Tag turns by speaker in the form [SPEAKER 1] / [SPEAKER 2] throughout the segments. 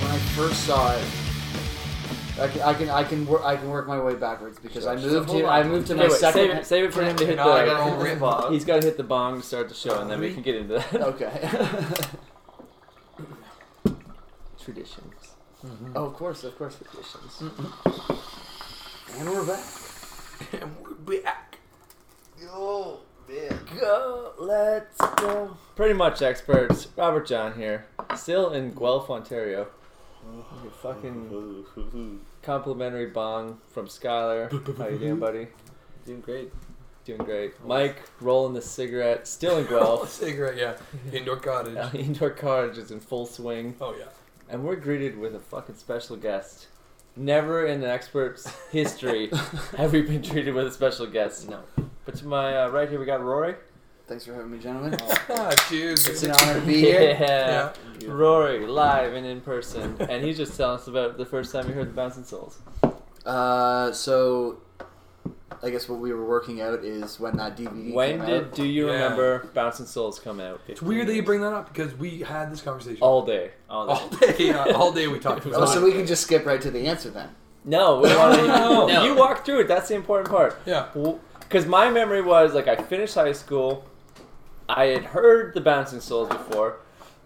[SPEAKER 1] When I first saw it, I can I can I can, wor- I can work my way backwards because I moved
[SPEAKER 2] hold
[SPEAKER 1] to
[SPEAKER 2] on.
[SPEAKER 1] I moved to my
[SPEAKER 3] Anyway, save
[SPEAKER 1] second.
[SPEAKER 3] it, save it for him to hit
[SPEAKER 2] No, I
[SPEAKER 3] the.
[SPEAKER 2] got home written Bob.
[SPEAKER 3] He's got to hit the bong to start the show, and then we can get into that.
[SPEAKER 1] Okay.
[SPEAKER 3] Traditions.
[SPEAKER 1] oh, of course, of course,
[SPEAKER 3] Traditions.
[SPEAKER 1] and we're back.
[SPEAKER 2] And we're back.
[SPEAKER 1] Oh man.
[SPEAKER 3] Go, let's go. Pretty much experts. Robert John here, still in Guelph, Ontario. Your fucking complimentary bong from Skylar. How you doing, buddy?
[SPEAKER 4] Doing great.
[SPEAKER 3] Doing great. Mike rolling the cigarette, still in
[SPEAKER 2] Well,
[SPEAKER 3] Guelph.
[SPEAKER 2] cigarette, yeah. Indoor cottage.
[SPEAKER 3] Uh, Indoor cottage is in full swing,
[SPEAKER 2] Oh yeah.
[SPEAKER 3] and we're greeted with a fucking special guest. Never in an expert's history have we been treated with a special guest.
[SPEAKER 4] No.
[SPEAKER 3] But to my uh, right here, we got Rory.
[SPEAKER 1] Thanks for having me, gentlemen.
[SPEAKER 3] Oh,
[SPEAKER 2] Ah, cheers.
[SPEAKER 1] It's an honor to be here.
[SPEAKER 3] Yeah.
[SPEAKER 2] Yeah.
[SPEAKER 3] Rory, live and in person, and he's just telling us about the first time you heard the Bouncing Souls.
[SPEAKER 1] Uh, so, I guess what we were working out is when that DVD
[SPEAKER 3] When
[SPEAKER 1] came
[SPEAKER 3] did
[SPEAKER 1] out.
[SPEAKER 3] do you
[SPEAKER 2] Yeah.
[SPEAKER 3] remember Bouncing Souls come out?
[SPEAKER 2] It's weird that you bring that up because we had this conversation
[SPEAKER 3] All day. All day.
[SPEAKER 2] All day. yeah, all day we talked
[SPEAKER 1] Oh,
[SPEAKER 2] about.
[SPEAKER 1] so
[SPEAKER 2] it.
[SPEAKER 1] we can just skip right to the answer then.
[SPEAKER 3] No, we want to.
[SPEAKER 2] No.
[SPEAKER 3] no, you walked through it. That's the important part.
[SPEAKER 2] Yeah.
[SPEAKER 3] Because my memory was like I finished high school, I had heard the Bouncing Souls before,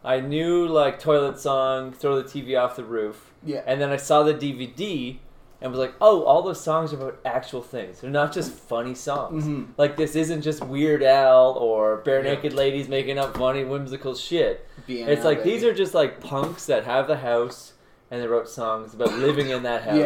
[SPEAKER 3] I knew like Toilet Song, Throw the TV Off the Roof,
[SPEAKER 1] Yeah.
[SPEAKER 3] and then I saw the DVD and was like, oh, all those songs are about actual things. They're not just funny songs.
[SPEAKER 1] Mhm.
[SPEAKER 3] Like this isn't just Weird Al or bare
[SPEAKER 2] Yeah.
[SPEAKER 3] naked ladies making up funny whimsical shit.
[SPEAKER 1] BNL,
[SPEAKER 3] it's like these
[SPEAKER 1] baby.
[SPEAKER 3] are just like punks that have the house and they wrote songs about living in that house,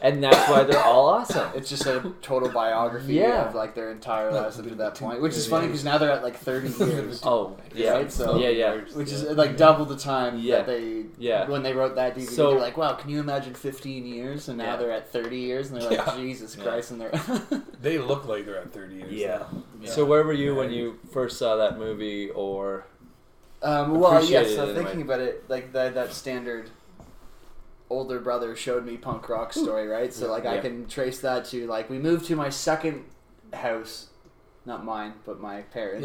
[SPEAKER 1] Yeah.
[SPEAKER 3] and that's why they're all awesome.
[SPEAKER 1] It's just a total biography
[SPEAKER 3] Yeah.
[SPEAKER 1] of like their entire lives up to that point, which is
[SPEAKER 2] Yeah.
[SPEAKER 1] funny because now they're at like 30 years,
[SPEAKER 3] Oh yeah,
[SPEAKER 1] Right, so-
[SPEAKER 3] yeah, yeah.
[SPEAKER 1] which is like double the time
[SPEAKER 3] Yeah.
[SPEAKER 1] that they
[SPEAKER 3] Yeah.
[SPEAKER 1] when they wrote that DVD.
[SPEAKER 3] So-
[SPEAKER 1] they're like, wow, can you imagine 15 years? And now
[SPEAKER 3] Yeah.
[SPEAKER 1] they're at 30 years, and they're like,
[SPEAKER 2] Yeah.
[SPEAKER 1] Jesus
[SPEAKER 3] Yeah.
[SPEAKER 1] Christ, and they're
[SPEAKER 2] They look like they're at 30 years. Yeah.
[SPEAKER 3] So where were you when you first saw that movie, or
[SPEAKER 1] Um, well, yeah.
[SPEAKER 3] Appreciate it
[SPEAKER 1] So
[SPEAKER 3] anyway.
[SPEAKER 1] thinking about it, like that, that standard older brother showed me punk rock story, right? So like I
[SPEAKER 3] Yeah.
[SPEAKER 1] can trace that to like we moved to my second house, not mine, but my parents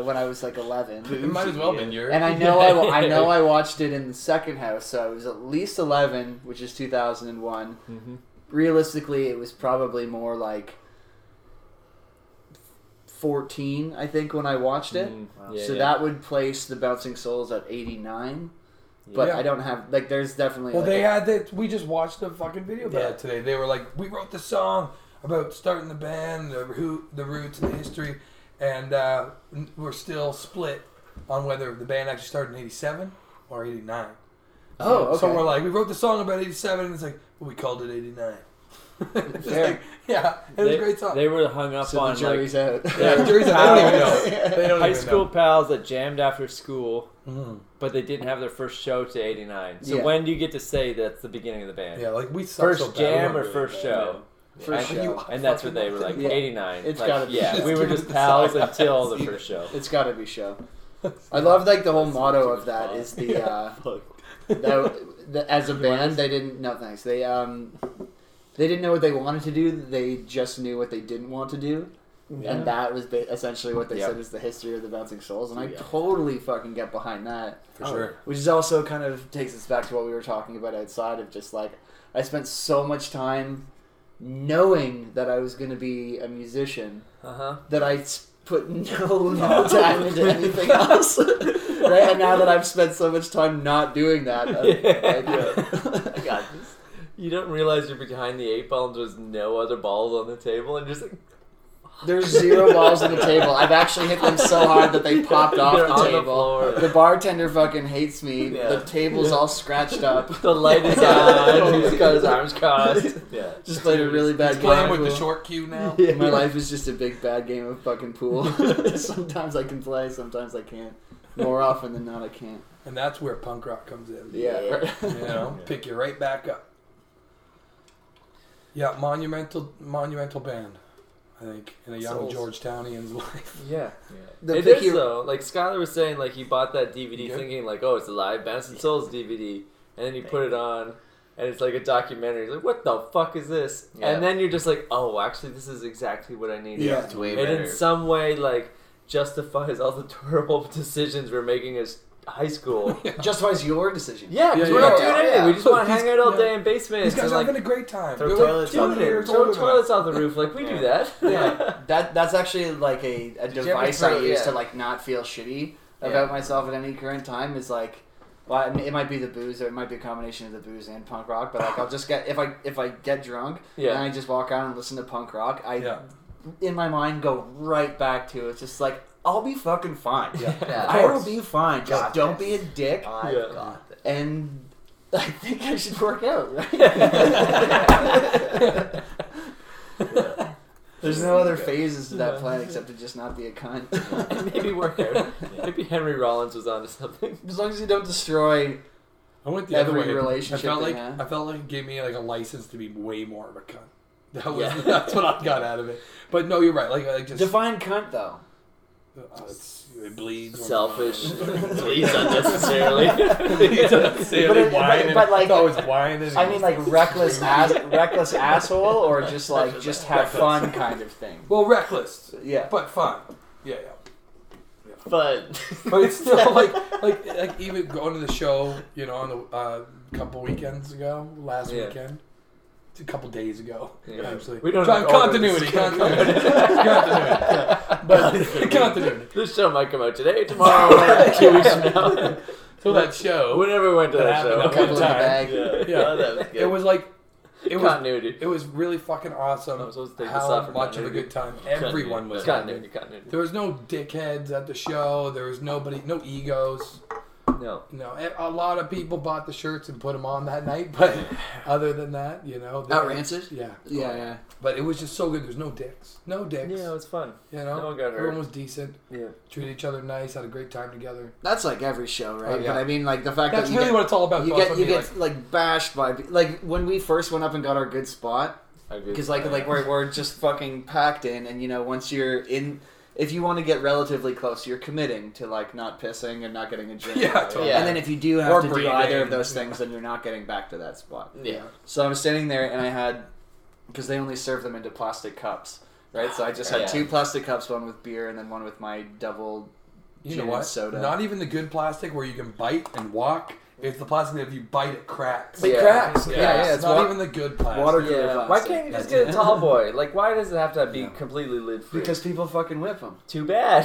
[SPEAKER 1] when I was like
[SPEAKER 2] It
[SPEAKER 1] eleven.
[SPEAKER 2] might as well have been yours.
[SPEAKER 1] And I know I, wa- I know I watched it in the second house, so I was at least eleven, which is two thousand and one. Realistically, it was probably more like fourteen, I think, when I watched it.
[SPEAKER 3] Mm,
[SPEAKER 4] Wow.
[SPEAKER 3] yeah,
[SPEAKER 1] so
[SPEAKER 3] yeah.
[SPEAKER 1] that would place the Bouncing Souls at 89. But
[SPEAKER 2] Yeah.
[SPEAKER 1] I don't have like. There's definitely
[SPEAKER 2] Well,
[SPEAKER 1] like,
[SPEAKER 2] they
[SPEAKER 1] a-
[SPEAKER 2] had that. We just watched a fucking video about
[SPEAKER 1] Yeah.
[SPEAKER 2] it today. They were like, we wrote the song about starting the band, the who, the roots, the history, and uh, n- we're still split on whether the band actually started in '87 or '89.
[SPEAKER 1] Oh, okay.
[SPEAKER 2] So we're like, we wrote the song about '87, and it's like, well, we called it '89. It's
[SPEAKER 1] Fair.
[SPEAKER 2] like, yeah, it was
[SPEAKER 3] they,
[SPEAKER 2] a great song.
[SPEAKER 3] They were hung up
[SPEAKER 1] so
[SPEAKER 3] on
[SPEAKER 1] the
[SPEAKER 3] like,
[SPEAKER 1] jury's out.
[SPEAKER 2] yeah, jury's out. They don't even know. They don't
[SPEAKER 3] high
[SPEAKER 2] even
[SPEAKER 3] school
[SPEAKER 2] know.
[SPEAKER 3] pals that jammed after school,
[SPEAKER 2] Mhm.
[SPEAKER 3] but they didn't have their first show to '89. So
[SPEAKER 1] Yeah.
[SPEAKER 3] when do you get to say that's the beginning of the band?
[SPEAKER 2] Yeah, like we sucked
[SPEAKER 3] First
[SPEAKER 2] so bad. We
[SPEAKER 3] jam
[SPEAKER 2] weren't
[SPEAKER 3] or
[SPEAKER 2] really
[SPEAKER 3] first
[SPEAKER 2] bad.
[SPEAKER 3] show?
[SPEAKER 1] First
[SPEAKER 2] Yeah.
[SPEAKER 1] show.
[SPEAKER 3] And that's what they were like.
[SPEAKER 1] Yeah.
[SPEAKER 3] '89.
[SPEAKER 1] It's
[SPEAKER 3] like,
[SPEAKER 1] gotta be-
[SPEAKER 3] Yeah, we were just
[SPEAKER 2] Just give it the
[SPEAKER 3] pals
[SPEAKER 2] song.
[SPEAKER 3] until the first show.
[SPEAKER 1] It's got to be show. I love like the whole motto of that is the uh, that, that as a band they didn't no thanks they um they didn't know what they wanted to do they just knew what they didn't want to do
[SPEAKER 3] Yeah.
[SPEAKER 1] and that was ba- essentially what they
[SPEAKER 3] Yeah.
[SPEAKER 1] said is the history of the Bouncing Souls and I
[SPEAKER 4] Yeah.
[SPEAKER 1] totally fucking get behind that
[SPEAKER 2] For sure.
[SPEAKER 1] which is also kind of takes us back to what we were talking about outside of just like I spent so much time knowing that I was going to be a musician
[SPEAKER 3] Uh huh.
[SPEAKER 1] that I s- put no, no time into anything else. right? And now that I've spent so much time not doing that, uh, I'm, like,
[SPEAKER 3] God, this- you don't realize you're behind the eight ball and there's no other balls on the table, and you're just like,
[SPEAKER 1] there's zero balls on the table. I've actually hit them so hard that they popped off
[SPEAKER 3] They're
[SPEAKER 1] the
[SPEAKER 3] on the
[SPEAKER 1] table.
[SPEAKER 3] floor.
[SPEAKER 1] The, bartender fucking hates me.
[SPEAKER 3] Yeah.
[SPEAKER 1] The table's all scratched up.
[SPEAKER 3] the light is on. He's got his arms crossed. Yeah.
[SPEAKER 1] Just played a really bad
[SPEAKER 2] He's playing
[SPEAKER 1] game.
[SPEAKER 2] with
[SPEAKER 1] of
[SPEAKER 2] the
[SPEAKER 1] pool.
[SPEAKER 2] short cue now.
[SPEAKER 1] My life is just a big bad game of fucking pool. sometimes I can play, sometimes I can't. More often than not, I can't.
[SPEAKER 2] And that's where punk rock comes in.
[SPEAKER 1] Yeah.
[SPEAKER 2] You know,
[SPEAKER 4] Yeah.
[SPEAKER 2] pick you right back up. Yeah, monumental, monumental band. I think, in a young
[SPEAKER 3] Souls.
[SPEAKER 2] Georgetownian's life.
[SPEAKER 3] Yeah.
[SPEAKER 1] The
[SPEAKER 3] it
[SPEAKER 1] picky-
[SPEAKER 3] is though. Like Skylar was saying, like he bought that DVD
[SPEAKER 2] Yeah.
[SPEAKER 3] thinking like, oh, it's a live Bounce and Souls DVD, and then you put it on, and it's like a documentary. He's like, what the fuck is this?
[SPEAKER 4] Yeah.
[SPEAKER 3] And then you're just like, oh, actually, this is exactly what I needed.
[SPEAKER 1] Yeah.
[SPEAKER 4] It's way
[SPEAKER 3] And
[SPEAKER 4] better.
[SPEAKER 3] in some way, like justifies all the terrible decisions we're making as high school. yeah,
[SPEAKER 1] justifies your decision.
[SPEAKER 3] because
[SPEAKER 2] Yeah,
[SPEAKER 1] yeah,
[SPEAKER 3] we're not
[SPEAKER 1] yeah.
[SPEAKER 3] doing anything. We just
[SPEAKER 2] Look,
[SPEAKER 3] want to
[SPEAKER 2] these-
[SPEAKER 3] hang out all
[SPEAKER 2] yeah.
[SPEAKER 3] day in basements.
[SPEAKER 2] These guys
[SPEAKER 3] and,
[SPEAKER 2] are
[SPEAKER 3] like,
[SPEAKER 2] having a great time.
[SPEAKER 4] Throw
[SPEAKER 2] They're like
[SPEAKER 4] toilets
[SPEAKER 2] two
[SPEAKER 4] on the-
[SPEAKER 2] years
[SPEAKER 3] throw
[SPEAKER 2] older than us.
[SPEAKER 3] toilets off the roof. Like we do
[SPEAKER 4] Yeah.
[SPEAKER 3] that.
[SPEAKER 1] yeah, that that's actually like a, a
[SPEAKER 3] you ever
[SPEAKER 1] device I
[SPEAKER 3] throw-
[SPEAKER 1] use
[SPEAKER 3] yeah.
[SPEAKER 1] to like not feel shitty
[SPEAKER 3] Yeah.
[SPEAKER 1] about myself at any current time. Is like, well, I mean, it might be the booze, or it might be a combination of the booze and punk rock. But like, I'll just get if I if I get drunk
[SPEAKER 3] Yeah.
[SPEAKER 1] and I just walk out and listen to punk rock, I
[SPEAKER 2] Yeah.
[SPEAKER 1] in my mind go right back to it. It's just like I'll be fucking fine.
[SPEAKER 2] Yeah.
[SPEAKER 4] Yeah.
[SPEAKER 1] I will
[SPEAKER 2] course.
[SPEAKER 1] be fine. Just
[SPEAKER 4] Got
[SPEAKER 1] don't
[SPEAKER 4] this.
[SPEAKER 1] be a dick.
[SPEAKER 4] I've
[SPEAKER 3] Yeah.
[SPEAKER 4] got this.
[SPEAKER 1] and I think I should work out. Right?
[SPEAKER 3] Yeah.
[SPEAKER 1] There's no other phases to that
[SPEAKER 3] Yeah.
[SPEAKER 1] plan except to just not be a cunt.
[SPEAKER 3] Maybe work out. Maybe Henry Rollins was onto something.
[SPEAKER 1] As long as you don't destroy.
[SPEAKER 2] I went the
[SPEAKER 1] Every
[SPEAKER 2] other way.
[SPEAKER 1] relationship
[SPEAKER 2] I felt
[SPEAKER 1] they
[SPEAKER 2] like
[SPEAKER 1] have.
[SPEAKER 2] I felt like it gave me like a license to be way more of a cunt. That was
[SPEAKER 3] Yeah.
[SPEAKER 2] that's what I got out of it. But no, you're right. Like, like just
[SPEAKER 1] Define cunt though.
[SPEAKER 2] uh, it's, it bleeds.
[SPEAKER 3] Selfish.
[SPEAKER 4] Please,
[SPEAKER 3] unnecessarily.
[SPEAKER 2] It's
[SPEAKER 1] But
[SPEAKER 2] unnecessarily
[SPEAKER 1] it- but-
[SPEAKER 2] whining.
[SPEAKER 1] but, like-
[SPEAKER 2] it's always whining.
[SPEAKER 1] I mean, like reckless ass, reckless asshole, or just like just have fun kind of thing.
[SPEAKER 2] well, reckless,
[SPEAKER 1] Yeah,
[SPEAKER 2] but fun. Yeah, yeah.
[SPEAKER 4] Fun.
[SPEAKER 2] But it's still like, like, like even going to the show, you know, on the uh, couple weekends ago, last
[SPEAKER 3] Yeah.
[SPEAKER 2] weekend, a couple days ago,
[SPEAKER 3] Yeah.
[SPEAKER 2] actually.
[SPEAKER 3] We don't
[SPEAKER 2] Con-
[SPEAKER 3] have
[SPEAKER 2] continuity, continuity, continuity. yeah. But continuity.
[SPEAKER 3] This show might come out today, tomorrow, two weeks from now.
[SPEAKER 2] So that show,
[SPEAKER 3] Whenever we went to
[SPEAKER 2] That
[SPEAKER 3] that,
[SPEAKER 2] happened
[SPEAKER 3] show,
[SPEAKER 1] couple in the
[SPEAKER 2] Good time.
[SPEAKER 1] bag.
[SPEAKER 4] Yeah.
[SPEAKER 2] Yeah.
[SPEAKER 4] Oh, that was good.
[SPEAKER 2] it was like, it was
[SPEAKER 3] continuity.
[SPEAKER 2] It was really fucking awesome.
[SPEAKER 3] I'm supposed to take
[SPEAKER 2] how
[SPEAKER 3] this off for
[SPEAKER 2] much of a
[SPEAKER 3] continuity.
[SPEAKER 2] good time everyone was
[SPEAKER 3] continuity,
[SPEAKER 2] having.
[SPEAKER 3] continuity.
[SPEAKER 2] There was no dickheads at the show. There was nobody, no egos.
[SPEAKER 3] No,
[SPEAKER 2] No, a- a lot of people bought the shirts and put them on that night. But other than that, you know,
[SPEAKER 1] not rancid.
[SPEAKER 2] Yeah,
[SPEAKER 1] Yeah, yeah.
[SPEAKER 2] but it was just so good. There's no dicks, no dicks.
[SPEAKER 3] yeah, it was fun.
[SPEAKER 2] you know,
[SPEAKER 3] no one got hurt.
[SPEAKER 2] everyone was decent.
[SPEAKER 3] Yeah,
[SPEAKER 2] Treated each other nice. Had a great time together.
[SPEAKER 1] That's like every show, right?
[SPEAKER 2] Oh, yeah.
[SPEAKER 1] But I mean, like the fact
[SPEAKER 2] That's
[SPEAKER 1] that you
[SPEAKER 2] really
[SPEAKER 1] get,
[SPEAKER 2] what it's all about.
[SPEAKER 1] you
[SPEAKER 2] though. That's
[SPEAKER 1] get
[SPEAKER 2] what
[SPEAKER 1] you
[SPEAKER 2] I mean,
[SPEAKER 1] get like bashed by like when we first went up and got our good spot.
[SPEAKER 3] I agree.
[SPEAKER 1] because like like we're, we're just fucking packed in and you know once you're in if you want to get relatively close you're committing to like not pissing and not getting a drink
[SPEAKER 2] Yeah, totally.
[SPEAKER 1] and then if you do have
[SPEAKER 2] Or
[SPEAKER 1] to
[SPEAKER 2] breathing.
[SPEAKER 1] do either of those things then you're not getting back to that spot
[SPEAKER 4] Yeah.
[SPEAKER 1] so i'm standing there and i had because they only serve them into plastic cups right so i just had
[SPEAKER 4] Yeah.
[SPEAKER 1] two plastic cups one with beer and then one with my double
[SPEAKER 2] You
[SPEAKER 1] gin
[SPEAKER 2] know
[SPEAKER 1] and
[SPEAKER 2] what?
[SPEAKER 1] soda
[SPEAKER 2] Not even the good plastic where you can bite and walk. It's the plastic that if you bite it cracks.
[SPEAKER 1] It
[SPEAKER 3] Yeah.
[SPEAKER 1] cracks. Yeah,
[SPEAKER 2] Yeah,
[SPEAKER 1] yeah,
[SPEAKER 2] It's
[SPEAKER 1] it's
[SPEAKER 2] not
[SPEAKER 1] wa-
[SPEAKER 2] even the good plastic.
[SPEAKER 1] water cooler
[SPEAKER 3] yeah. Why
[SPEAKER 1] plastic.
[SPEAKER 3] can't you just
[SPEAKER 2] That's
[SPEAKER 3] get a tall boy? Like, why does it have to be
[SPEAKER 2] Yeah.
[SPEAKER 3] completely lid free?
[SPEAKER 1] because people fucking whip them
[SPEAKER 3] too bad.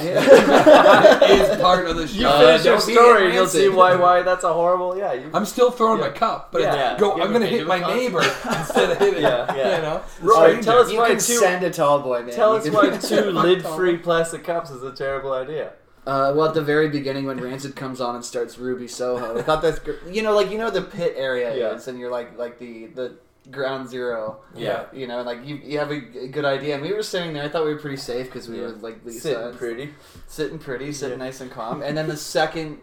[SPEAKER 2] That is part of the
[SPEAKER 3] you
[SPEAKER 2] show.
[SPEAKER 1] Uh,
[SPEAKER 3] finish your
[SPEAKER 1] don't be
[SPEAKER 3] story, and you'll
[SPEAKER 1] rancid.
[SPEAKER 3] see why. Why that's a horrible. Yeah, you
[SPEAKER 2] I'm still throwing
[SPEAKER 3] Yeah.
[SPEAKER 2] my cup, but
[SPEAKER 3] Yeah.
[SPEAKER 2] it's go.
[SPEAKER 4] You
[SPEAKER 2] I'm
[SPEAKER 4] haven't
[SPEAKER 2] gonna
[SPEAKER 4] been
[SPEAKER 2] hit
[SPEAKER 4] to a
[SPEAKER 2] my
[SPEAKER 4] concert.
[SPEAKER 2] neighbor instead of hitting.
[SPEAKER 3] Yeah, yeah.
[SPEAKER 2] You know.
[SPEAKER 3] Roy, tell us
[SPEAKER 1] Oh, you
[SPEAKER 3] why
[SPEAKER 1] can
[SPEAKER 3] two.
[SPEAKER 1] send a tall boy man
[SPEAKER 3] Tell
[SPEAKER 1] You
[SPEAKER 3] us
[SPEAKER 1] can-
[SPEAKER 3] why two lid-free plastic cups is a terrible idea.
[SPEAKER 1] Uh, well, at the very beginning, when Rancid comes on and starts Ruby Soho, I thought that's gr- you know, like you know the pit area
[SPEAKER 3] Yeah.
[SPEAKER 1] is, and you're like like the the ground zero,
[SPEAKER 3] Yeah.
[SPEAKER 1] you know, like you you have a g- good idea. And we were sitting there, I thought we were pretty safe because we
[SPEAKER 3] Yeah.
[SPEAKER 1] were like Lisa,
[SPEAKER 3] Sitting pretty.
[SPEAKER 1] sitting pretty, sitting
[SPEAKER 3] Yeah.
[SPEAKER 1] nice and calm. And then the second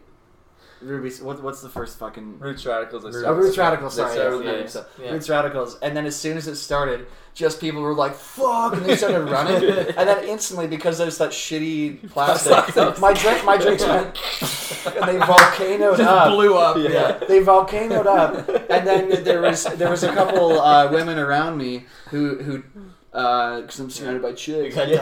[SPEAKER 1] Ruby, what, what's the first fucking
[SPEAKER 3] Roots radicals. I
[SPEAKER 2] Roots.
[SPEAKER 1] Oh,
[SPEAKER 3] started.
[SPEAKER 1] Roots Radicals,
[SPEAKER 3] They
[SPEAKER 1] sorry.
[SPEAKER 3] started
[SPEAKER 1] yeah,
[SPEAKER 3] with
[SPEAKER 1] so-
[SPEAKER 4] Yeah.
[SPEAKER 1] Roots Radicals. And then as soon as it started, just people were like, fuck, and they started running. and then instantly, because there's that shitty plastic, my, drink, my drinks went, and they volcanoed
[SPEAKER 2] Just
[SPEAKER 1] up.
[SPEAKER 2] blew up.
[SPEAKER 3] Yeah.
[SPEAKER 2] Yeah.
[SPEAKER 1] They volcanoed up, and then there was there was a couple uh, women around me who who because I'm surrounded by chicks,
[SPEAKER 4] Cut
[SPEAKER 1] uh,
[SPEAKER 4] down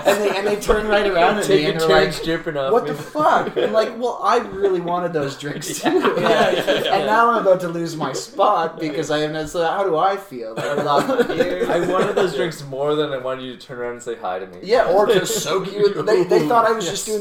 [SPEAKER 4] things.
[SPEAKER 1] and they and they turn right around at me
[SPEAKER 3] Taking
[SPEAKER 1] and are
[SPEAKER 3] turns
[SPEAKER 1] like,
[SPEAKER 3] stripping off
[SPEAKER 1] "What
[SPEAKER 3] me.
[SPEAKER 1] the fuck?" I'm like, "Well, I really wanted those drinks too."
[SPEAKER 2] Yeah, yeah,
[SPEAKER 1] And now I'm about to lose my spot because I am. not- So how do I feel? Like, I love my beer.
[SPEAKER 3] I wanted those drinks more than I wanted you to turn around and say hi to me.
[SPEAKER 1] Yeah, or just soak you. in- They, they thought I was just doing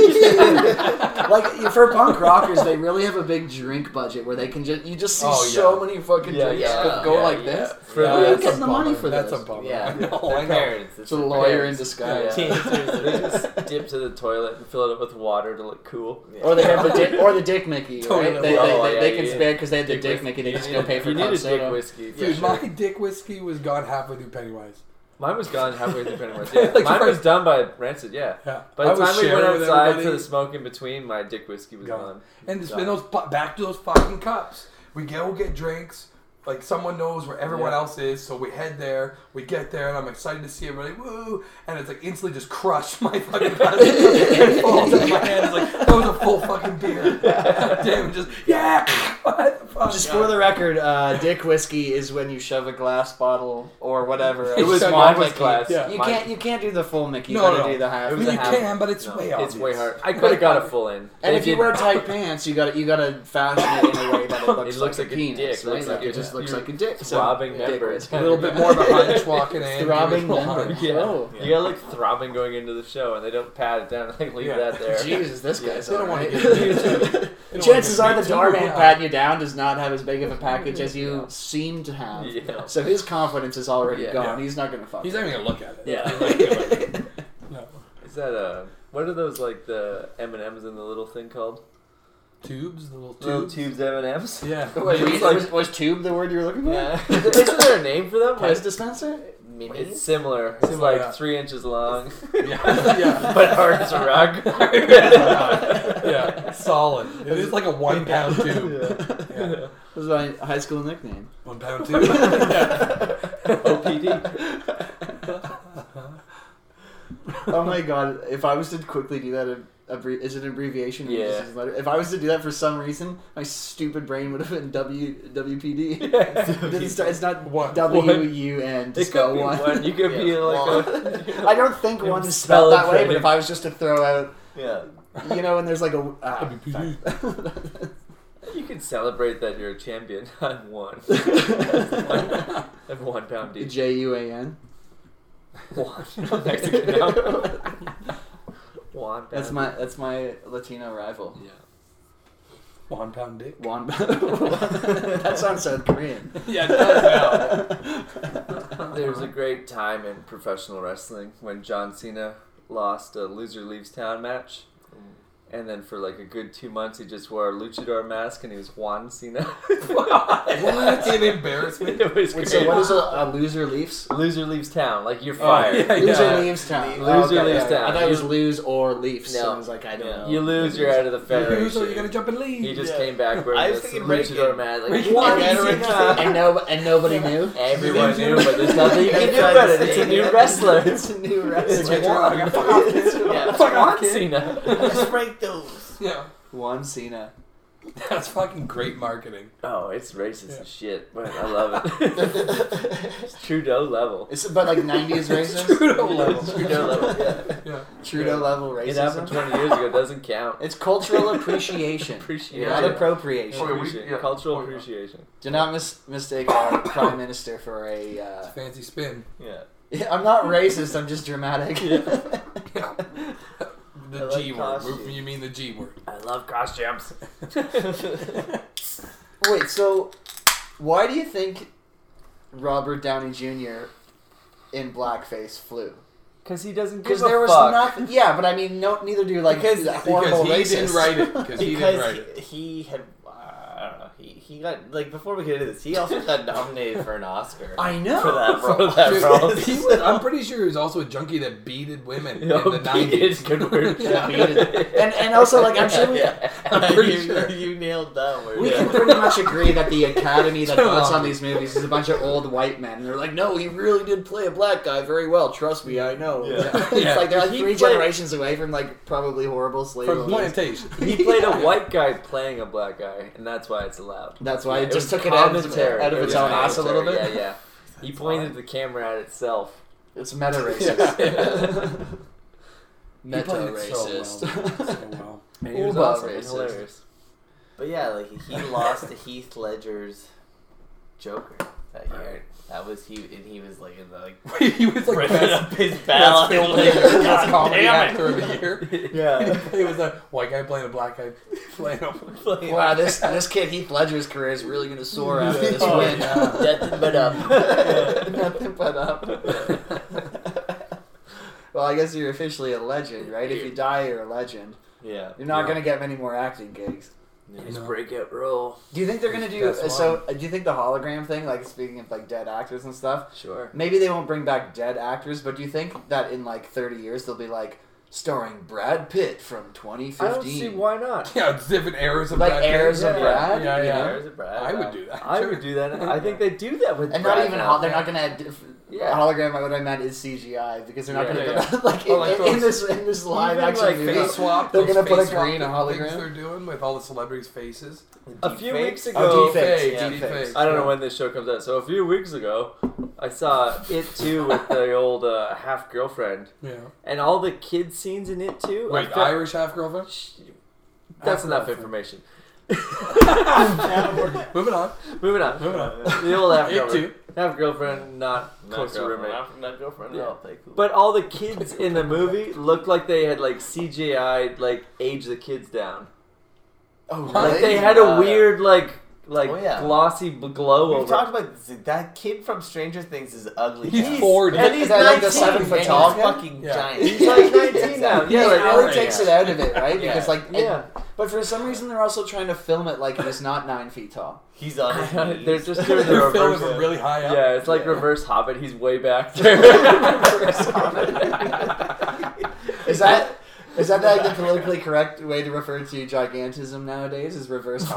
[SPEAKER 1] that. like for punk rockers, they really have a big drink budget where they can just you just see
[SPEAKER 2] Oh, yeah.
[SPEAKER 1] so many fucking
[SPEAKER 3] Yeah,
[SPEAKER 1] drinks
[SPEAKER 4] yeah,
[SPEAKER 1] that go
[SPEAKER 4] yeah,
[SPEAKER 1] like
[SPEAKER 4] yeah.
[SPEAKER 1] this.
[SPEAKER 3] For
[SPEAKER 1] Yeah,
[SPEAKER 2] Yeah,
[SPEAKER 1] Where are you
[SPEAKER 3] the-
[SPEAKER 2] that's
[SPEAKER 1] getting the
[SPEAKER 2] a
[SPEAKER 1] money
[SPEAKER 2] bummer.
[SPEAKER 1] for
[SPEAKER 2] That's
[SPEAKER 1] this?
[SPEAKER 2] a bummer.
[SPEAKER 4] Yeah.
[SPEAKER 2] I know, I
[SPEAKER 4] Their
[SPEAKER 2] know.
[SPEAKER 4] parents.
[SPEAKER 1] It's a lawyer in
[SPEAKER 3] Yeah.
[SPEAKER 1] disguise.
[SPEAKER 3] They just dip to the toilet and fill it up with water to look cool.
[SPEAKER 1] Or they have the dick, or the dick Mickey, right?
[SPEAKER 2] Totally.
[SPEAKER 1] They, they,
[SPEAKER 3] Oh,
[SPEAKER 1] they,
[SPEAKER 3] yeah,
[SPEAKER 1] they can
[SPEAKER 3] yeah.
[SPEAKER 1] spare because they had the dick,
[SPEAKER 3] whis-
[SPEAKER 1] Mickey. They
[SPEAKER 3] you
[SPEAKER 1] just
[SPEAKER 3] need
[SPEAKER 1] go
[SPEAKER 3] a-
[SPEAKER 1] pay for
[SPEAKER 3] You need a
[SPEAKER 1] club
[SPEAKER 3] dick
[SPEAKER 1] soda.
[SPEAKER 3] whiskey. for
[SPEAKER 2] Dude,
[SPEAKER 3] sure.
[SPEAKER 2] my dick whiskey was gone halfway through Pennywise.
[SPEAKER 3] Mine was gone halfway through Pennywise. Yeah.
[SPEAKER 2] Like,
[SPEAKER 3] Mine
[SPEAKER 2] right-
[SPEAKER 3] was done by Rancid, yeah.
[SPEAKER 2] Yeah.
[SPEAKER 3] By the
[SPEAKER 2] I was
[SPEAKER 3] time we went
[SPEAKER 2] sharing with
[SPEAKER 3] outside for
[SPEAKER 2] everybody.
[SPEAKER 3] the smoke in between, my dick whiskey was
[SPEAKER 2] Gone.
[SPEAKER 3] gone.
[SPEAKER 2] And just and those pu- back to those fucking cups. We go get drinks. like someone knows where everyone
[SPEAKER 3] Yeah.
[SPEAKER 2] else is, so we head there, we get there, and I'm excited to see everybody, woo! And it's like instantly just crushed my fucking glass. it falls in my hand. It's like, that was a full fucking beer. Damn, just, yeah! what the
[SPEAKER 1] Oh,
[SPEAKER 2] fuck?
[SPEAKER 5] Just for the record, uh, dick whiskey is when you shove a glass bottle or whatever.
[SPEAKER 3] It was
[SPEAKER 5] Shove your
[SPEAKER 3] mine was
[SPEAKER 5] whiskey.
[SPEAKER 3] glass.
[SPEAKER 2] Yeah.
[SPEAKER 1] You
[SPEAKER 3] Mine-
[SPEAKER 1] can't you can't do the full Mickey. You
[SPEAKER 2] No,
[SPEAKER 1] gotta
[SPEAKER 2] no.
[SPEAKER 1] do the half.
[SPEAKER 2] I
[SPEAKER 3] was
[SPEAKER 2] mean,
[SPEAKER 3] a
[SPEAKER 2] you
[SPEAKER 3] half-
[SPEAKER 2] can, but it's
[SPEAKER 3] No,
[SPEAKER 2] way
[SPEAKER 3] It's
[SPEAKER 2] obvious.
[SPEAKER 3] way hard. I could have got a full in.
[SPEAKER 1] And if
[SPEAKER 3] It
[SPEAKER 1] you
[SPEAKER 3] did-
[SPEAKER 1] wear tight pants, you got you got to fashion it in a way that it looks,
[SPEAKER 3] looks
[SPEAKER 1] like,
[SPEAKER 3] like
[SPEAKER 1] a
[SPEAKER 3] a
[SPEAKER 1] penis.
[SPEAKER 3] dick,
[SPEAKER 1] right?
[SPEAKER 3] looks
[SPEAKER 1] like
[SPEAKER 3] like
[SPEAKER 1] it
[SPEAKER 3] a-
[SPEAKER 1] just looks
[SPEAKER 3] you're-
[SPEAKER 1] like a dick.
[SPEAKER 3] it's robbing member.
[SPEAKER 1] dick.
[SPEAKER 2] A little bit more of a hunch walking in.
[SPEAKER 1] Throbbing
[SPEAKER 2] Give me a
[SPEAKER 1] member.
[SPEAKER 2] hunch.
[SPEAKER 3] Yeah.
[SPEAKER 1] Oh.
[SPEAKER 3] You gotta look throbbing going into the show, and they don't pat it down. Like leave
[SPEAKER 2] Yeah.
[SPEAKER 3] that there.
[SPEAKER 1] Jesus, this
[SPEAKER 2] Yeah,
[SPEAKER 1] guy's
[SPEAKER 2] they don't
[SPEAKER 1] all
[SPEAKER 2] wanna
[SPEAKER 1] right.
[SPEAKER 2] get You know,
[SPEAKER 1] Chances
[SPEAKER 2] like,
[SPEAKER 1] are the
[SPEAKER 2] too,
[SPEAKER 1] doorman
[SPEAKER 2] yeah.
[SPEAKER 1] patting you down does not have as big of a package as you seem to have.
[SPEAKER 3] Yeah.
[SPEAKER 1] So his confidence is already
[SPEAKER 3] Yeah.
[SPEAKER 1] gone.
[SPEAKER 2] Yeah.
[SPEAKER 1] He's not gonna fuck.
[SPEAKER 2] He's
[SPEAKER 1] you.
[SPEAKER 2] not even gonna look at it.
[SPEAKER 4] Yeah.
[SPEAKER 2] He's like, "Do it." no.
[SPEAKER 3] Is that a what are those like the M and M's in the little thing called?
[SPEAKER 2] Tubes, the little tubes.
[SPEAKER 3] Little tubes M and M's.
[SPEAKER 2] Yeah.
[SPEAKER 1] Wait,
[SPEAKER 3] It's
[SPEAKER 1] was,
[SPEAKER 3] like-
[SPEAKER 1] was- was tube the word you were looking for?
[SPEAKER 3] Yeah. Isn't there a name for them?
[SPEAKER 1] Pez
[SPEAKER 3] Like,
[SPEAKER 1] dispenser?
[SPEAKER 3] it's similar. It's
[SPEAKER 2] Similar,
[SPEAKER 3] like
[SPEAKER 2] yeah.
[SPEAKER 3] three inches long,
[SPEAKER 2] Yeah. yeah.
[SPEAKER 3] but hard as a rock.
[SPEAKER 2] yeah. Solid. It is like a one pound tube. Yeah.
[SPEAKER 1] That was my high school nickname.
[SPEAKER 2] One pound tube. yeah.
[SPEAKER 3] OPD.
[SPEAKER 1] Oh my god! If I was to quickly do that, a, abbrevi- is it an abbreviation?
[SPEAKER 3] Yeah.
[SPEAKER 1] It's just a letter. If I was to do that for some reason, my stupid brain would have been W WPD. It doesn't start- it's not
[SPEAKER 2] One.
[SPEAKER 1] W U N.
[SPEAKER 3] It
[SPEAKER 1] Just
[SPEAKER 3] could
[SPEAKER 1] go
[SPEAKER 3] be
[SPEAKER 1] one.
[SPEAKER 3] one. You could be
[SPEAKER 4] Yeah.
[SPEAKER 3] like
[SPEAKER 1] I don't think
[SPEAKER 3] You
[SPEAKER 1] one
[SPEAKER 3] can
[SPEAKER 1] is spelled
[SPEAKER 3] spell it
[SPEAKER 1] that way. But
[SPEAKER 3] correctly.
[SPEAKER 1] if I was just to throw out,
[SPEAKER 3] yeah.
[SPEAKER 1] you know, and there's like a ah,
[SPEAKER 2] WPD.
[SPEAKER 1] fuck.
[SPEAKER 3] You can celebrate that you're a champion. I've won. I've one pound each.
[SPEAKER 1] J U A N.
[SPEAKER 3] One Mexican now. One.
[SPEAKER 1] That's
[SPEAKER 3] pound.
[SPEAKER 1] my that's my Latino rival.
[SPEAKER 3] Yeah.
[SPEAKER 2] One pound dick.
[SPEAKER 1] Juan. that sounds South Korean.
[SPEAKER 2] Yeah. It does now.
[SPEAKER 3] There was a great time in professional wrestling when John Cena lost a loser leaves town match. And then for like a good two months, he just wore a luchador mask and he was Juan Cena.
[SPEAKER 2] What? An embarrassment.
[SPEAKER 3] It was
[SPEAKER 1] Wait,
[SPEAKER 3] great.
[SPEAKER 1] so what is a, a loser leaves?
[SPEAKER 3] Loser leaves town. Like you're
[SPEAKER 2] Oh,
[SPEAKER 3] fired.
[SPEAKER 2] yeah.
[SPEAKER 1] Loser leaves town. Oh,
[SPEAKER 3] Loser leaves
[SPEAKER 1] yeah, yeah.
[SPEAKER 3] town.
[SPEAKER 1] I thought it was
[SPEAKER 3] You-
[SPEAKER 1] lose or leafs. So
[SPEAKER 3] No.
[SPEAKER 1] I was like, I don't know.
[SPEAKER 3] You lose, you're out of the
[SPEAKER 2] You're so you gotta
[SPEAKER 3] federation.
[SPEAKER 2] jump and leave.
[SPEAKER 3] He just
[SPEAKER 4] Yeah.
[SPEAKER 3] came back
[SPEAKER 4] I
[SPEAKER 3] wearing
[SPEAKER 4] was
[SPEAKER 3] this
[SPEAKER 4] thinking
[SPEAKER 3] luchador
[SPEAKER 4] Reagan.
[SPEAKER 3] mask. Like
[SPEAKER 2] Reagan.
[SPEAKER 3] Juan
[SPEAKER 2] Yeah,
[SPEAKER 3] Cena.
[SPEAKER 1] and no, and nobody knew.
[SPEAKER 3] Everyone knew, but there's nothing you can do
[SPEAKER 4] Everyone
[SPEAKER 3] about it.
[SPEAKER 4] knew.
[SPEAKER 3] It's a new wrestler. It's
[SPEAKER 1] It's a new
[SPEAKER 2] It's
[SPEAKER 1] wrestler.
[SPEAKER 2] like, "Wow, I gotta fuck off, kid."
[SPEAKER 4] Yeah.
[SPEAKER 2] Fuck off,
[SPEAKER 3] Juan
[SPEAKER 2] kid.
[SPEAKER 3] Cena.
[SPEAKER 4] Just break those.
[SPEAKER 2] Yeah.
[SPEAKER 1] Juan Cena.
[SPEAKER 2] That's fucking great marketing.
[SPEAKER 3] Oh, it's racist
[SPEAKER 2] Yeah.
[SPEAKER 3] as shit, but I love it. it's Trudeau level.
[SPEAKER 1] It's about like '90s racist.
[SPEAKER 2] Trudeau level.
[SPEAKER 3] Trudeau level. Yeah.
[SPEAKER 2] Yeah.
[SPEAKER 1] Trudeau level racism.
[SPEAKER 3] It happened 20 years ago. Doesn't count.
[SPEAKER 1] It's cultural appreciation,
[SPEAKER 3] Appreciation.
[SPEAKER 1] not appropriation.
[SPEAKER 2] Okay, we-
[SPEAKER 3] Appreciation.
[SPEAKER 2] yeah.
[SPEAKER 3] Cultural
[SPEAKER 2] Okay.
[SPEAKER 3] appreciation.
[SPEAKER 1] Do not mis- mistake our prime minister for a. Uh...
[SPEAKER 2] Fancy spin.
[SPEAKER 3] Yeah.
[SPEAKER 1] I'm not racist. I'm just dramatic.
[SPEAKER 2] Yeah.
[SPEAKER 3] I
[SPEAKER 2] The
[SPEAKER 3] like
[SPEAKER 2] G word.
[SPEAKER 3] costume.
[SPEAKER 2] You mean the G word?
[SPEAKER 3] I love cross jumps.
[SPEAKER 1] Wait, so why do you think Robert Downey Jr. in blackface flew?
[SPEAKER 3] Because he doesn't give
[SPEAKER 1] Because
[SPEAKER 3] a
[SPEAKER 1] there was
[SPEAKER 3] fuck.
[SPEAKER 1] nothing. Yeah, but I mean, no, neither do like
[SPEAKER 4] Because-
[SPEAKER 1] the
[SPEAKER 2] Because
[SPEAKER 1] horrible
[SPEAKER 2] he
[SPEAKER 1] racists.
[SPEAKER 2] didn't write it. Because he didn't
[SPEAKER 4] Because
[SPEAKER 2] write
[SPEAKER 4] he,
[SPEAKER 2] it.
[SPEAKER 4] he had, uh, I don't know, he, he got, like, before we get into this, he also got nominated for an Oscar.
[SPEAKER 1] I know.
[SPEAKER 4] For that role.
[SPEAKER 3] For that
[SPEAKER 2] Dude,
[SPEAKER 3] role.
[SPEAKER 2] he was, I'm pretty sure he was also a junkie that beated women
[SPEAKER 3] Yeah,
[SPEAKER 2] in the
[SPEAKER 3] beat
[SPEAKER 2] 90s.
[SPEAKER 3] is good word.
[SPEAKER 1] Yeah, he did. And and also like I'm sure we,
[SPEAKER 4] Yeah.
[SPEAKER 1] I'm pretty
[SPEAKER 4] you,
[SPEAKER 1] sure.
[SPEAKER 4] you nailed that word.
[SPEAKER 1] we
[SPEAKER 4] yeah.
[SPEAKER 1] can pretty much agree that the Academy that
[SPEAKER 2] Come
[SPEAKER 1] votes
[SPEAKER 2] on.
[SPEAKER 1] on these movies is a bunch of old white men. They're like, no, he really did play a black guy very well. Trust me, I know.
[SPEAKER 4] Yeah.
[SPEAKER 1] It's
[SPEAKER 2] Yeah.
[SPEAKER 1] like they're like
[SPEAKER 3] He
[SPEAKER 1] three
[SPEAKER 3] played-
[SPEAKER 1] generations away from like probably horrible slave.
[SPEAKER 2] From
[SPEAKER 1] owners.
[SPEAKER 2] plantation.
[SPEAKER 3] He played a white guy playing a black guy, and that's why it's allowed.
[SPEAKER 1] That's why
[SPEAKER 3] Yeah,
[SPEAKER 1] it just
[SPEAKER 3] was
[SPEAKER 1] took it out of, its-
[SPEAKER 3] commentary.
[SPEAKER 1] out of
[SPEAKER 3] It
[SPEAKER 1] its
[SPEAKER 3] was
[SPEAKER 1] own ass a little bit.
[SPEAKER 3] commentary, Yeah, yeah. He pointed the camera at itself.
[SPEAKER 1] It's meta
[SPEAKER 2] Yeah.
[SPEAKER 1] racist.
[SPEAKER 2] He
[SPEAKER 1] Meta
[SPEAKER 2] played it so
[SPEAKER 1] racist.
[SPEAKER 2] well. So well.
[SPEAKER 3] And he was
[SPEAKER 1] Uber
[SPEAKER 3] awesome and
[SPEAKER 1] racist.
[SPEAKER 3] hilarious.
[SPEAKER 4] But yeah, like he lost to Heath Ledger's Joker that year.
[SPEAKER 3] Right.
[SPEAKER 4] That was he, and he was like in the like
[SPEAKER 2] he was like
[SPEAKER 4] ripping
[SPEAKER 2] best,
[SPEAKER 4] up his
[SPEAKER 2] best
[SPEAKER 4] ballot.
[SPEAKER 2] film
[SPEAKER 4] Like,
[SPEAKER 2] actor, best
[SPEAKER 4] God
[SPEAKER 2] comedy
[SPEAKER 4] damn
[SPEAKER 2] actor of the year.
[SPEAKER 4] it. Yeah.
[SPEAKER 2] He was a white guy playing a black guy playing a
[SPEAKER 1] Wow, this this kid Heath Ledger's career is really gonna soar after this
[SPEAKER 4] Oh,
[SPEAKER 1] win.
[SPEAKER 3] uh,
[SPEAKER 2] yeah.
[SPEAKER 4] Nothing but up.
[SPEAKER 1] Nothing but up. well, I guess you're officially a legend, right? If you die, you're a legend.
[SPEAKER 3] Yeah.
[SPEAKER 1] You're not
[SPEAKER 2] Yeah.
[SPEAKER 1] gonna get many more acting gigs.
[SPEAKER 3] His
[SPEAKER 2] No.
[SPEAKER 3] breakout role.
[SPEAKER 1] Do you think they're gonna do
[SPEAKER 2] That's
[SPEAKER 1] uh, so? uh, Do you think the hologram thing, like speaking of like dead actors and stuff,
[SPEAKER 3] Sure.
[SPEAKER 1] maybe they won't bring back dead actors, but do you think that in like 30 years they'll be like, starring Brad Pitt from 2015.
[SPEAKER 3] I don't see why not.
[SPEAKER 2] Yeah, it's different eras of
[SPEAKER 1] Like
[SPEAKER 2] Brad
[SPEAKER 1] eras
[SPEAKER 2] Pitt.
[SPEAKER 1] of
[SPEAKER 2] Yeah,
[SPEAKER 1] Brad,
[SPEAKER 2] Yeah,
[SPEAKER 1] you
[SPEAKER 2] yeah.
[SPEAKER 1] know?
[SPEAKER 4] There's a Brad.
[SPEAKER 2] I would
[SPEAKER 4] Pitt.
[SPEAKER 2] do that.
[SPEAKER 3] I
[SPEAKER 2] too.
[SPEAKER 3] would do that. I think they do that with
[SPEAKER 1] And
[SPEAKER 3] Brad
[SPEAKER 1] not even
[SPEAKER 3] now.
[SPEAKER 1] hol- they're not gonna diff-
[SPEAKER 3] Yeah.
[SPEAKER 1] hologram. What I meant is CGI because they're not
[SPEAKER 3] Yeah,
[SPEAKER 1] gonna
[SPEAKER 3] yeah,
[SPEAKER 1] put- like
[SPEAKER 2] Oh, like
[SPEAKER 1] in, in
[SPEAKER 2] those-
[SPEAKER 1] this in this live
[SPEAKER 3] Even,
[SPEAKER 1] action
[SPEAKER 3] like,
[SPEAKER 1] movie.
[SPEAKER 2] Face swap.
[SPEAKER 1] They're
[SPEAKER 2] those
[SPEAKER 1] gonna put a
[SPEAKER 2] face swap
[SPEAKER 1] green
[SPEAKER 2] Things
[SPEAKER 1] hologram.
[SPEAKER 2] they're doing with all the celebrities' faces.
[SPEAKER 3] A few
[SPEAKER 4] Deepfakes?
[SPEAKER 3] weeks ago,
[SPEAKER 1] Oh,
[SPEAKER 2] Deep
[SPEAKER 1] deepfakes,
[SPEAKER 2] fakes, deep
[SPEAKER 1] deepfakes.
[SPEAKER 2] fakes.
[SPEAKER 3] I don't know when this show comes out. So a few weeks ago, I saw It Too with the old uh, half girlfriend,
[SPEAKER 2] Yeah.
[SPEAKER 3] and all the kid scenes in It Too. I
[SPEAKER 2] Wait,
[SPEAKER 3] felt-
[SPEAKER 2] Irish half girlfriend.
[SPEAKER 3] Shh. That's enough information.
[SPEAKER 2] Moving on.
[SPEAKER 3] Moving on.
[SPEAKER 2] Moving on.
[SPEAKER 3] The old half
[SPEAKER 2] It
[SPEAKER 3] girlfriend,
[SPEAKER 2] too.
[SPEAKER 3] half girlfriend, not
[SPEAKER 4] Not
[SPEAKER 3] close
[SPEAKER 4] girlfriend,
[SPEAKER 3] roommate.
[SPEAKER 4] Not, not girlfriend
[SPEAKER 3] Yeah.
[SPEAKER 4] at all. Like,
[SPEAKER 3] But all the kids in the movie looked like they had like CGI, like age the kids down.
[SPEAKER 1] Oh,
[SPEAKER 3] Like
[SPEAKER 1] really?
[SPEAKER 3] they had a
[SPEAKER 4] Yeah.
[SPEAKER 3] weird like like
[SPEAKER 4] Oh, yeah.
[SPEAKER 3] glossy b- glow
[SPEAKER 4] we
[SPEAKER 3] over.
[SPEAKER 4] talked about z- that kid from Stranger Things is ugly.
[SPEAKER 2] He's
[SPEAKER 4] now.
[SPEAKER 2] four-
[SPEAKER 3] and he's
[SPEAKER 1] Is that like the
[SPEAKER 3] 19.
[SPEAKER 1] seven
[SPEAKER 4] And
[SPEAKER 1] foot
[SPEAKER 4] he's
[SPEAKER 1] tall guy?
[SPEAKER 4] fucking
[SPEAKER 2] Yeah.
[SPEAKER 4] giant.
[SPEAKER 3] He's like 19 now.
[SPEAKER 1] Yeah,
[SPEAKER 3] Yeah,
[SPEAKER 1] it
[SPEAKER 3] like
[SPEAKER 1] really
[SPEAKER 4] yeah.
[SPEAKER 1] takes it out of it, right?
[SPEAKER 4] Yeah.
[SPEAKER 1] Because like, it-
[SPEAKER 3] yeah.
[SPEAKER 1] but for some reason they're also trying to film it like it's not nine feet tall.
[SPEAKER 4] He's on his knees.
[SPEAKER 3] They're just
[SPEAKER 2] They're
[SPEAKER 3] doing the
[SPEAKER 2] filming
[SPEAKER 3] reverse.
[SPEAKER 2] from really high up.
[SPEAKER 3] Yeah, it's like
[SPEAKER 4] Yeah.
[SPEAKER 3] reverse Hobbit. He's way back there.
[SPEAKER 1] Reverse Hobbit. Is that is that like the politically correct way to refer to gigantism nowadays? Is reverse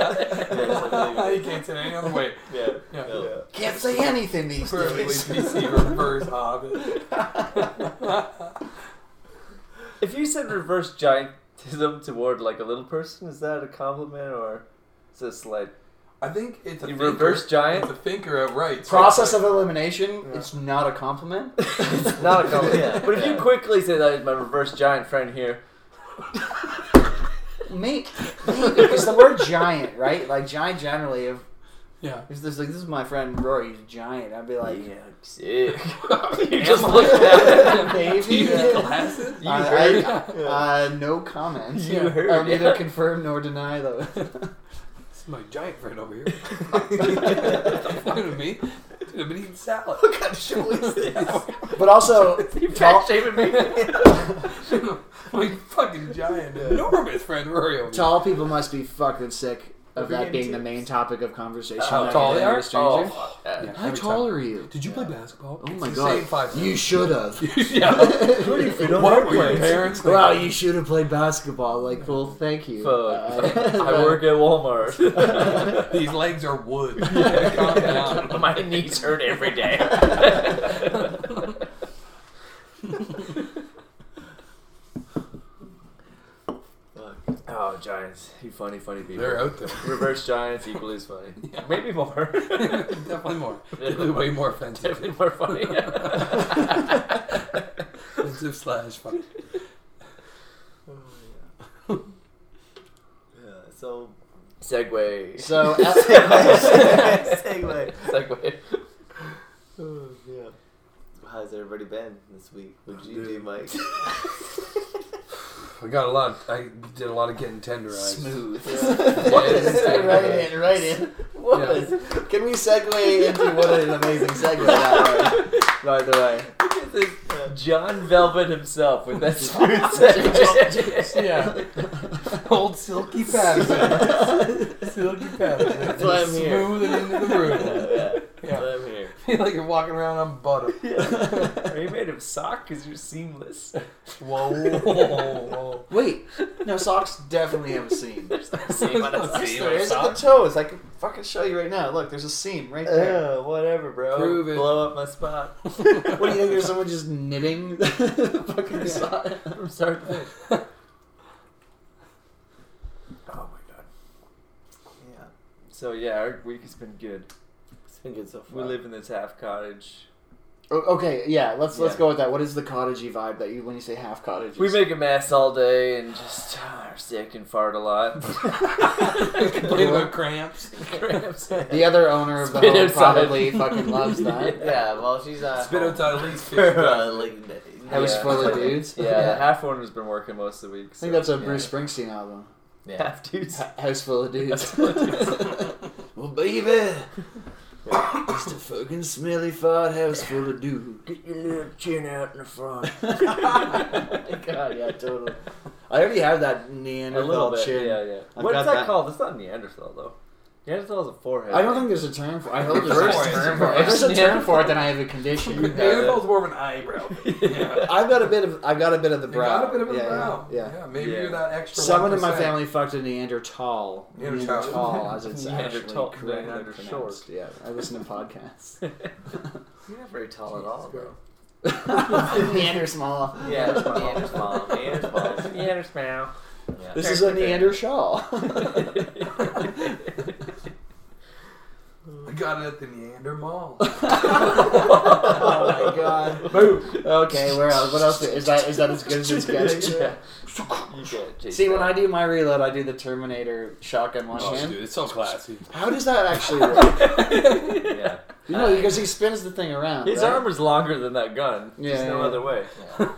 [SPEAKER 1] hobbit?
[SPEAKER 2] you can't say it any other way.
[SPEAKER 4] yeah.
[SPEAKER 2] Yeah.
[SPEAKER 4] No.
[SPEAKER 1] Can't say anything these
[SPEAKER 2] Perfectly
[SPEAKER 1] days.
[SPEAKER 2] PC reverse Hobbit.
[SPEAKER 3] if you said reverse giantism toward like a little person, is that a compliment or is this like
[SPEAKER 2] I think it's a
[SPEAKER 3] You
[SPEAKER 2] thinker.
[SPEAKER 3] reverse giant?
[SPEAKER 2] It's a thinker of rights.
[SPEAKER 1] Process of elimination. It's not a compliment.
[SPEAKER 3] it's not a compliment?
[SPEAKER 4] Yeah.
[SPEAKER 3] But if you
[SPEAKER 4] Yeah.
[SPEAKER 3] quickly say that my reverse giant friend here,
[SPEAKER 1] Mate, because the word giant, right? Like giant generally. If,
[SPEAKER 2] Yeah.
[SPEAKER 1] if this like this is my friend Rory, he's a giant, I'd be like,
[SPEAKER 3] yeah, sick. you just looked at him.
[SPEAKER 1] maybe.
[SPEAKER 2] Do you have glasses?
[SPEAKER 3] You
[SPEAKER 1] I-
[SPEAKER 3] heard it.
[SPEAKER 1] I- uh, no comments.
[SPEAKER 3] You heard
[SPEAKER 1] I'll
[SPEAKER 3] it.
[SPEAKER 1] neither confirm nor deny those.
[SPEAKER 2] This is my giant friend over here. Look at me. Dude, I've been eating salad.
[SPEAKER 1] but also,
[SPEAKER 3] You
[SPEAKER 1] tall,
[SPEAKER 3] fat shaming me.
[SPEAKER 2] my fucking giant, enormous friend Rory over here.
[SPEAKER 1] tall people must be fucking sick of
[SPEAKER 2] We're
[SPEAKER 1] that
[SPEAKER 2] getting
[SPEAKER 1] being the
[SPEAKER 2] to-
[SPEAKER 1] main topic of conversation.
[SPEAKER 2] How
[SPEAKER 1] when I
[SPEAKER 2] tall
[SPEAKER 1] get
[SPEAKER 2] they
[SPEAKER 1] into
[SPEAKER 2] are?
[SPEAKER 1] a stranger.
[SPEAKER 3] Oh, yeah.
[SPEAKER 2] Yeah.
[SPEAKER 1] How
[SPEAKER 2] every
[SPEAKER 1] tall
[SPEAKER 2] time.
[SPEAKER 1] are you?
[SPEAKER 2] Did you play basketball?
[SPEAKER 1] Oh
[SPEAKER 2] It's
[SPEAKER 1] my
[SPEAKER 2] the
[SPEAKER 1] god!
[SPEAKER 2] Same five
[SPEAKER 1] you should have.
[SPEAKER 2] yeah. What were your parents? thinking?
[SPEAKER 1] Wow, you should have played basketball. Like, well, thank you.
[SPEAKER 3] Fuck.
[SPEAKER 1] Uh,
[SPEAKER 3] I work at Walmart.
[SPEAKER 2] These legs are wood. Calm down.
[SPEAKER 3] My knees hurt every day. oh, Giants. You funny, funny people.
[SPEAKER 2] They're out there.
[SPEAKER 3] Reverse Giants equally as funny.
[SPEAKER 2] Yeah.
[SPEAKER 3] Maybe more.
[SPEAKER 2] Definitely more. Definitely way more offensive.
[SPEAKER 3] Definitely more funny.
[SPEAKER 2] offensive slash funny.
[SPEAKER 4] Oh, Yeah, So.
[SPEAKER 3] Segway.
[SPEAKER 1] So,
[SPEAKER 4] Segway.
[SPEAKER 3] Segway.
[SPEAKER 4] How's everybody been this week? What'd you do, Mike?
[SPEAKER 2] I got a lot. I did a lot of getting tenderized.
[SPEAKER 4] Smooth.
[SPEAKER 1] what is right in, right in. What
[SPEAKER 2] Yeah.
[SPEAKER 1] is- Can we segue into what an amazing segue that was? By the way,
[SPEAKER 3] John Velvet himself with that smooth segway.
[SPEAKER 2] Yeah. Old Silky Patterson. Silky Patterson.
[SPEAKER 3] That's why I'm here.
[SPEAKER 2] Smooth it into the room.
[SPEAKER 3] Yeah.
[SPEAKER 2] Yeah.
[SPEAKER 3] I'm here.
[SPEAKER 2] Feel like you're walking around on butter.
[SPEAKER 3] Are you made of sock? Cause you're seamless.
[SPEAKER 2] Whoa, whoa, whoa.
[SPEAKER 1] wait, no socks definitely have a seam.
[SPEAKER 4] Same on a
[SPEAKER 1] Yes,
[SPEAKER 4] seam
[SPEAKER 1] there
[SPEAKER 4] on a
[SPEAKER 1] is at the
[SPEAKER 4] sock.
[SPEAKER 1] toes. I can fucking show you right now. Look, there's a seam right there.
[SPEAKER 3] Ugh, whatever, bro.
[SPEAKER 2] Prove it.
[SPEAKER 3] Blow up my spot
[SPEAKER 1] What do you think? There's someone just knitting the fucking sock.
[SPEAKER 3] from start to finish.
[SPEAKER 2] Oh my god.
[SPEAKER 4] Yeah.
[SPEAKER 3] So yeah, our week has been good.
[SPEAKER 4] It's been good so
[SPEAKER 3] We
[SPEAKER 4] far.
[SPEAKER 3] live in this half cottage.
[SPEAKER 1] O- Okay, yeah, let's let's
[SPEAKER 3] Yeah.
[SPEAKER 1] go with that. What is the cottagey vibe that you when you say half cottage?
[SPEAKER 3] We make a mess all day and just uh, are sick and fart a lot.
[SPEAKER 2] Complain about cramps.
[SPEAKER 3] Cramps.
[SPEAKER 1] the other owner of the
[SPEAKER 3] Spit
[SPEAKER 1] home
[SPEAKER 3] outside.
[SPEAKER 1] probably fucking loves that.
[SPEAKER 4] Yeah, well, she's uh,
[SPEAKER 2] Spit outside at least
[SPEAKER 4] for,
[SPEAKER 2] 50
[SPEAKER 4] uh, like,
[SPEAKER 1] House
[SPEAKER 3] Yeah.
[SPEAKER 1] full of dudes.
[SPEAKER 3] Yeah, the half owner's been working most of the week.
[SPEAKER 1] I
[SPEAKER 3] So,
[SPEAKER 1] think that's a
[SPEAKER 3] yeah.
[SPEAKER 1] Bruce Springsteen album.
[SPEAKER 4] Yeah.
[SPEAKER 3] Half dudes.
[SPEAKER 1] House full of dudes. well, baby, just a fucking smelly fart house full of dudes.
[SPEAKER 3] Get your little chin out in the front.
[SPEAKER 1] God, yeah, totally. I already have that
[SPEAKER 3] A little
[SPEAKER 1] Neanderthal
[SPEAKER 3] bit.
[SPEAKER 1] chin.
[SPEAKER 3] Yeah, yeah.
[SPEAKER 1] I've
[SPEAKER 3] What's
[SPEAKER 1] got
[SPEAKER 3] that,
[SPEAKER 1] that.
[SPEAKER 3] called? It's not Neanderthal though. Neanderthal is a forehead.
[SPEAKER 1] I don't think there's a term for. I hope
[SPEAKER 2] There's
[SPEAKER 1] there's
[SPEAKER 2] a
[SPEAKER 1] a term
[SPEAKER 2] term
[SPEAKER 1] for.
[SPEAKER 2] for it.
[SPEAKER 1] If there's a term
[SPEAKER 3] Yeah.
[SPEAKER 1] for it, then I have a condition.
[SPEAKER 2] Neanderthal's more of an eyebrow. Yeah.
[SPEAKER 1] I've got a bit of. I've got a bit of the
[SPEAKER 2] You
[SPEAKER 1] brow.
[SPEAKER 2] got a bit of a
[SPEAKER 1] yeah,
[SPEAKER 2] brow.
[SPEAKER 1] Yeah. yeah.
[SPEAKER 2] maybe
[SPEAKER 3] Yeah.
[SPEAKER 2] you're that extra.
[SPEAKER 1] Someone in my
[SPEAKER 2] 1%.
[SPEAKER 1] family fucked a Neanderthal.
[SPEAKER 2] Neanderthal.
[SPEAKER 1] as it's
[SPEAKER 3] Neanderthal.
[SPEAKER 1] actually correctly
[SPEAKER 3] Neanderthal.
[SPEAKER 1] pronounced. Yeah, I listen to podcasts.
[SPEAKER 4] You're not very tall at all, bro.
[SPEAKER 1] Neander small.
[SPEAKER 4] Yeah, Neanderthal. Neanderthal.
[SPEAKER 3] Neanderthal.
[SPEAKER 4] Yeah.
[SPEAKER 1] This is a Neander shawl.
[SPEAKER 2] I got it at the Neander Mall.
[SPEAKER 1] oh my god.
[SPEAKER 2] Boom.
[SPEAKER 1] Okay, where else? What else? Is that is that as good as it's getting?
[SPEAKER 3] Yeah. You get it, Jason.
[SPEAKER 1] See, when I do my reload, I do the Terminator shotgun one hand.
[SPEAKER 2] Oh, it's so classy.
[SPEAKER 1] How does that actually work?
[SPEAKER 4] Yeah.
[SPEAKER 1] You know, because he spins the thing around.
[SPEAKER 3] His
[SPEAKER 1] right?
[SPEAKER 3] armor's longer than that gun. There's
[SPEAKER 1] Yeah,
[SPEAKER 3] no
[SPEAKER 1] yeah.
[SPEAKER 3] other way.
[SPEAKER 4] Yeah.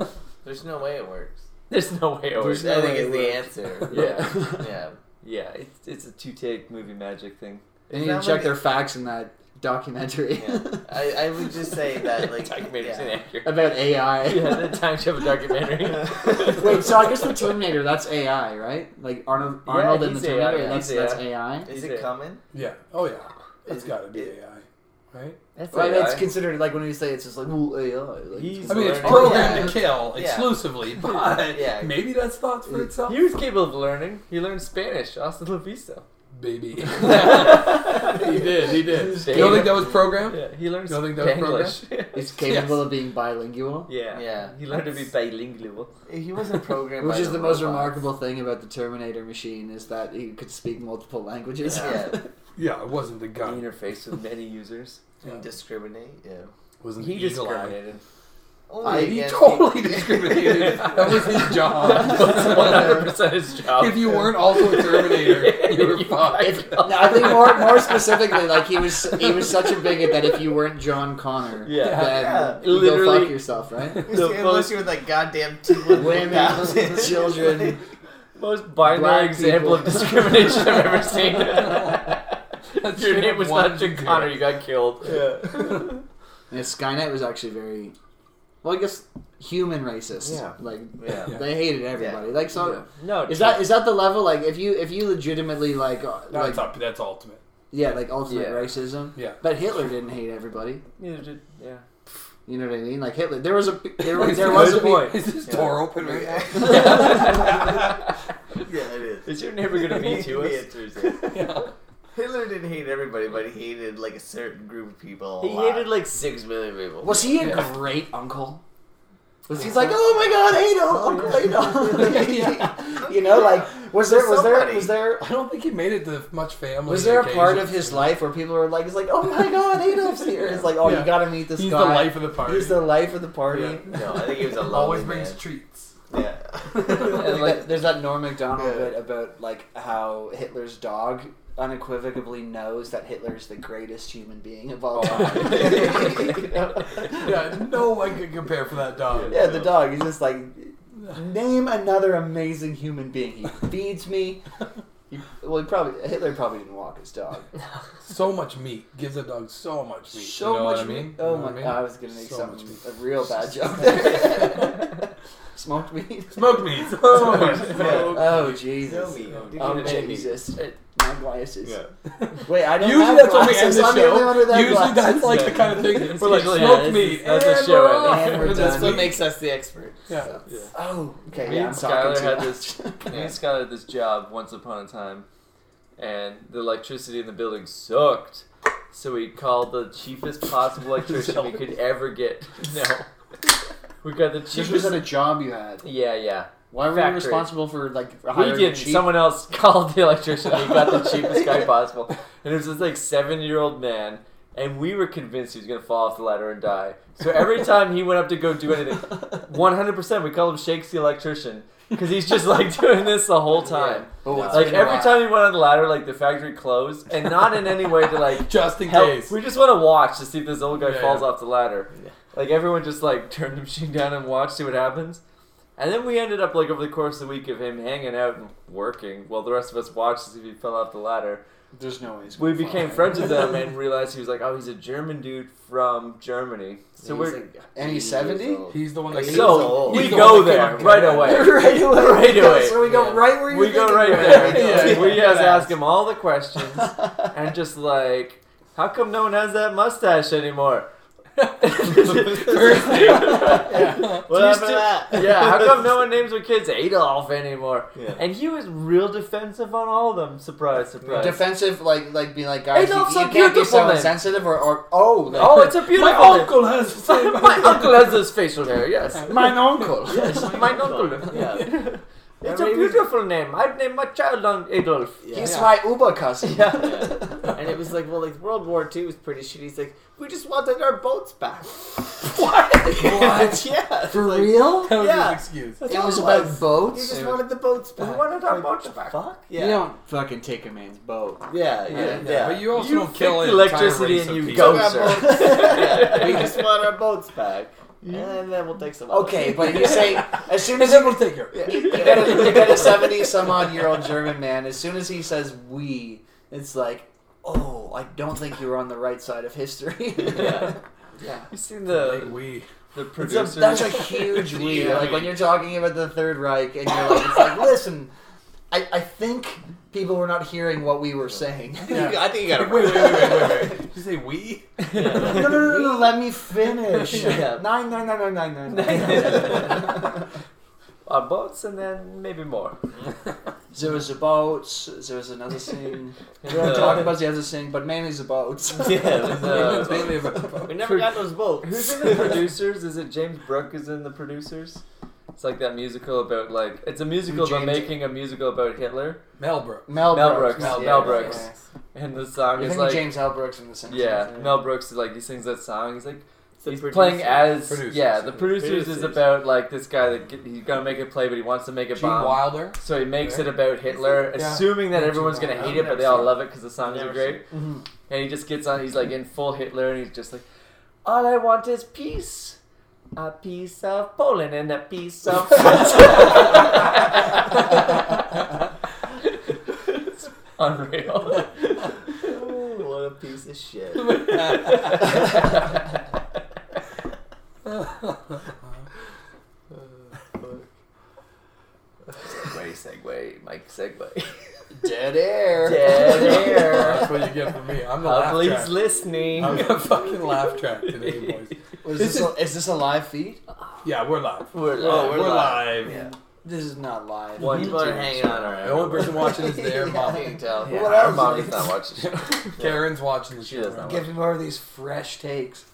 [SPEAKER 4] There's no way it works.
[SPEAKER 3] There's no way it works.
[SPEAKER 1] no
[SPEAKER 4] I think
[SPEAKER 1] way it
[SPEAKER 4] is the answer.
[SPEAKER 3] Yeah.
[SPEAKER 4] Yeah.
[SPEAKER 3] Yeah, it's, it's a two take movie magic thing.
[SPEAKER 1] They need to
[SPEAKER 4] That
[SPEAKER 1] check
[SPEAKER 4] might-
[SPEAKER 1] their facts in that documentary
[SPEAKER 4] Yeah. I, I would just say that like
[SPEAKER 3] Documentary's
[SPEAKER 4] yeah.
[SPEAKER 3] inaccurate.
[SPEAKER 1] about AI.
[SPEAKER 3] yeah, the time travel documentary.
[SPEAKER 1] Wait, so I guess the Terminator, that's AI, right? Like Arnold,
[SPEAKER 3] Yeah,
[SPEAKER 1] Arnold and the
[SPEAKER 3] he's
[SPEAKER 1] Terminator,
[SPEAKER 3] AI,
[SPEAKER 1] that's,
[SPEAKER 3] he's
[SPEAKER 1] that's
[SPEAKER 3] AI.
[SPEAKER 1] AI.
[SPEAKER 4] Is
[SPEAKER 3] Is
[SPEAKER 4] it
[SPEAKER 3] it-
[SPEAKER 4] coming?
[SPEAKER 2] Yeah. Oh yeah. It's
[SPEAKER 4] Is-
[SPEAKER 2] got to be
[SPEAKER 4] it-
[SPEAKER 2] AI, right?
[SPEAKER 3] That's
[SPEAKER 1] Well,
[SPEAKER 3] AI.
[SPEAKER 1] it's considered like when we say it's just like ooh, AI. Like,
[SPEAKER 3] He's-
[SPEAKER 2] I mean, it's
[SPEAKER 3] Learning.
[SPEAKER 2] programmed
[SPEAKER 4] Yeah.
[SPEAKER 2] to kill
[SPEAKER 4] Yeah.
[SPEAKER 2] exclusively, but
[SPEAKER 4] Yeah.
[SPEAKER 2] maybe that's thoughts for itself.
[SPEAKER 3] He was capable of learning. He learned Spanish. Austin La Vista.
[SPEAKER 2] Baby. he
[SPEAKER 3] He
[SPEAKER 2] did. He did.
[SPEAKER 3] He's
[SPEAKER 2] You don't think
[SPEAKER 3] capable-
[SPEAKER 2] that was programmed?
[SPEAKER 3] Yeah, he learned
[SPEAKER 2] You don't think that was
[SPEAKER 3] Spanish.
[SPEAKER 1] it's capable of being bilingual,
[SPEAKER 3] yeah.
[SPEAKER 4] Yeah.
[SPEAKER 3] He learned to be bilingual.
[SPEAKER 4] He wasn't programmed.
[SPEAKER 1] which
[SPEAKER 4] by
[SPEAKER 1] is the most
[SPEAKER 4] robots.
[SPEAKER 1] remarkable thing about the Terminator machine is that he could speak multiple languages.
[SPEAKER 4] Yeah.
[SPEAKER 2] Yeah, it wasn't the
[SPEAKER 3] He
[SPEAKER 2] gun.
[SPEAKER 3] interfaced with many users.
[SPEAKER 2] Yeah.
[SPEAKER 4] Discriminate. Yeah.
[SPEAKER 2] Wasn't
[SPEAKER 3] He
[SPEAKER 2] the eagle eye.
[SPEAKER 3] discriminated.
[SPEAKER 4] Only
[SPEAKER 2] I, he
[SPEAKER 4] against
[SPEAKER 2] totally
[SPEAKER 4] people-
[SPEAKER 2] discriminated. that was his
[SPEAKER 3] That's
[SPEAKER 2] job.
[SPEAKER 3] 100% his job.
[SPEAKER 2] if you weren't also a Terminator, you were fucked.
[SPEAKER 1] If, no, I think more more specifically, like he was he was such a bigot that if you weren't John Connor,
[SPEAKER 3] Yeah.
[SPEAKER 1] then
[SPEAKER 4] Yeah.
[SPEAKER 1] you go
[SPEAKER 3] Literally.
[SPEAKER 1] fuck yourself, right?
[SPEAKER 3] The
[SPEAKER 4] Unless
[SPEAKER 3] most-
[SPEAKER 4] you're like goddamn two
[SPEAKER 1] Women, children,
[SPEAKER 3] Most binary
[SPEAKER 1] Black
[SPEAKER 3] example of
[SPEAKER 1] people.
[SPEAKER 3] discrimination I've ever seen.
[SPEAKER 2] That's
[SPEAKER 3] Your name was not
[SPEAKER 2] one
[SPEAKER 3] Jim
[SPEAKER 2] zero.
[SPEAKER 3] Connor, you got killed.
[SPEAKER 1] Yeah, Skynet was actually very, well, I guess human racist.
[SPEAKER 4] Yeah.
[SPEAKER 1] Like
[SPEAKER 4] Yeah.
[SPEAKER 1] they hated everybody. Like so,
[SPEAKER 3] No,
[SPEAKER 1] is that is that the level? Like if you if you legitimately like uh, like
[SPEAKER 2] That's up. That's ultimate.
[SPEAKER 1] yeah like ultimate
[SPEAKER 3] Yeah.
[SPEAKER 1] racism.
[SPEAKER 2] Yeah.
[SPEAKER 1] But Hitler didn't hate everybody.
[SPEAKER 3] neither did- yeah.
[SPEAKER 1] You know what I mean? Like Hitler, there was a there, was- there was a
[SPEAKER 3] Good point.
[SPEAKER 2] Is this door open right now?
[SPEAKER 4] Yeah, it is.
[SPEAKER 3] Is your neighbor gonna be to
[SPEAKER 4] The
[SPEAKER 3] us?
[SPEAKER 4] answer is yes. Hitler didn't hate everybody, but he hated like a certain group of people. a
[SPEAKER 3] He
[SPEAKER 4] lot.
[SPEAKER 3] hated like six million people.
[SPEAKER 1] was he a great uncle? Was he's like, oh my god, I know, Uncle Adolf. you know, like was there was there
[SPEAKER 4] Somebody.
[SPEAKER 1] was there
[SPEAKER 2] I don't think he made it to much family.
[SPEAKER 1] Was there a part of
[SPEAKER 2] occasions.
[SPEAKER 1] his life where people were like, "It's like, oh my god, Adolf's here." It's like, oh,
[SPEAKER 2] Yeah.
[SPEAKER 1] you gotta meet this
[SPEAKER 2] He's
[SPEAKER 1] guy.
[SPEAKER 2] the life of the party.
[SPEAKER 1] He's the life of the party.
[SPEAKER 2] Yeah.
[SPEAKER 4] No, I think he was a lonely
[SPEAKER 2] Always
[SPEAKER 4] man.
[SPEAKER 2] brings treats.
[SPEAKER 4] Yeah.
[SPEAKER 1] And like, there's that Norm Macdonald
[SPEAKER 4] Yeah.
[SPEAKER 1] bit about like how Hitler's dog unequivocally knows that Hitler's the greatest human being of
[SPEAKER 2] Oh.
[SPEAKER 1] all time. You know?
[SPEAKER 2] Yeah, no one can compare for that dog.
[SPEAKER 1] Yeah, the dog. He's just like, name another amazing human being. He feeds me. He, well, he probably Hitler probably didn't walk his dog.
[SPEAKER 2] So much meat gives a dog so much meat.
[SPEAKER 1] So
[SPEAKER 2] you know
[SPEAKER 1] much
[SPEAKER 2] what I mean?
[SPEAKER 1] meat. Oh
[SPEAKER 2] You know
[SPEAKER 1] my!
[SPEAKER 2] what I mean?
[SPEAKER 1] I was gonna make
[SPEAKER 2] So
[SPEAKER 1] something
[SPEAKER 2] much meat.
[SPEAKER 1] a real bad joke. there. Smoked meat.
[SPEAKER 2] Smoked meat. So much.
[SPEAKER 4] Yeah.
[SPEAKER 1] Oh
[SPEAKER 4] No
[SPEAKER 1] Jesus!
[SPEAKER 4] meat. Did you
[SPEAKER 3] Um,
[SPEAKER 1] Oh
[SPEAKER 4] know that?
[SPEAKER 1] Jesus! My glasses. Wait, I don't.
[SPEAKER 2] Usually
[SPEAKER 1] have
[SPEAKER 2] that's when we end
[SPEAKER 1] glasses.
[SPEAKER 2] the
[SPEAKER 1] I'm the only one
[SPEAKER 2] show.
[SPEAKER 1] without
[SPEAKER 2] Usually
[SPEAKER 1] glasses.
[SPEAKER 2] that's like the kind of thing
[SPEAKER 3] It's
[SPEAKER 2] we're like
[SPEAKER 3] usually-
[SPEAKER 2] smoked
[SPEAKER 3] yeah, this
[SPEAKER 2] meat.
[SPEAKER 3] is- that's
[SPEAKER 2] and
[SPEAKER 3] the show
[SPEAKER 2] we're
[SPEAKER 3] end.
[SPEAKER 2] off.
[SPEAKER 1] And we're
[SPEAKER 2] That's
[SPEAKER 1] done.
[SPEAKER 2] what
[SPEAKER 4] What makes us the experts?
[SPEAKER 2] Yeah. yeah.
[SPEAKER 1] Oh, okay.
[SPEAKER 3] Me
[SPEAKER 1] yeah,
[SPEAKER 3] and
[SPEAKER 1] I'm talking
[SPEAKER 3] Skylar
[SPEAKER 1] too
[SPEAKER 3] had
[SPEAKER 1] much.
[SPEAKER 3] this. Me and Skylar had this job once upon a time, and the electricity in the building sucked. So we called the cheapest possible electrician we could ever get. No, we got the
[SPEAKER 1] This was
[SPEAKER 3] cheapest.
[SPEAKER 1] at a job you had.
[SPEAKER 3] yeah, yeah.
[SPEAKER 1] Why were
[SPEAKER 3] Factory.
[SPEAKER 1] you responsible for like for
[SPEAKER 3] We
[SPEAKER 1] hiring
[SPEAKER 3] did.
[SPEAKER 1] cheap?
[SPEAKER 3] Someone else called the electrician. He got the cheapest guy possible, and it was this like seven-year-old man. And we were convinced he was gonna fall off the ladder and die. So every time he went up to go do anything, one hundred percent, we called him Shakes the electrician because he's just like doing this the whole time.
[SPEAKER 1] Oh, it's
[SPEAKER 3] Like
[SPEAKER 1] been a
[SPEAKER 3] every
[SPEAKER 1] while.
[SPEAKER 3] time he went on the ladder, like the factory closed, and not in any way to like
[SPEAKER 2] Just in
[SPEAKER 3] help.
[SPEAKER 2] case.
[SPEAKER 3] We just want to watch to see if this old guy
[SPEAKER 2] Yeah,
[SPEAKER 3] falls
[SPEAKER 2] yeah.
[SPEAKER 3] off the ladder.
[SPEAKER 4] Yeah.
[SPEAKER 3] Like everyone just like turned the machine down and watched, see what happens. And then we ended up like over the course of the week of him hanging out and working, while the rest of us watched to see if he fell off the ladder.
[SPEAKER 1] There's no way. he's
[SPEAKER 3] we
[SPEAKER 1] gonna fly.
[SPEAKER 3] became friends with him and realized he was like, oh, he's a German dude from Germany. So
[SPEAKER 4] He's
[SPEAKER 3] we're
[SPEAKER 4] like
[SPEAKER 1] and
[SPEAKER 4] 80
[SPEAKER 1] he's
[SPEAKER 4] years
[SPEAKER 1] 70?
[SPEAKER 4] old.
[SPEAKER 2] He's the one that.
[SPEAKER 4] He's
[SPEAKER 3] so
[SPEAKER 4] old.
[SPEAKER 3] we
[SPEAKER 2] He's the
[SPEAKER 3] go
[SPEAKER 2] one that came
[SPEAKER 3] there
[SPEAKER 2] up-
[SPEAKER 3] right away.
[SPEAKER 1] right away.
[SPEAKER 3] Right away.
[SPEAKER 1] So we go
[SPEAKER 4] Yeah.
[SPEAKER 1] right where you
[SPEAKER 3] We go right
[SPEAKER 2] Yeah.
[SPEAKER 3] there. We
[SPEAKER 2] Yeah.
[SPEAKER 3] just ask him all the questions and just like, how come no one has that mustache anymore?
[SPEAKER 2] Yeah.
[SPEAKER 3] What
[SPEAKER 4] Used to
[SPEAKER 3] happened-
[SPEAKER 4] that.
[SPEAKER 3] yeah, how come no one names their kids Adolf anymore?
[SPEAKER 4] Yeah.
[SPEAKER 3] And he was real defensive on all of them. Surprise, surprise.
[SPEAKER 1] Defensive, like like being like guys,
[SPEAKER 3] Hey,
[SPEAKER 1] you,
[SPEAKER 3] that's so
[SPEAKER 1] you can't be
[SPEAKER 3] beautiful,
[SPEAKER 1] so
[SPEAKER 3] man.
[SPEAKER 1] insensitive or, or oh, like,
[SPEAKER 3] oh, it's a beautiful.
[SPEAKER 2] My uncle has. the same-
[SPEAKER 3] my uncle has this facial hair. Yes.
[SPEAKER 1] my uncle.
[SPEAKER 3] Yes, my uncle.
[SPEAKER 4] Yeah.
[SPEAKER 3] It's
[SPEAKER 4] I
[SPEAKER 3] a
[SPEAKER 4] mean,
[SPEAKER 3] beautiful name. I'd name my child on Adolf.
[SPEAKER 4] Yeah.
[SPEAKER 1] He's
[SPEAKER 4] Yeah.
[SPEAKER 1] my Uber cousin.
[SPEAKER 4] Yeah. And it was like, well, like World War II was pretty shitty. He's like, we just wanted our boats back.
[SPEAKER 3] What?
[SPEAKER 4] What? yeah.
[SPEAKER 1] For real?
[SPEAKER 2] That was
[SPEAKER 4] Yeah.
[SPEAKER 2] his excuse.
[SPEAKER 1] It was about
[SPEAKER 4] You
[SPEAKER 1] boats.
[SPEAKER 4] just wanted the boats
[SPEAKER 3] We
[SPEAKER 4] back.
[SPEAKER 3] wanted our boats back.
[SPEAKER 4] Fuck?
[SPEAKER 1] You
[SPEAKER 4] Yeah.
[SPEAKER 1] don't fucking take a man's boat.
[SPEAKER 4] Yeah. Yeah.
[SPEAKER 1] Yeah.
[SPEAKER 4] Yeah.
[SPEAKER 2] But you also
[SPEAKER 3] You
[SPEAKER 2] don't kill
[SPEAKER 3] fix
[SPEAKER 2] an
[SPEAKER 3] electricity
[SPEAKER 2] entire race
[SPEAKER 3] and
[SPEAKER 2] of
[SPEAKER 3] you
[SPEAKER 2] people.
[SPEAKER 3] go.
[SPEAKER 4] Our
[SPEAKER 3] sir.
[SPEAKER 4] boats- yeah. We just want our boats back. And then we'll take some. others.
[SPEAKER 1] Okay, but you say as soon
[SPEAKER 2] And
[SPEAKER 1] as
[SPEAKER 2] then
[SPEAKER 1] you,
[SPEAKER 2] we'll take her.
[SPEAKER 1] you, get a, you get a seventy some odd year old German man, as soon as he says "we," it's like, oh, I don't think you were on the right side of history.
[SPEAKER 4] Yeah.
[SPEAKER 1] yeah.
[SPEAKER 3] You seen
[SPEAKER 2] Like
[SPEAKER 3] the
[SPEAKER 2] we.
[SPEAKER 3] the
[SPEAKER 1] It's a,
[SPEAKER 3] producer?
[SPEAKER 1] that's a huge we.
[SPEAKER 2] Yeah.
[SPEAKER 1] Like when you're talking about the Third Reich, and you're like, it's like, listen, I, I think people were not hearing what we were saying.
[SPEAKER 2] Yeah.
[SPEAKER 4] I think you
[SPEAKER 2] Wait, wait, wait, wait, wait, wait. Did you say we?
[SPEAKER 1] no, no, no, no, let me finish.
[SPEAKER 4] Yeah.
[SPEAKER 1] Nine, nine, nine, nine, nine, nine, nine.
[SPEAKER 4] gotta.
[SPEAKER 3] our boats and then maybe more.
[SPEAKER 1] there was the boats. There was another scene. We
[SPEAKER 3] And,
[SPEAKER 1] don't
[SPEAKER 3] uh,
[SPEAKER 1] talk about the other scene, but mainly the boats.
[SPEAKER 4] Yeah, there's
[SPEAKER 3] Uh,
[SPEAKER 2] it's mainly about
[SPEAKER 4] we never got those boats.
[SPEAKER 3] Who's in the producers? Is it James Brooke is in the producers? It's like that musical about like it's a musical about
[SPEAKER 1] James-
[SPEAKER 3] making a musical about Hitler.
[SPEAKER 2] Mel Brooks.
[SPEAKER 1] Mel
[SPEAKER 3] Mel
[SPEAKER 1] Brooks.
[SPEAKER 3] Brooks,
[SPEAKER 1] yeah.
[SPEAKER 3] Mel Brooks. And the
[SPEAKER 1] You're
[SPEAKER 3] song is
[SPEAKER 1] thinking
[SPEAKER 3] like
[SPEAKER 1] James L. Brooks in the same
[SPEAKER 3] Yeah.
[SPEAKER 1] scene.
[SPEAKER 3] Mel Brooks is like he sings that song, he's like
[SPEAKER 4] It's the
[SPEAKER 3] he's
[SPEAKER 4] producers.
[SPEAKER 3] playing as
[SPEAKER 2] Producers.
[SPEAKER 3] yeah. The producers, is
[SPEAKER 4] Producers.
[SPEAKER 3] about like this guy that get, he's gonna make a play, but he wants to make a
[SPEAKER 2] Gene
[SPEAKER 3] bomb.
[SPEAKER 2] Wilder.
[SPEAKER 3] So he makes
[SPEAKER 2] Right.
[SPEAKER 3] it about Hitler,
[SPEAKER 2] Yeah.
[SPEAKER 3] assuming that
[SPEAKER 2] Yeah,
[SPEAKER 3] everyone's
[SPEAKER 2] Gene
[SPEAKER 3] gonna hate
[SPEAKER 4] Wilder.
[SPEAKER 3] it, but they all
[SPEAKER 4] Never
[SPEAKER 3] love it because the songs
[SPEAKER 4] Never
[SPEAKER 3] are great. And he just gets on. He's like in full Hitler, and he's just like, "All I want is peace, a piece of Poland and a piece of France." It's unreal.
[SPEAKER 4] Oh, what a piece of shit.
[SPEAKER 3] Segway, segway, Mike, segway.
[SPEAKER 1] Dead air.
[SPEAKER 3] Dead
[SPEAKER 2] That's
[SPEAKER 3] air.
[SPEAKER 2] what you get from me. I'm the laugh
[SPEAKER 3] Public's
[SPEAKER 2] track.
[SPEAKER 3] Uh, listening.
[SPEAKER 2] I'm
[SPEAKER 4] Oh.
[SPEAKER 2] the fucking laugh track today, boys.
[SPEAKER 1] Was this a, is this a live feed?
[SPEAKER 2] Yeah, we're live.
[SPEAKER 3] We're live.
[SPEAKER 4] Oh, we're
[SPEAKER 2] live.
[SPEAKER 4] Yeah.
[SPEAKER 1] This is not live.
[SPEAKER 3] One,
[SPEAKER 4] People are
[SPEAKER 3] two,
[SPEAKER 4] hanging on around.
[SPEAKER 2] The only person watching is their
[SPEAKER 1] Yeah.
[SPEAKER 2] mom.
[SPEAKER 4] You can tell.
[SPEAKER 3] Yeah,
[SPEAKER 1] What
[SPEAKER 3] our
[SPEAKER 1] else?
[SPEAKER 3] mommy's not watching. the show.
[SPEAKER 2] Karen's watching the
[SPEAKER 3] She
[SPEAKER 2] show.
[SPEAKER 3] doesn't
[SPEAKER 2] right?
[SPEAKER 1] Give me more of these fresh takes.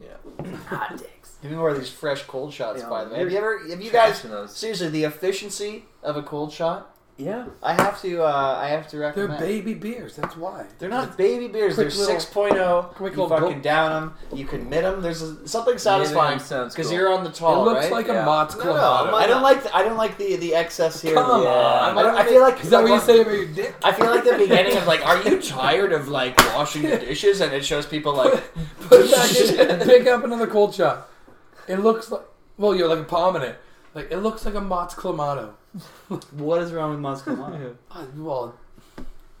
[SPEAKER 4] Yeah.
[SPEAKER 3] Hot dicks.
[SPEAKER 1] Give me more of these fresh cold shots.
[SPEAKER 3] Yeah.
[SPEAKER 1] by the way, have you ever? Have you
[SPEAKER 3] You
[SPEAKER 1] guys?
[SPEAKER 3] guys those?
[SPEAKER 1] Seriously, the efficiency of a cold shot.
[SPEAKER 3] Yeah.
[SPEAKER 1] I have to. Uh, I have to
[SPEAKER 2] They're
[SPEAKER 1] recommend.
[SPEAKER 2] baby beers. That's why.
[SPEAKER 1] They're not baby beers. They're
[SPEAKER 2] quick little-
[SPEAKER 1] 6.0.
[SPEAKER 2] quick
[SPEAKER 1] you
[SPEAKER 2] little
[SPEAKER 1] fucking down them. You can mid them. There's a, something satisfying
[SPEAKER 3] Medium sounds
[SPEAKER 1] because
[SPEAKER 3] cool.
[SPEAKER 1] you're on the
[SPEAKER 2] It
[SPEAKER 1] tall,
[SPEAKER 2] looks
[SPEAKER 1] right?
[SPEAKER 2] like
[SPEAKER 4] Yeah.
[SPEAKER 2] a Mott's
[SPEAKER 4] No, no,
[SPEAKER 2] Clamato.
[SPEAKER 4] I'm not-
[SPEAKER 1] I don't like. The, I don't like the the excess here.
[SPEAKER 2] Come
[SPEAKER 1] Yeah.
[SPEAKER 2] on.
[SPEAKER 1] I, don't- I feel like
[SPEAKER 2] Is that
[SPEAKER 1] like
[SPEAKER 2] what you
[SPEAKER 1] one-
[SPEAKER 2] say about your dick?
[SPEAKER 1] I feel like the beginning of like, are you tired of like washing the dishes? And it shows people like,
[SPEAKER 2] Put it back in. Pick up another cold shot. It looks like. Well, you're like a palm in it. Like it looks like a Mott's Clamato.
[SPEAKER 1] what is wrong with Mons Clamato?
[SPEAKER 2] Uh, well,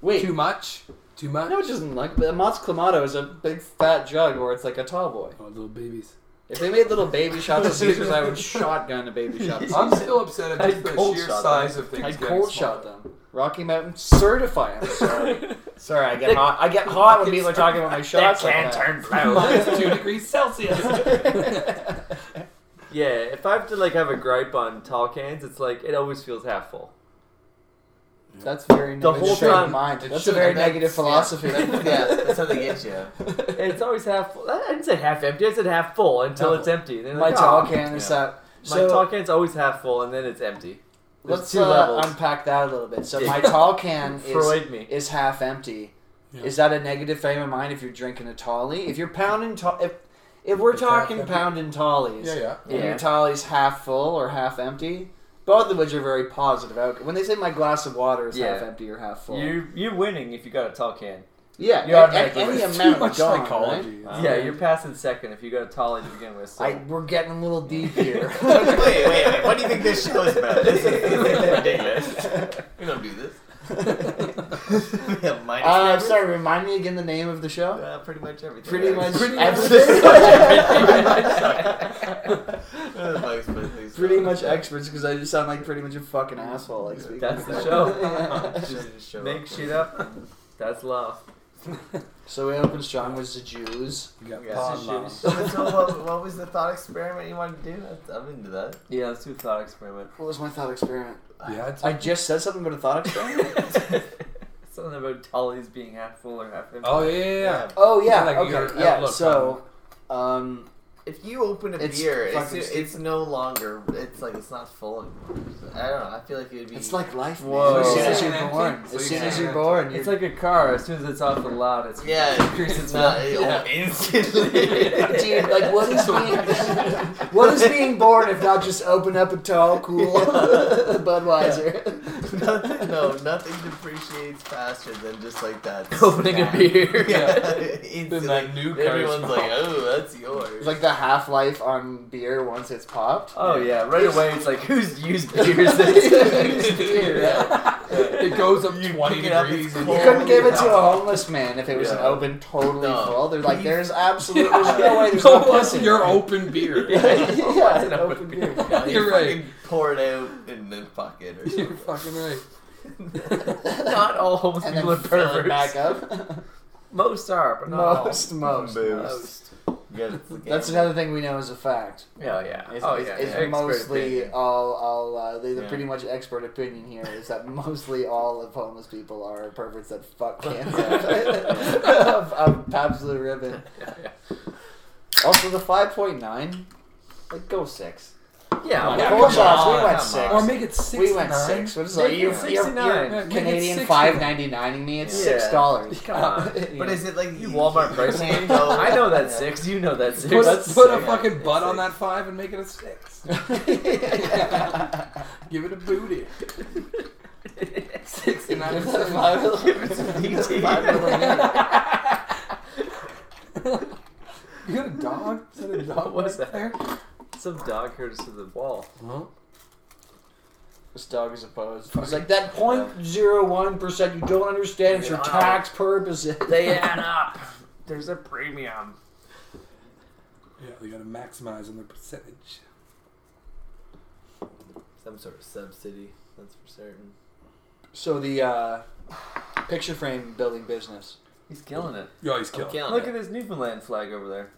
[SPEAKER 1] Wait,
[SPEAKER 2] too much. Too much.
[SPEAKER 1] no, it doesn't like. But Mons Clamato is a big fat jug, or it's like a tall boy.
[SPEAKER 2] Oh, little babies.
[SPEAKER 1] If they made little baby shots of Caesars, I would shotgun a baby shot. of
[SPEAKER 2] I'm
[SPEAKER 1] Caesars.
[SPEAKER 2] still upset
[SPEAKER 3] I
[SPEAKER 2] at just the
[SPEAKER 3] cold
[SPEAKER 2] sheer
[SPEAKER 3] shot
[SPEAKER 2] size of things.
[SPEAKER 1] I
[SPEAKER 2] getting
[SPEAKER 1] cold
[SPEAKER 2] smaller.
[SPEAKER 1] shot them. Rocky Mountain, certify. I'm sorry. sorry, I get hot. I get hot when people are talking about my shots. like that.
[SPEAKER 3] brown.
[SPEAKER 2] Minus two degrees Celsius.
[SPEAKER 3] yeah, if I have to like have a gripe on tall cans, it's like it always feels half full.
[SPEAKER 1] That's very
[SPEAKER 3] The
[SPEAKER 1] negative
[SPEAKER 3] whole
[SPEAKER 1] frame of
[SPEAKER 3] time-
[SPEAKER 1] mind.
[SPEAKER 2] it
[SPEAKER 1] That's a
[SPEAKER 2] should-
[SPEAKER 1] very
[SPEAKER 2] that's-
[SPEAKER 1] negative philosophy.
[SPEAKER 4] Yeah, that's how they get you.
[SPEAKER 3] It's always half full. I didn't say half empty. I said half full until
[SPEAKER 2] Double.
[SPEAKER 3] it's empty. And then
[SPEAKER 1] My
[SPEAKER 3] like,
[SPEAKER 1] tall
[SPEAKER 3] "Oh."
[SPEAKER 1] can is
[SPEAKER 4] Yeah.
[SPEAKER 1] that.
[SPEAKER 3] My
[SPEAKER 1] So
[SPEAKER 3] tall can's always half full, and then it's empty. There's
[SPEAKER 1] let's
[SPEAKER 3] two
[SPEAKER 1] uh,
[SPEAKER 3] levels.
[SPEAKER 1] unpack that a little bit. So
[SPEAKER 3] Yeah.
[SPEAKER 1] my tall can is
[SPEAKER 3] Freud me.
[SPEAKER 1] is half empty.
[SPEAKER 2] Yeah.
[SPEAKER 1] Is that a negative frame of mind if you're drinking a tolly? If you're pounding tall, if if we're
[SPEAKER 2] It's half
[SPEAKER 1] talking
[SPEAKER 2] empty.
[SPEAKER 1] pounding tallies,
[SPEAKER 2] yeah, yeah.
[SPEAKER 1] and
[SPEAKER 3] Yeah.
[SPEAKER 1] your tally's half full or half empty, both of which are very positive. out- When they say my glass of water is half
[SPEAKER 3] Yeah.
[SPEAKER 1] empty or half full,
[SPEAKER 3] You're you're winning if you got a tall can.
[SPEAKER 1] yeah,
[SPEAKER 3] you're
[SPEAKER 1] a-
[SPEAKER 3] automatically-
[SPEAKER 1] any
[SPEAKER 2] It's
[SPEAKER 1] amount
[SPEAKER 2] too
[SPEAKER 1] of
[SPEAKER 2] much
[SPEAKER 1] gone, right?
[SPEAKER 2] psychology.
[SPEAKER 3] yeah, you're passing second if you got a tall to begin with. So.
[SPEAKER 1] Um, I, we're getting a little deep here.
[SPEAKER 4] wait, wait, wait. What do you think this show is about? This is, this is ridiculous. We don't do this. Minus
[SPEAKER 1] Uh,
[SPEAKER 4] favorites?
[SPEAKER 1] sorry, remind me again the name of the show.
[SPEAKER 4] Uh, pretty much everything.
[SPEAKER 1] Pretty much
[SPEAKER 2] Pretty much
[SPEAKER 1] everything.
[SPEAKER 4] Bugs Bunny's-
[SPEAKER 1] pretty much experts because I just sound like pretty much a fucking asshole. Like speaking
[SPEAKER 3] That's the
[SPEAKER 1] of-
[SPEAKER 3] show.
[SPEAKER 4] Just show
[SPEAKER 3] Make
[SPEAKER 4] up.
[SPEAKER 3] shit up. That's love.
[SPEAKER 2] Um,
[SPEAKER 1] so it opens strong was the Jews.
[SPEAKER 2] You got
[SPEAKER 4] Yeah.
[SPEAKER 2] pod
[SPEAKER 4] So
[SPEAKER 2] models.
[SPEAKER 4] So what, what was the thought experiment you wanted to do? That's- I'm into that.
[SPEAKER 3] Yeah, let's do a thought experiment.
[SPEAKER 1] What was my thought experiment?
[SPEAKER 2] Yeah, it's
[SPEAKER 1] I just said something about a thought experiment.
[SPEAKER 3] Something about Tully's being half full or half empty.
[SPEAKER 2] Oh yeah, yeah, yeah.
[SPEAKER 1] oh yeah,
[SPEAKER 2] Like your
[SPEAKER 1] okay, yeah.
[SPEAKER 2] outlook
[SPEAKER 1] So, um,
[SPEAKER 4] If you open a
[SPEAKER 1] It's
[SPEAKER 4] beer, it's,
[SPEAKER 1] fucking
[SPEAKER 4] it's no longer. It's like it's not full. anymore. I don't know. I feel like it would be.
[SPEAKER 1] it's like life. man.
[SPEAKER 3] Whoa.
[SPEAKER 1] As soon as
[SPEAKER 2] So
[SPEAKER 1] you're
[SPEAKER 2] you can't
[SPEAKER 1] born,
[SPEAKER 2] empty? So
[SPEAKER 1] as
[SPEAKER 2] you
[SPEAKER 1] soon
[SPEAKER 2] can't
[SPEAKER 1] as you're
[SPEAKER 2] empty?
[SPEAKER 1] born,
[SPEAKER 3] It's
[SPEAKER 1] you're,
[SPEAKER 3] like a car. As soon as it's off the lot, it's
[SPEAKER 4] yeah, it's not it-
[SPEAKER 1] Yeah.
[SPEAKER 4] oh, instantly.
[SPEAKER 1] dude, like what is being what is being born if not just open up a tall, cool Budweiser?
[SPEAKER 4] nothing, no, nothing depreciates faster than just like that.
[SPEAKER 3] opening a
[SPEAKER 4] snap.
[SPEAKER 3] beer.
[SPEAKER 4] Yeah,
[SPEAKER 2] Then
[SPEAKER 4] instantly.
[SPEAKER 2] that new car
[SPEAKER 4] Everyone's
[SPEAKER 2] smell.
[SPEAKER 4] like, oh, that's yours.
[SPEAKER 1] It's like the half life on beer once it's popped.
[SPEAKER 3] Oh yeah, right away it's like who's used beers this?
[SPEAKER 1] Used beer,
[SPEAKER 2] it goes up twenty
[SPEAKER 4] pick it up, it's
[SPEAKER 2] degrees. and
[SPEAKER 1] You
[SPEAKER 4] cold.
[SPEAKER 1] couldn't give it to a homeless man if it was an
[SPEAKER 3] Yeah.
[SPEAKER 1] open, totally
[SPEAKER 4] No.
[SPEAKER 1] full. They're like, there's absolutely there's
[SPEAKER 3] Yeah.
[SPEAKER 1] no way there's
[SPEAKER 2] No,
[SPEAKER 1] no
[SPEAKER 2] what's
[SPEAKER 1] pussy.
[SPEAKER 2] your open beer?
[SPEAKER 3] Yeah.
[SPEAKER 1] yeah,
[SPEAKER 3] What's
[SPEAKER 1] an
[SPEAKER 3] an
[SPEAKER 1] open
[SPEAKER 3] open
[SPEAKER 1] beer.
[SPEAKER 4] Yeah, you
[SPEAKER 2] You're right.
[SPEAKER 4] fucking Pour it out and then fuck it or
[SPEAKER 2] You're
[SPEAKER 4] something.
[SPEAKER 2] fucking right.
[SPEAKER 3] not all homeless
[SPEAKER 1] And then
[SPEAKER 3] people are
[SPEAKER 1] fill it back
[SPEAKER 3] perverts.
[SPEAKER 1] up.
[SPEAKER 3] Most are, but not
[SPEAKER 1] most, most,
[SPEAKER 4] Boost.
[SPEAKER 1] most.
[SPEAKER 4] Yeah, it's the
[SPEAKER 1] That's
[SPEAKER 4] game.
[SPEAKER 1] another thing we know is a fact.
[SPEAKER 3] all. Yeah, yeah.
[SPEAKER 1] It's,
[SPEAKER 3] oh
[SPEAKER 1] it's,
[SPEAKER 3] yeah.
[SPEAKER 1] it's
[SPEAKER 3] yeah.
[SPEAKER 1] mostly
[SPEAKER 3] Expert
[SPEAKER 1] all, all uh, the, the
[SPEAKER 4] Yeah.
[SPEAKER 1] pretty much expert opinion here is that mostly all of homeless people are perverts that fuck cans
[SPEAKER 3] opinion.
[SPEAKER 1] of, of Pabst Blue Ribbon.
[SPEAKER 3] yeah, yeah.
[SPEAKER 1] Also, the 5.9, like, go six.
[SPEAKER 3] Yeah,
[SPEAKER 1] Come on,
[SPEAKER 3] yeah,
[SPEAKER 1] full
[SPEAKER 3] come
[SPEAKER 1] shots, we
[SPEAKER 3] on,
[SPEAKER 1] went
[SPEAKER 3] come
[SPEAKER 1] six.
[SPEAKER 2] Or
[SPEAKER 3] on.
[SPEAKER 2] make it six.
[SPEAKER 1] we went
[SPEAKER 2] nine.
[SPEAKER 1] six. What is
[SPEAKER 3] Make
[SPEAKER 1] like,
[SPEAKER 3] it
[SPEAKER 1] you, you're, you're
[SPEAKER 3] 69.
[SPEAKER 2] Yeah, make it
[SPEAKER 1] Canadian
[SPEAKER 2] six.
[SPEAKER 1] 5.99ing me, it's
[SPEAKER 3] Yeah.
[SPEAKER 1] $6.
[SPEAKER 3] Come on.
[SPEAKER 4] But is it like
[SPEAKER 3] You Walmart pricing? I know that six. You know that six.
[SPEAKER 2] Put,
[SPEAKER 3] That's
[SPEAKER 2] put a
[SPEAKER 3] sick.
[SPEAKER 2] fucking butt
[SPEAKER 4] It's
[SPEAKER 2] on
[SPEAKER 4] six.
[SPEAKER 2] that five and make it a six.
[SPEAKER 1] Yeah.
[SPEAKER 2] Give it a booty.
[SPEAKER 3] six.
[SPEAKER 2] And I'm
[SPEAKER 1] Give
[SPEAKER 2] saying-
[SPEAKER 1] it a five.
[SPEAKER 2] You got a dog? Is that a dog?
[SPEAKER 3] What was that?
[SPEAKER 2] right There?
[SPEAKER 3] Some dog hurt us to the wall.
[SPEAKER 1] This dog is opposed. It's like that 0.01% you don't understand. It's your
[SPEAKER 3] Yeah.
[SPEAKER 1] tax purposes.
[SPEAKER 3] They add up. There's a premium.
[SPEAKER 2] Yeah, they gotta maximize on their percentage.
[SPEAKER 4] Some sort of subsidy, that's for certain.
[SPEAKER 1] So the uh, picture frame building business.
[SPEAKER 3] He's killing it.
[SPEAKER 2] You always
[SPEAKER 4] I'm
[SPEAKER 2] kill.
[SPEAKER 4] killing
[SPEAKER 3] Look
[SPEAKER 4] it.
[SPEAKER 3] at his Newfoundland flag over there.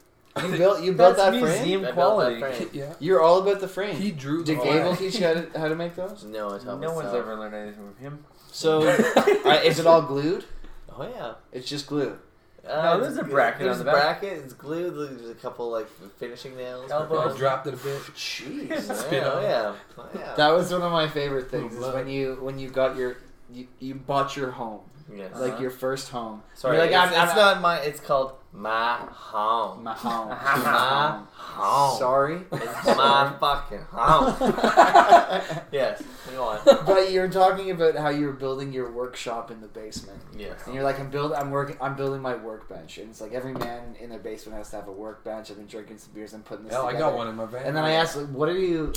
[SPEAKER 1] You built. You built that
[SPEAKER 3] That's
[SPEAKER 1] frame.
[SPEAKER 3] museum
[SPEAKER 4] I built that
[SPEAKER 3] quality.
[SPEAKER 4] frame.
[SPEAKER 2] Yeah.
[SPEAKER 1] You're all about the frame.
[SPEAKER 2] He drew
[SPEAKER 1] Did
[SPEAKER 2] the
[SPEAKER 1] Gable
[SPEAKER 2] line.
[SPEAKER 1] teach you how to, how to make those?
[SPEAKER 4] No, I
[SPEAKER 3] No
[SPEAKER 4] taught myself.
[SPEAKER 3] one's ever learned anything from him.
[SPEAKER 1] So, uh, is it all glued?
[SPEAKER 4] Oh yeah.
[SPEAKER 1] It's just glue.
[SPEAKER 4] Uh,
[SPEAKER 3] there's a
[SPEAKER 4] it's-
[SPEAKER 3] bracket
[SPEAKER 4] there's
[SPEAKER 3] on the
[SPEAKER 4] a
[SPEAKER 3] back.
[SPEAKER 4] bracket. It's glued. There's a couple like finishing nails.
[SPEAKER 3] Elbow.
[SPEAKER 2] I dropped it a bit.
[SPEAKER 1] Jeez.
[SPEAKER 4] Yeah,
[SPEAKER 2] Spit
[SPEAKER 4] oh
[SPEAKER 2] on it.
[SPEAKER 4] yeah. Oh, yeah.
[SPEAKER 1] That was one of my favorite things.
[SPEAKER 2] Ooh,
[SPEAKER 1] Is
[SPEAKER 2] love.
[SPEAKER 1] when you when you got your you, you bought your home,
[SPEAKER 4] Yes.
[SPEAKER 1] like
[SPEAKER 3] Uh-huh.
[SPEAKER 1] your first home.
[SPEAKER 4] Sorry,
[SPEAKER 1] You're like,
[SPEAKER 4] it's,
[SPEAKER 1] I'm- I'm-
[SPEAKER 4] it's not my. It's called my home.
[SPEAKER 1] My home.
[SPEAKER 4] My home.
[SPEAKER 1] Sorry.
[SPEAKER 4] It's my fucking home. yes. Go on.
[SPEAKER 1] But you're talking about how you're building your workshop in the basement.
[SPEAKER 4] Yes.
[SPEAKER 1] And you're like, I'm build, I'm working, I'm building my workbench, and it's like every man in their basement has to have a workbench. I've been drinking some beers and putting this.
[SPEAKER 2] Hell, Oh, I
[SPEAKER 1] together.
[SPEAKER 2] got one in my van.
[SPEAKER 1] And then I asked, like, what are you,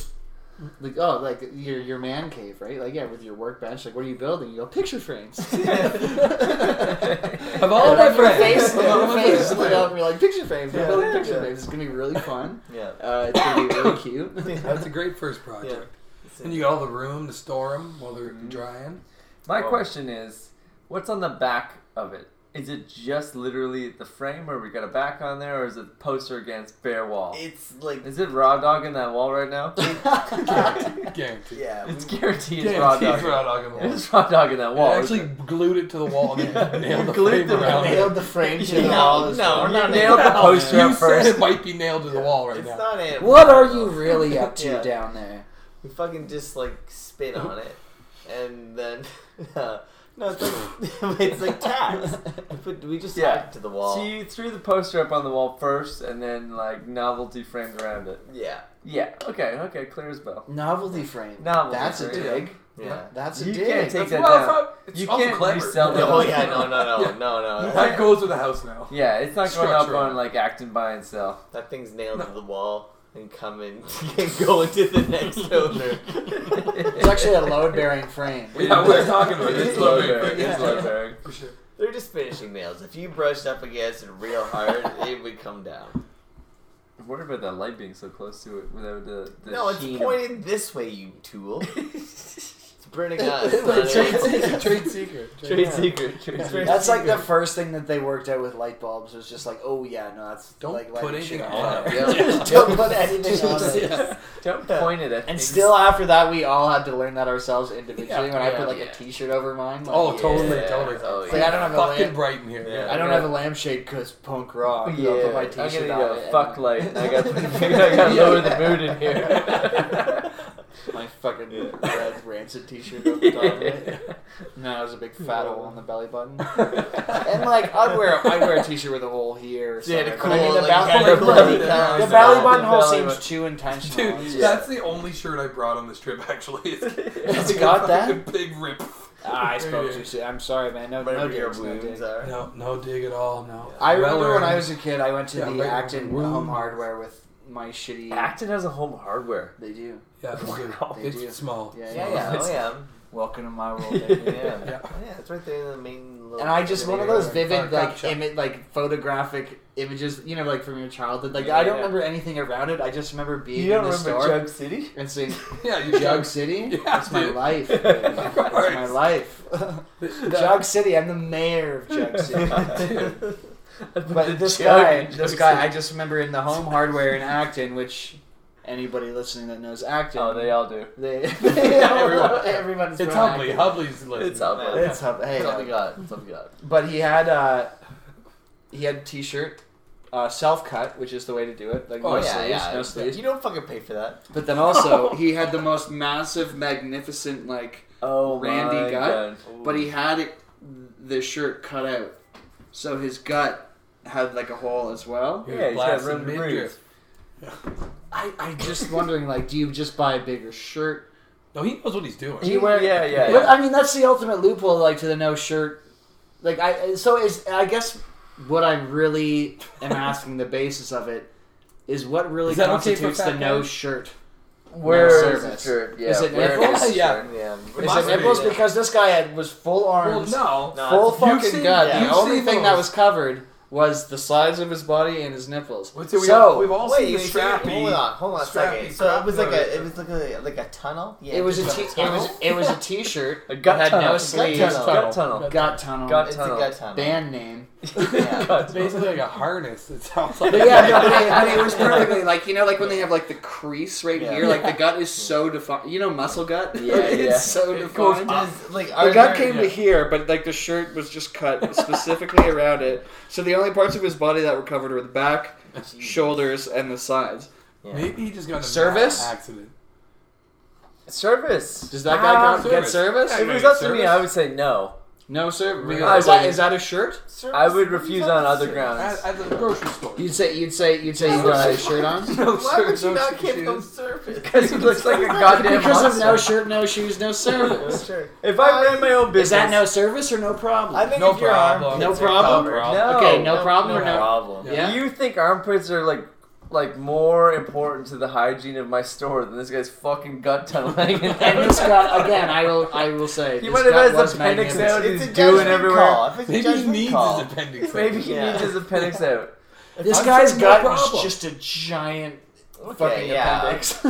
[SPEAKER 1] like, oh, like your your man cave, right? Like, yeah, with your workbench. Like, what are you building? You go picture frames.
[SPEAKER 2] Of all
[SPEAKER 1] And then
[SPEAKER 2] my
[SPEAKER 1] your
[SPEAKER 2] friends.
[SPEAKER 1] face,
[SPEAKER 2] Of all
[SPEAKER 1] your
[SPEAKER 2] my
[SPEAKER 1] face
[SPEAKER 2] friends.
[SPEAKER 1] lit up. and You're like picture frames. We're
[SPEAKER 4] Yeah.
[SPEAKER 1] building picture
[SPEAKER 4] Yeah.
[SPEAKER 1] frames. It's gonna be really fun.
[SPEAKER 4] Yeah.
[SPEAKER 1] Uh, it's gonna be really cute.
[SPEAKER 2] That's a great first project. And you got all the room to store them while they're drying.
[SPEAKER 3] My
[SPEAKER 4] Whoa.
[SPEAKER 3] question is, what's on the back of it? Is it just literally the frame, or we got a back on there, or is it poster against bare wall?
[SPEAKER 4] It's like
[SPEAKER 3] Is it raw dogging that wall right now?
[SPEAKER 2] Guaranteed.
[SPEAKER 4] yeah.
[SPEAKER 3] It's
[SPEAKER 4] we-
[SPEAKER 3] guaranteed it's raw
[SPEAKER 2] Guaranteed
[SPEAKER 3] dogging.
[SPEAKER 2] raw dog in the wall.
[SPEAKER 3] It's raw dogging that wall.
[SPEAKER 2] I actually glued it to the wall and then nailed the
[SPEAKER 3] Glued
[SPEAKER 2] frame
[SPEAKER 3] the-
[SPEAKER 2] around it.
[SPEAKER 1] Nailed the frame to the
[SPEAKER 4] No,
[SPEAKER 1] wall. as
[SPEAKER 4] no,
[SPEAKER 1] well.
[SPEAKER 4] we're not
[SPEAKER 3] nailed the
[SPEAKER 4] nailed.
[SPEAKER 3] poster
[SPEAKER 2] You
[SPEAKER 3] up
[SPEAKER 2] said
[SPEAKER 3] first.
[SPEAKER 2] it might be nailed to the wall right
[SPEAKER 4] It's
[SPEAKER 2] now.
[SPEAKER 4] not it.
[SPEAKER 1] What are you really up to
[SPEAKER 4] Yeah.
[SPEAKER 1] down there?
[SPEAKER 4] We fucking just like spit on it, and then uh, no, it's like it's like tags. We put- we just
[SPEAKER 3] Yeah.
[SPEAKER 4] tacked to the wall.
[SPEAKER 3] So you threw the poster up on the wall first, and then like novelty framed around it.
[SPEAKER 4] yeah,
[SPEAKER 3] Yeah. Okay. Okay. Clear as bell.
[SPEAKER 1] Novelty frame.
[SPEAKER 3] Novelty
[SPEAKER 1] That's a
[SPEAKER 3] frame.
[SPEAKER 1] dig.
[SPEAKER 4] yeah.
[SPEAKER 1] That's a
[SPEAKER 3] You
[SPEAKER 1] dig.
[SPEAKER 3] can't take
[SPEAKER 2] That's
[SPEAKER 3] that
[SPEAKER 2] well, it's
[SPEAKER 3] down.
[SPEAKER 2] not- it's
[SPEAKER 3] You
[SPEAKER 2] also
[SPEAKER 3] can't
[SPEAKER 2] clever.
[SPEAKER 3] resell
[SPEAKER 2] Yeah.
[SPEAKER 3] that.
[SPEAKER 4] Oh yeah, Oh, no, no, no, no, no.
[SPEAKER 2] That
[SPEAKER 4] That,
[SPEAKER 2] goes with the house now.
[SPEAKER 3] Yeah, it's not going up
[SPEAKER 2] Structure.
[SPEAKER 3] on like act and buy and sell.
[SPEAKER 4] that thing's nailed to the wall. and come in and go into the next owner.
[SPEAKER 1] It's actually a load bearing frame.
[SPEAKER 2] Yeah, we're talking about
[SPEAKER 4] It's
[SPEAKER 2] this
[SPEAKER 4] low
[SPEAKER 2] load
[SPEAKER 4] bearing,
[SPEAKER 2] bearing.
[SPEAKER 4] it's low
[SPEAKER 2] bearing. For sure.
[SPEAKER 4] They're just finishing nails. If you brushed up against it real hard, it would come down.
[SPEAKER 3] I wonder about that light being so close to it without the, the
[SPEAKER 4] no, it's
[SPEAKER 3] sheen of-
[SPEAKER 4] pointed this way, you tool. It's burning us.
[SPEAKER 1] It's a
[SPEAKER 4] It's
[SPEAKER 1] trade secret.
[SPEAKER 3] Trade secret. Trade secret.
[SPEAKER 1] That's like the first thing that they worked out with light bulbs was just like, oh yeah, no, that's
[SPEAKER 2] Don't
[SPEAKER 1] like
[SPEAKER 2] put
[SPEAKER 1] lighting
[SPEAKER 2] anything
[SPEAKER 1] shit fire.
[SPEAKER 2] on
[SPEAKER 4] it. Yeah.
[SPEAKER 1] Don't put anything on it.
[SPEAKER 2] Yeah.
[SPEAKER 3] Don't point it at
[SPEAKER 1] And
[SPEAKER 3] things.
[SPEAKER 1] still, after that, we all had to learn that ourselves individually.
[SPEAKER 2] Yeah.
[SPEAKER 1] when I
[SPEAKER 3] Yeah.
[SPEAKER 1] put like
[SPEAKER 4] Yeah.
[SPEAKER 1] a T-shirt over mine, like,
[SPEAKER 2] Oh, totally,
[SPEAKER 4] Yeah.
[SPEAKER 2] totally.
[SPEAKER 4] Oh,
[SPEAKER 1] it's
[SPEAKER 4] yeah.
[SPEAKER 1] like I don't have a
[SPEAKER 2] Fucking
[SPEAKER 1] lamp.
[SPEAKER 2] bright in here.
[SPEAKER 4] Yeah.
[SPEAKER 1] I don't
[SPEAKER 3] Yeah.
[SPEAKER 1] have a lampshade because punk rock.
[SPEAKER 4] Yeah.
[SPEAKER 1] I'll put my
[SPEAKER 4] I'm
[SPEAKER 3] I'm gonna
[SPEAKER 1] T-shirt
[SPEAKER 3] need
[SPEAKER 1] on.
[SPEAKER 3] a
[SPEAKER 1] it.
[SPEAKER 3] fuck light. and I got, I got lower the mood in here.
[SPEAKER 1] my fucking
[SPEAKER 4] Yeah.
[SPEAKER 1] red rancid T-shirt over top of it. No, it was a big fat hole on the belly button. And like I'd wear, I wear a T-shirt with a hole here. Or
[SPEAKER 4] Yeah, the
[SPEAKER 1] somewhere, but I mean,
[SPEAKER 4] cool,
[SPEAKER 1] the,
[SPEAKER 4] like,
[SPEAKER 1] bal-
[SPEAKER 4] kind of
[SPEAKER 1] the
[SPEAKER 4] bloody
[SPEAKER 1] belly-
[SPEAKER 4] down.
[SPEAKER 1] the belly button
[SPEAKER 3] The
[SPEAKER 1] hole
[SPEAKER 3] belly
[SPEAKER 1] seems
[SPEAKER 3] button.
[SPEAKER 1] too intentional.
[SPEAKER 2] Dude,
[SPEAKER 1] It's
[SPEAKER 2] that's the only shirt I brought on this trip. Actually, it's,
[SPEAKER 1] It's got
[SPEAKER 2] fucking
[SPEAKER 1] that?
[SPEAKER 2] big rip.
[SPEAKER 1] Ah, I spoke too soon. I'm sorry, man. No, no
[SPEAKER 4] Whatever your
[SPEAKER 1] digs, no
[SPEAKER 4] wounds
[SPEAKER 1] digs.
[SPEAKER 4] are.
[SPEAKER 2] No, no dig at all. No.
[SPEAKER 1] I remember
[SPEAKER 2] Well
[SPEAKER 1] when I
[SPEAKER 2] earned.
[SPEAKER 1] was a kid, I went to
[SPEAKER 2] Yeah,
[SPEAKER 1] the
[SPEAKER 2] right.
[SPEAKER 1] Acton
[SPEAKER 2] Wounds.
[SPEAKER 1] Home Hardware with my shitty.
[SPEAKER 3] Acton has a home hardware.
[SPEAKER 1] They do.
[SPEAKER 2] Yeah, it's, good.
[SPEAKER 3] Wow.
[SPEAKER 1] They
[SPEAKER 2] it's
[SPEAKER 1] do.
[SPEAKER 2] small.
[SPEAKER 1] Yeah,
[SPEAKER 4] Yeah, yeah, oh yeah.
[SPEAKER 1] Welcome to my world.
[SPEAKER 4] Yeah.
[SPEAKER 1] baby.
[SPEAKER 4] yeah.
[SPEAKER 2] Yeah.
[SPEAKER 4] it's right there in the main little
[SPEAKER 1] and I just one of those
[SPEAKER 2] Uh,
[SPEAKER 1] vivid
[SPEAKER 2] cop
[SPEAKER 1] like
[SPEAKER 2] shop.
[SPEAKER 1] imi- like photographic images, you know, like from your childhood. Like
[SPEAKER 4] Yeah,
[SPEAKER 1] I don't
[SPEAKER 4] yeah.
[SPEAKER 1] remember anything around it. I just remember being
[SPEAKER 3] You don't
[SPEAKER 1] in the
[SPEAKER 3] remember
[SPEAKER 1] store
[SPEAKER 3] Jug City?
[SPEAKER 1] and seeing
[SPEAKER 2] Yeah, you
[SPEAKER 1] Jug City.
[SPEAKER 2] Yeah,
[SPEAKER 1] That's my
[SPEAKER 2] dude.
[SPEAKER 1] life. baby. That's my
[SPEAKER 2] Christ.
[SPEAKER 1] life. Jug City. I'm the mayor of Jug City. But this guy, this guy, I just remember in the home hardware in Acton, which anybody listening that knows Acton,
[SPEAKER 3] Oh, they all do.
[SPEAKER 1] they,
[SPEAKER 2] Everyone.
[SPEAKER 1] everyone's
[SPEAKER 2] It's
[SPEAKER 1] from
[SPEAKER 2] Hubley.
[SPEAKER 1] Acton.
[SPEAKER 2] Hubley's list.
[SPEAKER 4] It's up.
[SPEAKER 1] Yeah, It's Hub. Hey,
[SPEAKER 4] It's all
[SPEAKER 1] uh,
[SPEAKER 4] we got. It's all we got.
[SPEAKER 1] but he had uh, he had t-shirt uh, self cut, which is the way to do it. Like
[SPEAKER 2] Oh,
[SPEAKER 1] no
[SPEAKER 2] yeah,
[SPEAKER 1] sleeves, no sleeves.
[SPEAKER 4] You don't fucking pay for that.
[SPEAKER 1] But then also he had the most massive, magnificent like.
[SPEAKER 3] Oh,
[SPEAKER 1] Randy
[SPEAKER 3] my
[SPEAKER 1] Gutt?
[SPEAKER 3] God.
[SPEAKER 1] But he had it, the shirt cut out, so his gut had like a hole as well.
[SPEAKER 3] Yeah, he's got
[SPEAKER 2] Blasting
[SPEAKER 3] room to breathe.
[SPEAKER 2] midriff.
[SPEAKER 1] I I just wondering like, do you just buy a bigger shirt?
[SPEAKER 2] No, he knows what he's doing.
[SPEAKER 1] Do you wear?
[SPEAKER 3] Yeah, yeah.
[SPEAKER 1] But I mean, that's the ultimate loophole, like to the no shirt. Like I, so is I guess what I really am asking the basis of it is what really
[SPEAKER 2] Is that okay for
[SPEAKER 1] constitutes
[SPEAKER 2] fat
[SPEAKER 1] the no
[SPEAKER 2] guys?
[SPEAKER 1] shirt.
[SPEAKER 3] Where is
[SPEAKER 1] service.
[SPEAKER 3] his shirt? Yeah,
[SPEAKER 1] Is it
[SPEAKER 3] where
[SPEAKER 1] nipples?
[SPEAKER 3] his
[SPEAKER 2] Yeah.
[SPEAKER 3] shirt?
[SPEAKER 4] Yeah.
[SPEAKER 2] It
[SPEAKER 1] Is
[SPEAKER 2] must
[SPEAKER 1] it
[SPEAKER 2] be,
[SPEAKER 1] nipples?
[SPEAKER 2] yeah.
[SPEAKER 1] Because this guy had was full
[SPEAKER 2] Well,
[SPEAKER 1] arms,
[SPEAKER 2] no.
[SPEAKER 4] No,
[SPEAKER 1] full
[SPEAKER 4] it's-
[SPEAKER 2] you've
[SPEAKER 1] fucking
[SPEAKER 2] seen-
[SPEAKER 1] gut.
[SPEAKER 4] yeah,
[SPEAKER 1] the
[SPEAKER 2] you've
[SPEAKER 1] only
[SPEAKER 2] seen
[SPEAKER 1] thing that
[SPEAKER 2] those.
[SPEAKER 1] was covered was the size of his body and his nipples.
[SPEAKER 2] What's it- we all-
[SPEAKER 1] so
[SPEAKER 2] we've all
[SPEAKER 4] Wait,
[SPEAKER 2] seen the
[SPEAKER 4] wait, wait,
[SPEAKER 2] strappy.
[SPEAKER 4] hold on, hold on a
[SPEAKER 2] strappy
[SPEAKER 4] second. So it was like
[SPEAKER 2] crop
[SPEAKER 4] a, it
[SPEAKER 2] notice.
[SPEAKER 4] was like a, like a tunnel. Yeah,
[SPEAKER 1] it was a
[SPEAKER 4] just
[SPEAKER 1] t-
[SPEAKER 4] like
[SPEAKER 1] it was it was a t-shirt.
[SPEAKER 3] A gut
[SPEAKER 1] that had
[SPEAKER 3] tunnel.
[SPEAKER 1] no
[SPEAKER 3] Gut
[SPEAKER 1] sleeves.
[SPEAKER 4] tunnel.
[SPEAKER 3] Gut tunnel.
[SPEAKER 1] Gut tunnel.
[SPEAKER 3] Gut-
[SPEAKER 4] It's
[SPEAKER 3] tunnel.
[SPEAKER 4] a gut tunnel.
[SPEAKER 1] Band name.
[SPEAKER 4] Yeah.
[SPEAKER 3] Gut tunnel.
[SPEAKER 2] basically like a harness. It sounds like.
[SPEAKER 1] But yeah, no, but, it, but it was perfectly like you know, like when they have like the crease right
[SPEAKER 4] Yeah.
[SPEAKER 1] here, like the gut is so defined. You know, muscle gut.
[SPEAKER 3] Yeah,
[SPEAKER 1] it's
[SPEAKER 3] yeah.
[SPEAKER 1] so
[SPEAKER 2] It goes
[SPEAKER 1] defined.
[SPEAKER 2] up.
[SPEAKER 4] Does, like,
[SPEAKER 1] The
[SPEAKER 4] are
[SPEAKER 1] gut
[SPEAKER 4] there-
[SPEAKER 1] came to here, but like the shirt was just cut specifically around it. So the only parts of his body that were covered were the back,
[SPEAKER 4] Jesus.
[SPEAKER 1] shoulders, and the sides.
[SPEAKER 4] Yeah.
[SPEAKER 2] Maybe he just got in a
[SPEAKER 1] Service?
[SPEAKER 2] bad accident.
[SPEAKER 3] Service.
[SPEAKER 1] Does that guy
[SPEAKER 3] Ah,
[SPEAKER 1] count- get service?
[SPEAKER 2] Yeah,
[SPEAKER 3] If it
[SPEAKER 2] you
[SPEAKER 3] was
[SPEAKER 2] got
[SPEAKER 3] up to me,
[SPEAKER 2] service.
[SPEAKER 3] I would say no.
[SPEAKER 1] No, sir. Uh,
[SPEAKER 2] Really?
[SPEAKER 1] Is that, is that a shirt?
[SPEAKER 4] Service?
[SPEAKER 3] I would refuse on other grounds.
[SPEAKER 2] At, at the grocery store.
[SPEAKER 1] You'd say you'd say you'd say you got a shirt on
[SPEAKER 2] no
[SPEAKER 4] Why would you not give
[SPEAKER 2] shoes.
[SPEAKER 4] him service?
[SPEAKER 3] Because he looks like a goddamn
[SPEAKER 1] because of no
[SPEAKER 3] monster.
[SPEAKER 1] shirt, no shoes, no service.
[SPEAKER 4] Sure.
[SPEAKER 3] If I ran my own business,
[SPEAKER 1] Is that no service or no problem?
[SPEAKER 4] I think
[SPEAKER 2] No
[SPEAKER 4] if your
[SPEAKER 2] problem.
[SPEAKER 4] armpits
[SPEAKER 1] No
[SPEAKER 4] are
[SPEAKER 1] problem.
[SPEAKER 4] covered-
[SPEAKER 3] No.
[SPEAKER 1] okay, no, problem
[SPEAKER 4] no
[SPEAKER 1] or no
[SPEAKER 3] problem.
[SPEAKER 1] Yeah.
[SPEAKER 3] You think armpits are like like more important to the hygiene of my store than this guy's fucking gut tunnel hanging out?
[SPEAKER 1] And this gut again, I will, I will say,
[SPEAKER 3] He
[SPEAKER 1] this
[SPEAKER 3] might have
[SPEAKER 1] gut
[SPEAKER 3] had his
[SPEAKER 1] was
[SPEAKER 3] appendix
[SPEAKER 1] magnificent.
[SPEAKER 3] out.
[SPEAKER 4] It's
[SPEAKER 3] He's
[SPEAKER 4] a
[SPEAKER 3] doing
[SPEAKER 4] judgment
[SPEAKER 3] everywhere.
[SPEAKER 4] call. If it's a
[SPEAKER 2] Maybe he
[SPEAKER 4] judgment
[SPEAKER 2] needs
[SPEAKER 4] call.
[SPEAKER 2] his appendix.
[SPEAKER 3] Maybe he
[SPEAKER 4] Yeah.
[SPEAKER 3] needs his appendix out.
[SPEAKER 1] This
[SPEAKER 2] I'm
[SPEAKER 1] guy's
[SPEAKER 2] saying no
[SPEAKER 1] gut was
[SPEAKER 2] problem.
[SPEAKER 1] just a giant
[SPEAKER 4] Okay,
[SPEAKER 1] fucking
[SPEAKER 4] yeah.
[SPEAKER 1] appendix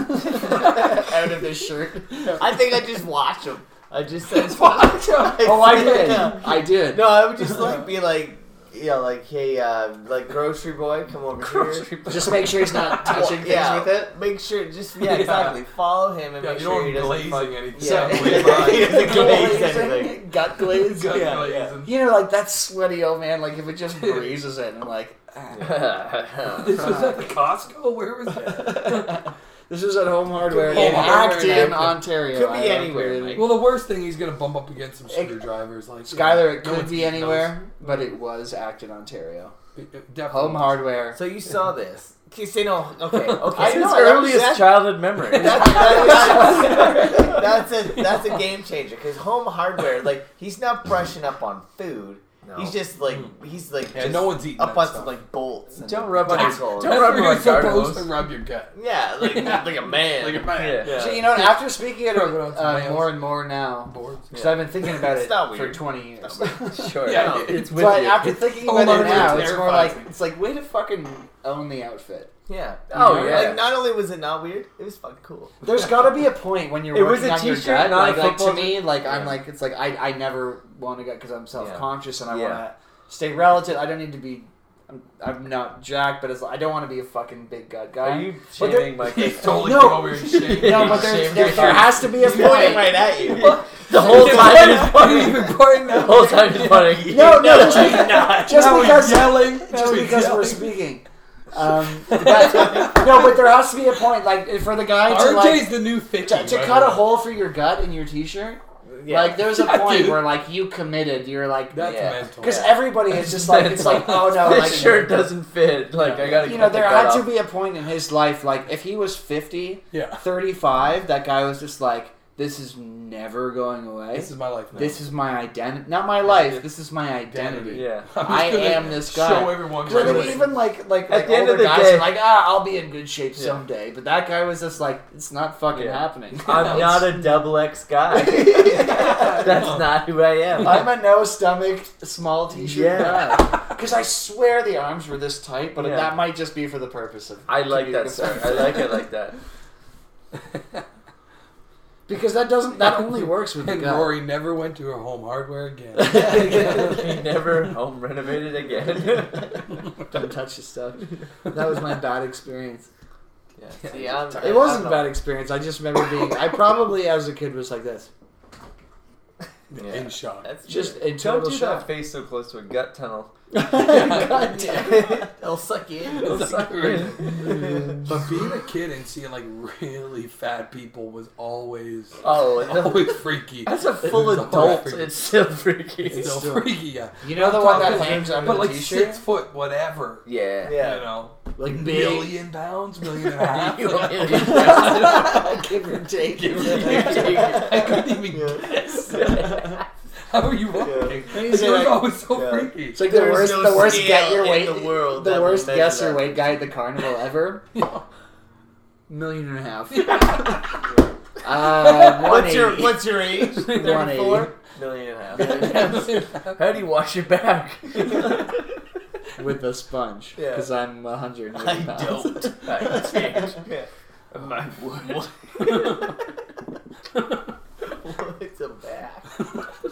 [SPEAKER 1] out of his shirt.
[SPEAKER 4] I think I just watch him. I just said
[SPEAKER 1] Watch Oh, I did.
[SPEAKER 4] Yeah.
[SPEAKER 1] I did.
[SPEAKER 4] No, I would just like be like, yeah, like hey, uh, like grocery boy, come over here.
[SPEAKER 1] Just make sure he's not touching things
[SPEAKER 4] yeah,
[SPEAKER 1] with it.
[SPEAKER 4] Make sure, just yeah, exactly. Follow him and
[SPEAKER 2] Yeah,
[SPEAKER 4] make
[SPEAKER 2] you
[SPEAKER 4] sure he
[SPEAKER 2] don't
[SPEAKER 4] doesn't.
[SPEAKER 2] want
[SPEAKER 4] fuck-
[SPEAKER 2] glazing anything. Yeah.
[SPEAKER 4] Yeah. He doesn't glaze
[SPEAKER 1] Glazing,
[SPEAKER 4] anything.
[SPEAKER 1] Gut glaze.
[SPEAKER 2] Gun
[SPEAKER 1] Yeah.
[SPEAKER 2] glazing.
[SPEAKER 1] You know, like that sweaty old man. Like if it just breezes it, and like.
[SPEAKER 2] This was at the Costco. Where was that?
[SPEAKER 1] This is at Home Hardware
[SPEAKER 2] Home
[SPEAKER 1] in
[SPEAKER 2] Hardware
[SPEAKER 1] Acton,
[SPEAKER 2] in Acton.
[SPEAKER 1] Ontario.
[SPEAKER 4] Could be
[SPEAKER 1] I don't
[SPEAKER 4] anywhere,
[SPEAKER 1] really-
[SPEAKER 4] Mike.
[SPEAKER 2] well, the worst thing he's gonna bump up against some screwdrivers. Like
[SPEAKER 1] Skylar, it
[SPEAKER 2] no
[SPEAKER 1] could
[SPEAKER 2] one's
[SPEAKER 1] be
[SPEAKER 2] eating
[SPEAKER 1] anywhere, but it was Acton, Ontario.
[SPEAKER 2] those. It- it definitely
[SPEAKER 1] Home
[SPEAKER 2] was.
[SPEAKER 1] Hardware.
[SPEAKER 4] So you saw this? Okay, say no. Okay,
[SPEAKER 3] It's
[SPEAKER 4] okay.
[SPEAKER 3] his
[SPEAKER 4] No, that-
[SPEAKER 3] earliest
[SPEAKER 4] that-
[SPEAKER 3] childhood memory.
[SPEAKER 4] That's, that's, that's a that's a game changer because home hardware like he's not brushing up on food. No. He's just like he's like
[SPEAKER 2] Yeah,
[SPEAKER 4] just
[SPEAKER 2] no one's eating
[SPEAKER 4] a
[SPEAKER 2] that
[SPEAKER 4] bunch
[SPEAKER 2] stuff.
[SPEAKER 4] of like bolts. and
[SPEAKER 3] Don't rub on your- don't-
[SPEAKER 4] tackles.
[SPEAKER 2] That's
[SPEAKER 3] rub
[SPEAKER 2] where
[SPEAKER 3] my
[SPEAKER 2] you're supposed
[SPEAKER 3] gargles.
[SPEAKER 2] to rub your gut.
[SPEAKER 4] Yeah, like like a man.
[SPEAKER 2] Like a man.
[SPEAKER 3] Yeah.
[SPEAKER 4] Yeah.
[SPEAKER 1] So, you know, what, after speaking it
[SPEAKER 2] Throwing it on some
[SPEAKER 1] uh,
[SPEAKER 2] nails.
[SPEAKER 1] more and more now,
[SPEAKER 2] Boards.
[SPEAKER 1] because
[SPEAKER 4] Yeah.
[SPEAKER 1] I've been thinking about
[SPEAKER 4] It's
[SPEAKER 1] it
[SPEAKER 4] not
[SPEAKER 1] for
[SPEAKER 4] weird.
[SPEAKER 1] 20 years.
[SPEAKER 3] Sure.
[SPEAKER 2] Yeah,
[SPEAKER 4] No.
[SPEAKER 2] it-
[SPEAKER 3] It's with
[SPEAKER 1] But
[SPEAKER 3] you.
[SPEAKER 1] after thinking
[SPEAKER 2] Oh,
[SPEAKER 1] about
[SPEAKER 2] mother,
[SPEAKER 1] it now,
[SPEAKER 2] it
[SPEAKER 1] it's more
[SPEAKER 2] terrifies
[SPEAKER 1] like
[SPEAKER 2] me.
[SPEAKER 1] it's like way to fucking own the outfit.
[SPEAKER 4] Yeah.
[SPEAKER 3] Oh,
[SPEAKER 4] You know,
[SPEAKER 3] yeah.
[SPEAKER 4] Like not only was it not weird, it was fucking cool.
[SPEAKER 1] There's got to be a point when you're
[SPEAKER 3] It was
[SPEAKER 1] working
[SPEAKER 3] a
[SPEAKER 1] on your
[SPEAKER 3] t-shirt,
[SPEAKER 1] gut.
[SPEAKER 3] not
[SPEAKER 1] Like,
[SPEAKER 3] a
[SPEAKER 1] like, to
[SPEAKER 3] football
[SPEAKER 1] me, like I'm
[SPEAKER 4] Yeah.
[SPEAKER 1] like it's like I I never want to go because I'm self conscious and I
[SPEAKER 3] Yeah.
[SPEAKER 1] want to stay relative. I don't need to be. I'm, I'm not jacked, but it's like, I don't want to be a fucking big gut guy.
[SPEAKER 3] Are you
[SPEAKER 1] But
[SPEAKER 3] shaming my
[SPEAKER 2] He's totally
[SPEAKER 1] No.
[SPEAKER 2] no. weird shit.
[SPEAKER 1] no, but there, there, there has to be a
[SPEAKER 4] He's pointing
[SPEAKER 1] point.
[SPEAKER 4] right at you.
[SPEAKER 3] The whole time is
[SPEAKER 2] He's
[SPEAKER 3] funny.
[SPEAKER 2] been pointing
[SPEAKER 3] The
[SPEAKER 2] that
[SPEAKER 3] whole time is funny.
[SPEAKER 1] No, no, just
[SPEAKER 3] he's
[SPEAKER 1] because-
[SPEAKER 3] not.
[SPEAKER 1] Just
[SPEAKER 2] Now we're
[SPEAKER 1] because
[SPEAKER 2] yelling. Now
[SPEAKER 1] just because we're
[SPEAKER 2] yelling.
[SPEAKER 1] speaking. Um, but, no, but there has to be a point, like for the guy to
[SPEAKER 2] RJ's
[SPEAKER 1] like
[SPEAKER 2] the new 50.
[SPEAKER 1] to, to
[SPEAKER 2] by
[SPEAKER 1] cut
[SPEAKER 2] the
[SPEAKER 1] a
[SPEAKER 2] way.
[SPEAKER 1] hole for your gut in your t-shirt.
[SPEAKER 4] Yeah.
[SPEAKER 1] Like there's a
[SPEAKER 2] Yeah,
[SPEAKER 1] point
[SPEAKER 2] dude.
[SPEAKER 1] where like you committed. You're like
[SPEAKER 2] That's
[SPEAKER 4] Yeah.
[SPEAKER 2] mental.
[SPEAKER 1] because everybody is just like it's like oh no, like,
[SPEAKER 3] this shirt doesn't fit. Like I gotta.
[SPEAKER 1] You
[SPEAKER 3] cut
[SPEAKER 1] know,
[SPEAKER 3] the
[SPEAKER 1] there
[SPEAKER 3] gut
[SPEAKER 1] had to
[SPEAKER 3] off.
[SPEAKER 1] be a point in his life, like if he was 50,
[SPEAKER 2] Yeah.
[SPEAKER 1] 35, that guy was just like, this is never going away.
[SPEAKER 2] This is my life now.
[SPEAKER 1] This is my identity. Not my life. This is my identity.
[SPEAKER 3] Yeah.
[SPEAKER 2] I'm just
[SPEAKER 1] I
[SPEAKER 2] gonna
[SPEAKER 1] am this guy.
[SPEAKER 2] Show everyone.
[SPEAKER 1] Because I
[SPEAKER 2] my
[SPEAKER 1] think
[SPEAKER 2] life.
[SPEAKER 1] even like like, like
[SPEAKER 3] the end
[SPEAKER 1] older
[SPEAKER 3] of the
[SPEAKER 1] guys
[SPEAKER 3] day-
[SPEAKER 1] are like ah I'll be in good shape
[SPEAKER 3] Yeah.
[SPEAKER 1] someday, but that guy was just like it's not fucking
[SPEAKER 3] Yeah.
[SPEAKER 1] happening.
[SPEAKER 3] I'm not a double X guy. That's not who I am.
[SPEAKER 1] I'm a no stomach small t-shirt
[SPEAKER 3] Yeah.
[SPEAKER 1] guy. Because I swear the arms were this tight, but
[SPEAKER 3] Yeah.
[SPEAKER 1] that might just be for the purpose of.
[SPEAKER 3] I like that,
[SPEAKER 1] comedic
[SPEAKER 3] sir.
[SPEAKER 1] effect.
[SPEAKER 3] I like it like that.
[SPEAKER 1] Because that doesn't. That only works with the
[SPEAKER 2] And
[SPEAKER 1] gut.
[SPEAKER 2] Rory never went to her home hardware again.
[SPEAKER 3] he never home renovated again.
[SPEAKER 1] Don't touch his stuff. That was my bad experience.
[SPEAKER 4] Yeah, see, I'm,
[SPEAKER 1] It wasn't a bad experience. I just remember being. I probably as a kid was like this,
[SPEAKER 2] In shock.
[SPEAKER 4] That's
[SPEAKER 1] just
[SPEAKER 4] just
[SPEAKER 1] in
[SPEAKER 3] Don't
[SPEAKER 1] total
[SPEAKER 3] do that
[SPEAKER 1] shock.
[SPEAKER 3] face so close to a gut tunnel.
[SPEAKER 1] God damn it.
[SPEAKER 4] it'll suck you in.
[SPEAKER 2] It's like-
[SPEAKER 1] Mm.
[SPEAKER 2] but being a kid and seeing like really fat people was always
[SPEAKER 3] Oh,
[SPEAKER 2] always freaky.
[SPEAKER 3] That's a full
[SPEAKER 2] It's
[SPEAKER 3] adult.
[SPEAKER 2] freaky.
[SPEAKER 3] It's still freaky.
[SPEAKER 2] It's still
[SPEAKER 1] still-
[SPEAKER 2] freaky, yeah.
[SPEAKER 1] You know the one that
[SPEAKER 2] Talking-
[SPEAKER 1] hangs under
[SPEAKER 2] but
[SPEAKER 1] the
[SPEAKER 2] like
[SPEAKER 1] t-shirt,
[SPEAKER 2] six foot, whatever.
[SPEAKER 3] Yeah.
[SPEAKER 4] Yeah.
[SPEAKER 2] You know,
[SPEAKER 1] like big,
[SPEAKER 2] million pounds, million and a half.
[SPEAKER 1] give or take.
[SPEAKER 2] I couldn't even guess. How are you walking? It was always so
[SPEAKER 4] Yeah.
[SPEAKER 2] freaky.
[SPEAKER 1] It's like the
[SPEAKER 4] There's
[SPEAKER 1] worst,
[SPEAKER 4] no
[SPEAKER 1] the worst
[SPEAKER 4] scale
[SPEAKER 1] get your
[SPEAKER 4] in
[SPEAKER 1] weight,
[SPEAKER 4] the world
[SPEAKER 1] the
[SPEAKER 4] that will
[SPEAKER 1] worst
[SPEAKER 4] measure
[SPEAKER 1] guess your
[SPEAKER 4] that.
[SPEAKER 1] weight guy at the carnival ever.
[SPEAKER 2] Yeah.
[SPEAKER 1] Million and a half. uh,
[SPEAKER 4] What's your
[SPEAKER 1] 180.
[SPEAKER 4] what's your age?
[SPEAKER 1] 180.
[SPEAKER 4] Thirty-four. Million and a half.
[SPEAKER 3] How do you wash it back?
[SPEAKER 1] with a sponge
[SPEAKER 4] Yeah.
[SPEAKER 1] because I'm 100.
[SPEAKER 4] I don't. I change. Yeah.
[SPEAKER 3] My wood.
[SPEAKER 4] It's a back.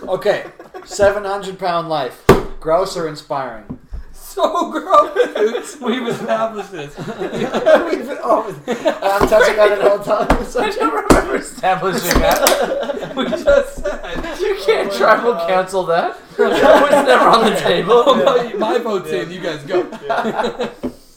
[SPEAKER 1] Okay, 700 pound life. Gross or inspiring?
[SPEAKER 2] so gross. We've established this.
[SPEAKER 1] We've been- oh, I'm touching on it all time. So
[SPEAKER 3] I don't remember establishing that.
[SPEAKER 2] We just said.
[SPEAKER 3] You can't
[SPEAKER 4] my
[SPEAKER 3] tribal
[SPEAKER 4] God.
[SPEAKER 3] council that. That was never on the table.
[SPEAKER 2] Oh, my, my vote's in. You guys go.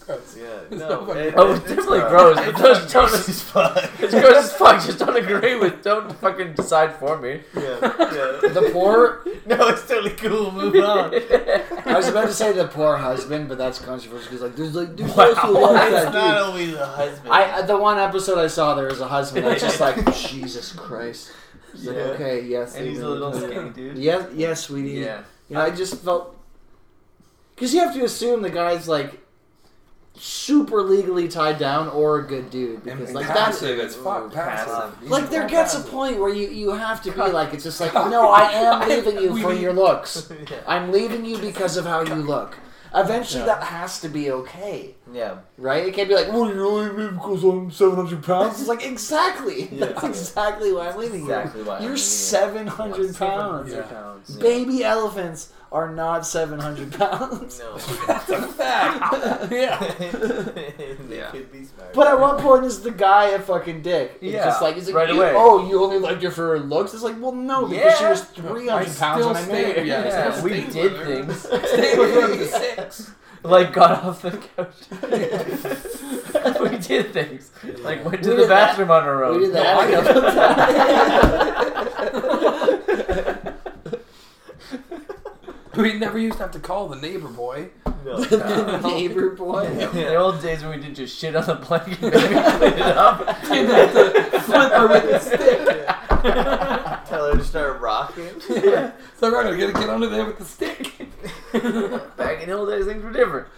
[SPEAKER 2] Gross.
[SPEAKER 4] Yeah.
[SPEAKER 2] no,
[SPEAKER 4] No.
[SPEAKER 2] it-
[SPEAKER 3] Oh, it's definitely gross. But those don't,
[SPEAKER 4] as fuck.
[SPEAKER 3] it's gross as fuck. Just don't agree with. Don't fucking decide for me.
[SPEAKER 4] Yeah. yeah.
[SPEAKER 1] the poor.
[SPEAKER 4] No, it's totally cool. Move on.
[SPEAKER 1] I was about to say the poor husband, but that's controversial because like there's like there's
[SPEAKER 3] Wow.
[SPEAKER 1] also a lot of
[SPEAKER 4] It's
[SPEAKER 1] that dude.
[SPEAKER 4] not always a husband.
[SPEAKER 1] I uh, the one episode I saw there was a husband that's just like Jesus Christ. It's like,
[SPEAKER 4] Yeah.
[SPEAKER 1] okay, yes.
[SPEAKER 3] and
[SPEAKER 1] they
[SPEAKER 3] he's a
[SPEAKER 1] really
[SPEAKER 3] little
[SPEAKER 1] do.
[SPEAKER 3] skinny dude.
[SPEAKER 1] Yes, yes, sweetie.
[SPEAKER 3] Yeah.
[SPEAKER 1] You know, I just felt because you have to assume the guy's like super legally tied down or a good dude
[SPEAKER 2] And
[SPEAKER 1] because like that's
[SPEAKER 2] passive as fuck. Passive.
[SPEAKER 3] Passive.
[SPEAKER 1] like there gets a point where you you have to be like it's just like no I am leaving you
[SPEAKER 2] We
[SPEAKER 1] for
[SPEAKER 2] need-
[SPEAKER 1] your looks
[SPEAKER 4] yeah.
[SPEAKER 1] I'm leaving you because of how you look eventually
[SPEAKER 3] Yeah.
[SPEAKER 1] that has to be okay
[SPEAKER 4] Yeah.
[SPEAKER 1] right it can't be like well you're leaving me because I'm 700 pounds it's like exactly
[SPEAKER 4] Yeah.
[SPEAKER 1] that's exactly why I'm leaving
[SPEAKER 4] Exactly why.
[SPEAKER 1] you you're
[SPEAKER 4] I'm
[SPEAKER 1] 700 pounds
[SPEAKER 2] Yeah.
[SPEAKER 4] pounds. Yeah.
[SPEAKER 1] baby elephants are not 700 pounds
[SPEAKER 4] No.
[SPEAKER 2] That's a fact. yeah.
[SPEAKER 4] they
[SPEAKER 3] Yeah.
[SPEAKER 4] could be smart.
[SPEAKER 1] But at what point is the guy a fucking dick? It's
[SPEAKER 3] Yeah,
[SPEAKER 1] just like, he's like,
[SPEAKER 3] right
[SPEAKER 1] you-
[SPEAKER 3] away.
[SPEAKER 1] oh, you only liked her for her looks? It's like, well, no, because she
[SPEAKER 3] Yeah.
[SPEAKER 1] was 300 pounds when I married her.
[SPEAKER 2] Yeah,
[SPEAKER 3] Yeah,
[SPEAKER 2] yeah.
[SPEAKER 3] we did things.
[SPEAKER 2] Stay with her to six.
[SPEAKER 3] Like got off the couch. we did things. Like went to
[SPEAKER 1] We
[SPEAKER 3] the
[SPEAKER 1] did that.
[SPEAKER 3] bathroom on our own.
[SPEAKER 1] We did that
[SPEAKER 2] No,
[SPEAKER 1] a couple times.
[SPEAKER 2] We never used to have to call the neighbor boy.
[SPEAKER 4] No.
[SPEAKER 1] The neighbor boy.
[SPEAKER 3] Yeah. The old days when we did just shit on the blanket and then we cleaned it up.
[SPEAKER 2] Didn't have to flip her with a stick.
[SPEAKER 4] Tell her to start rocking.
[SPEAKER 2] So we're gonna get, get under there with the stick.
[SPEAKER 4] Back in the old days, things were different.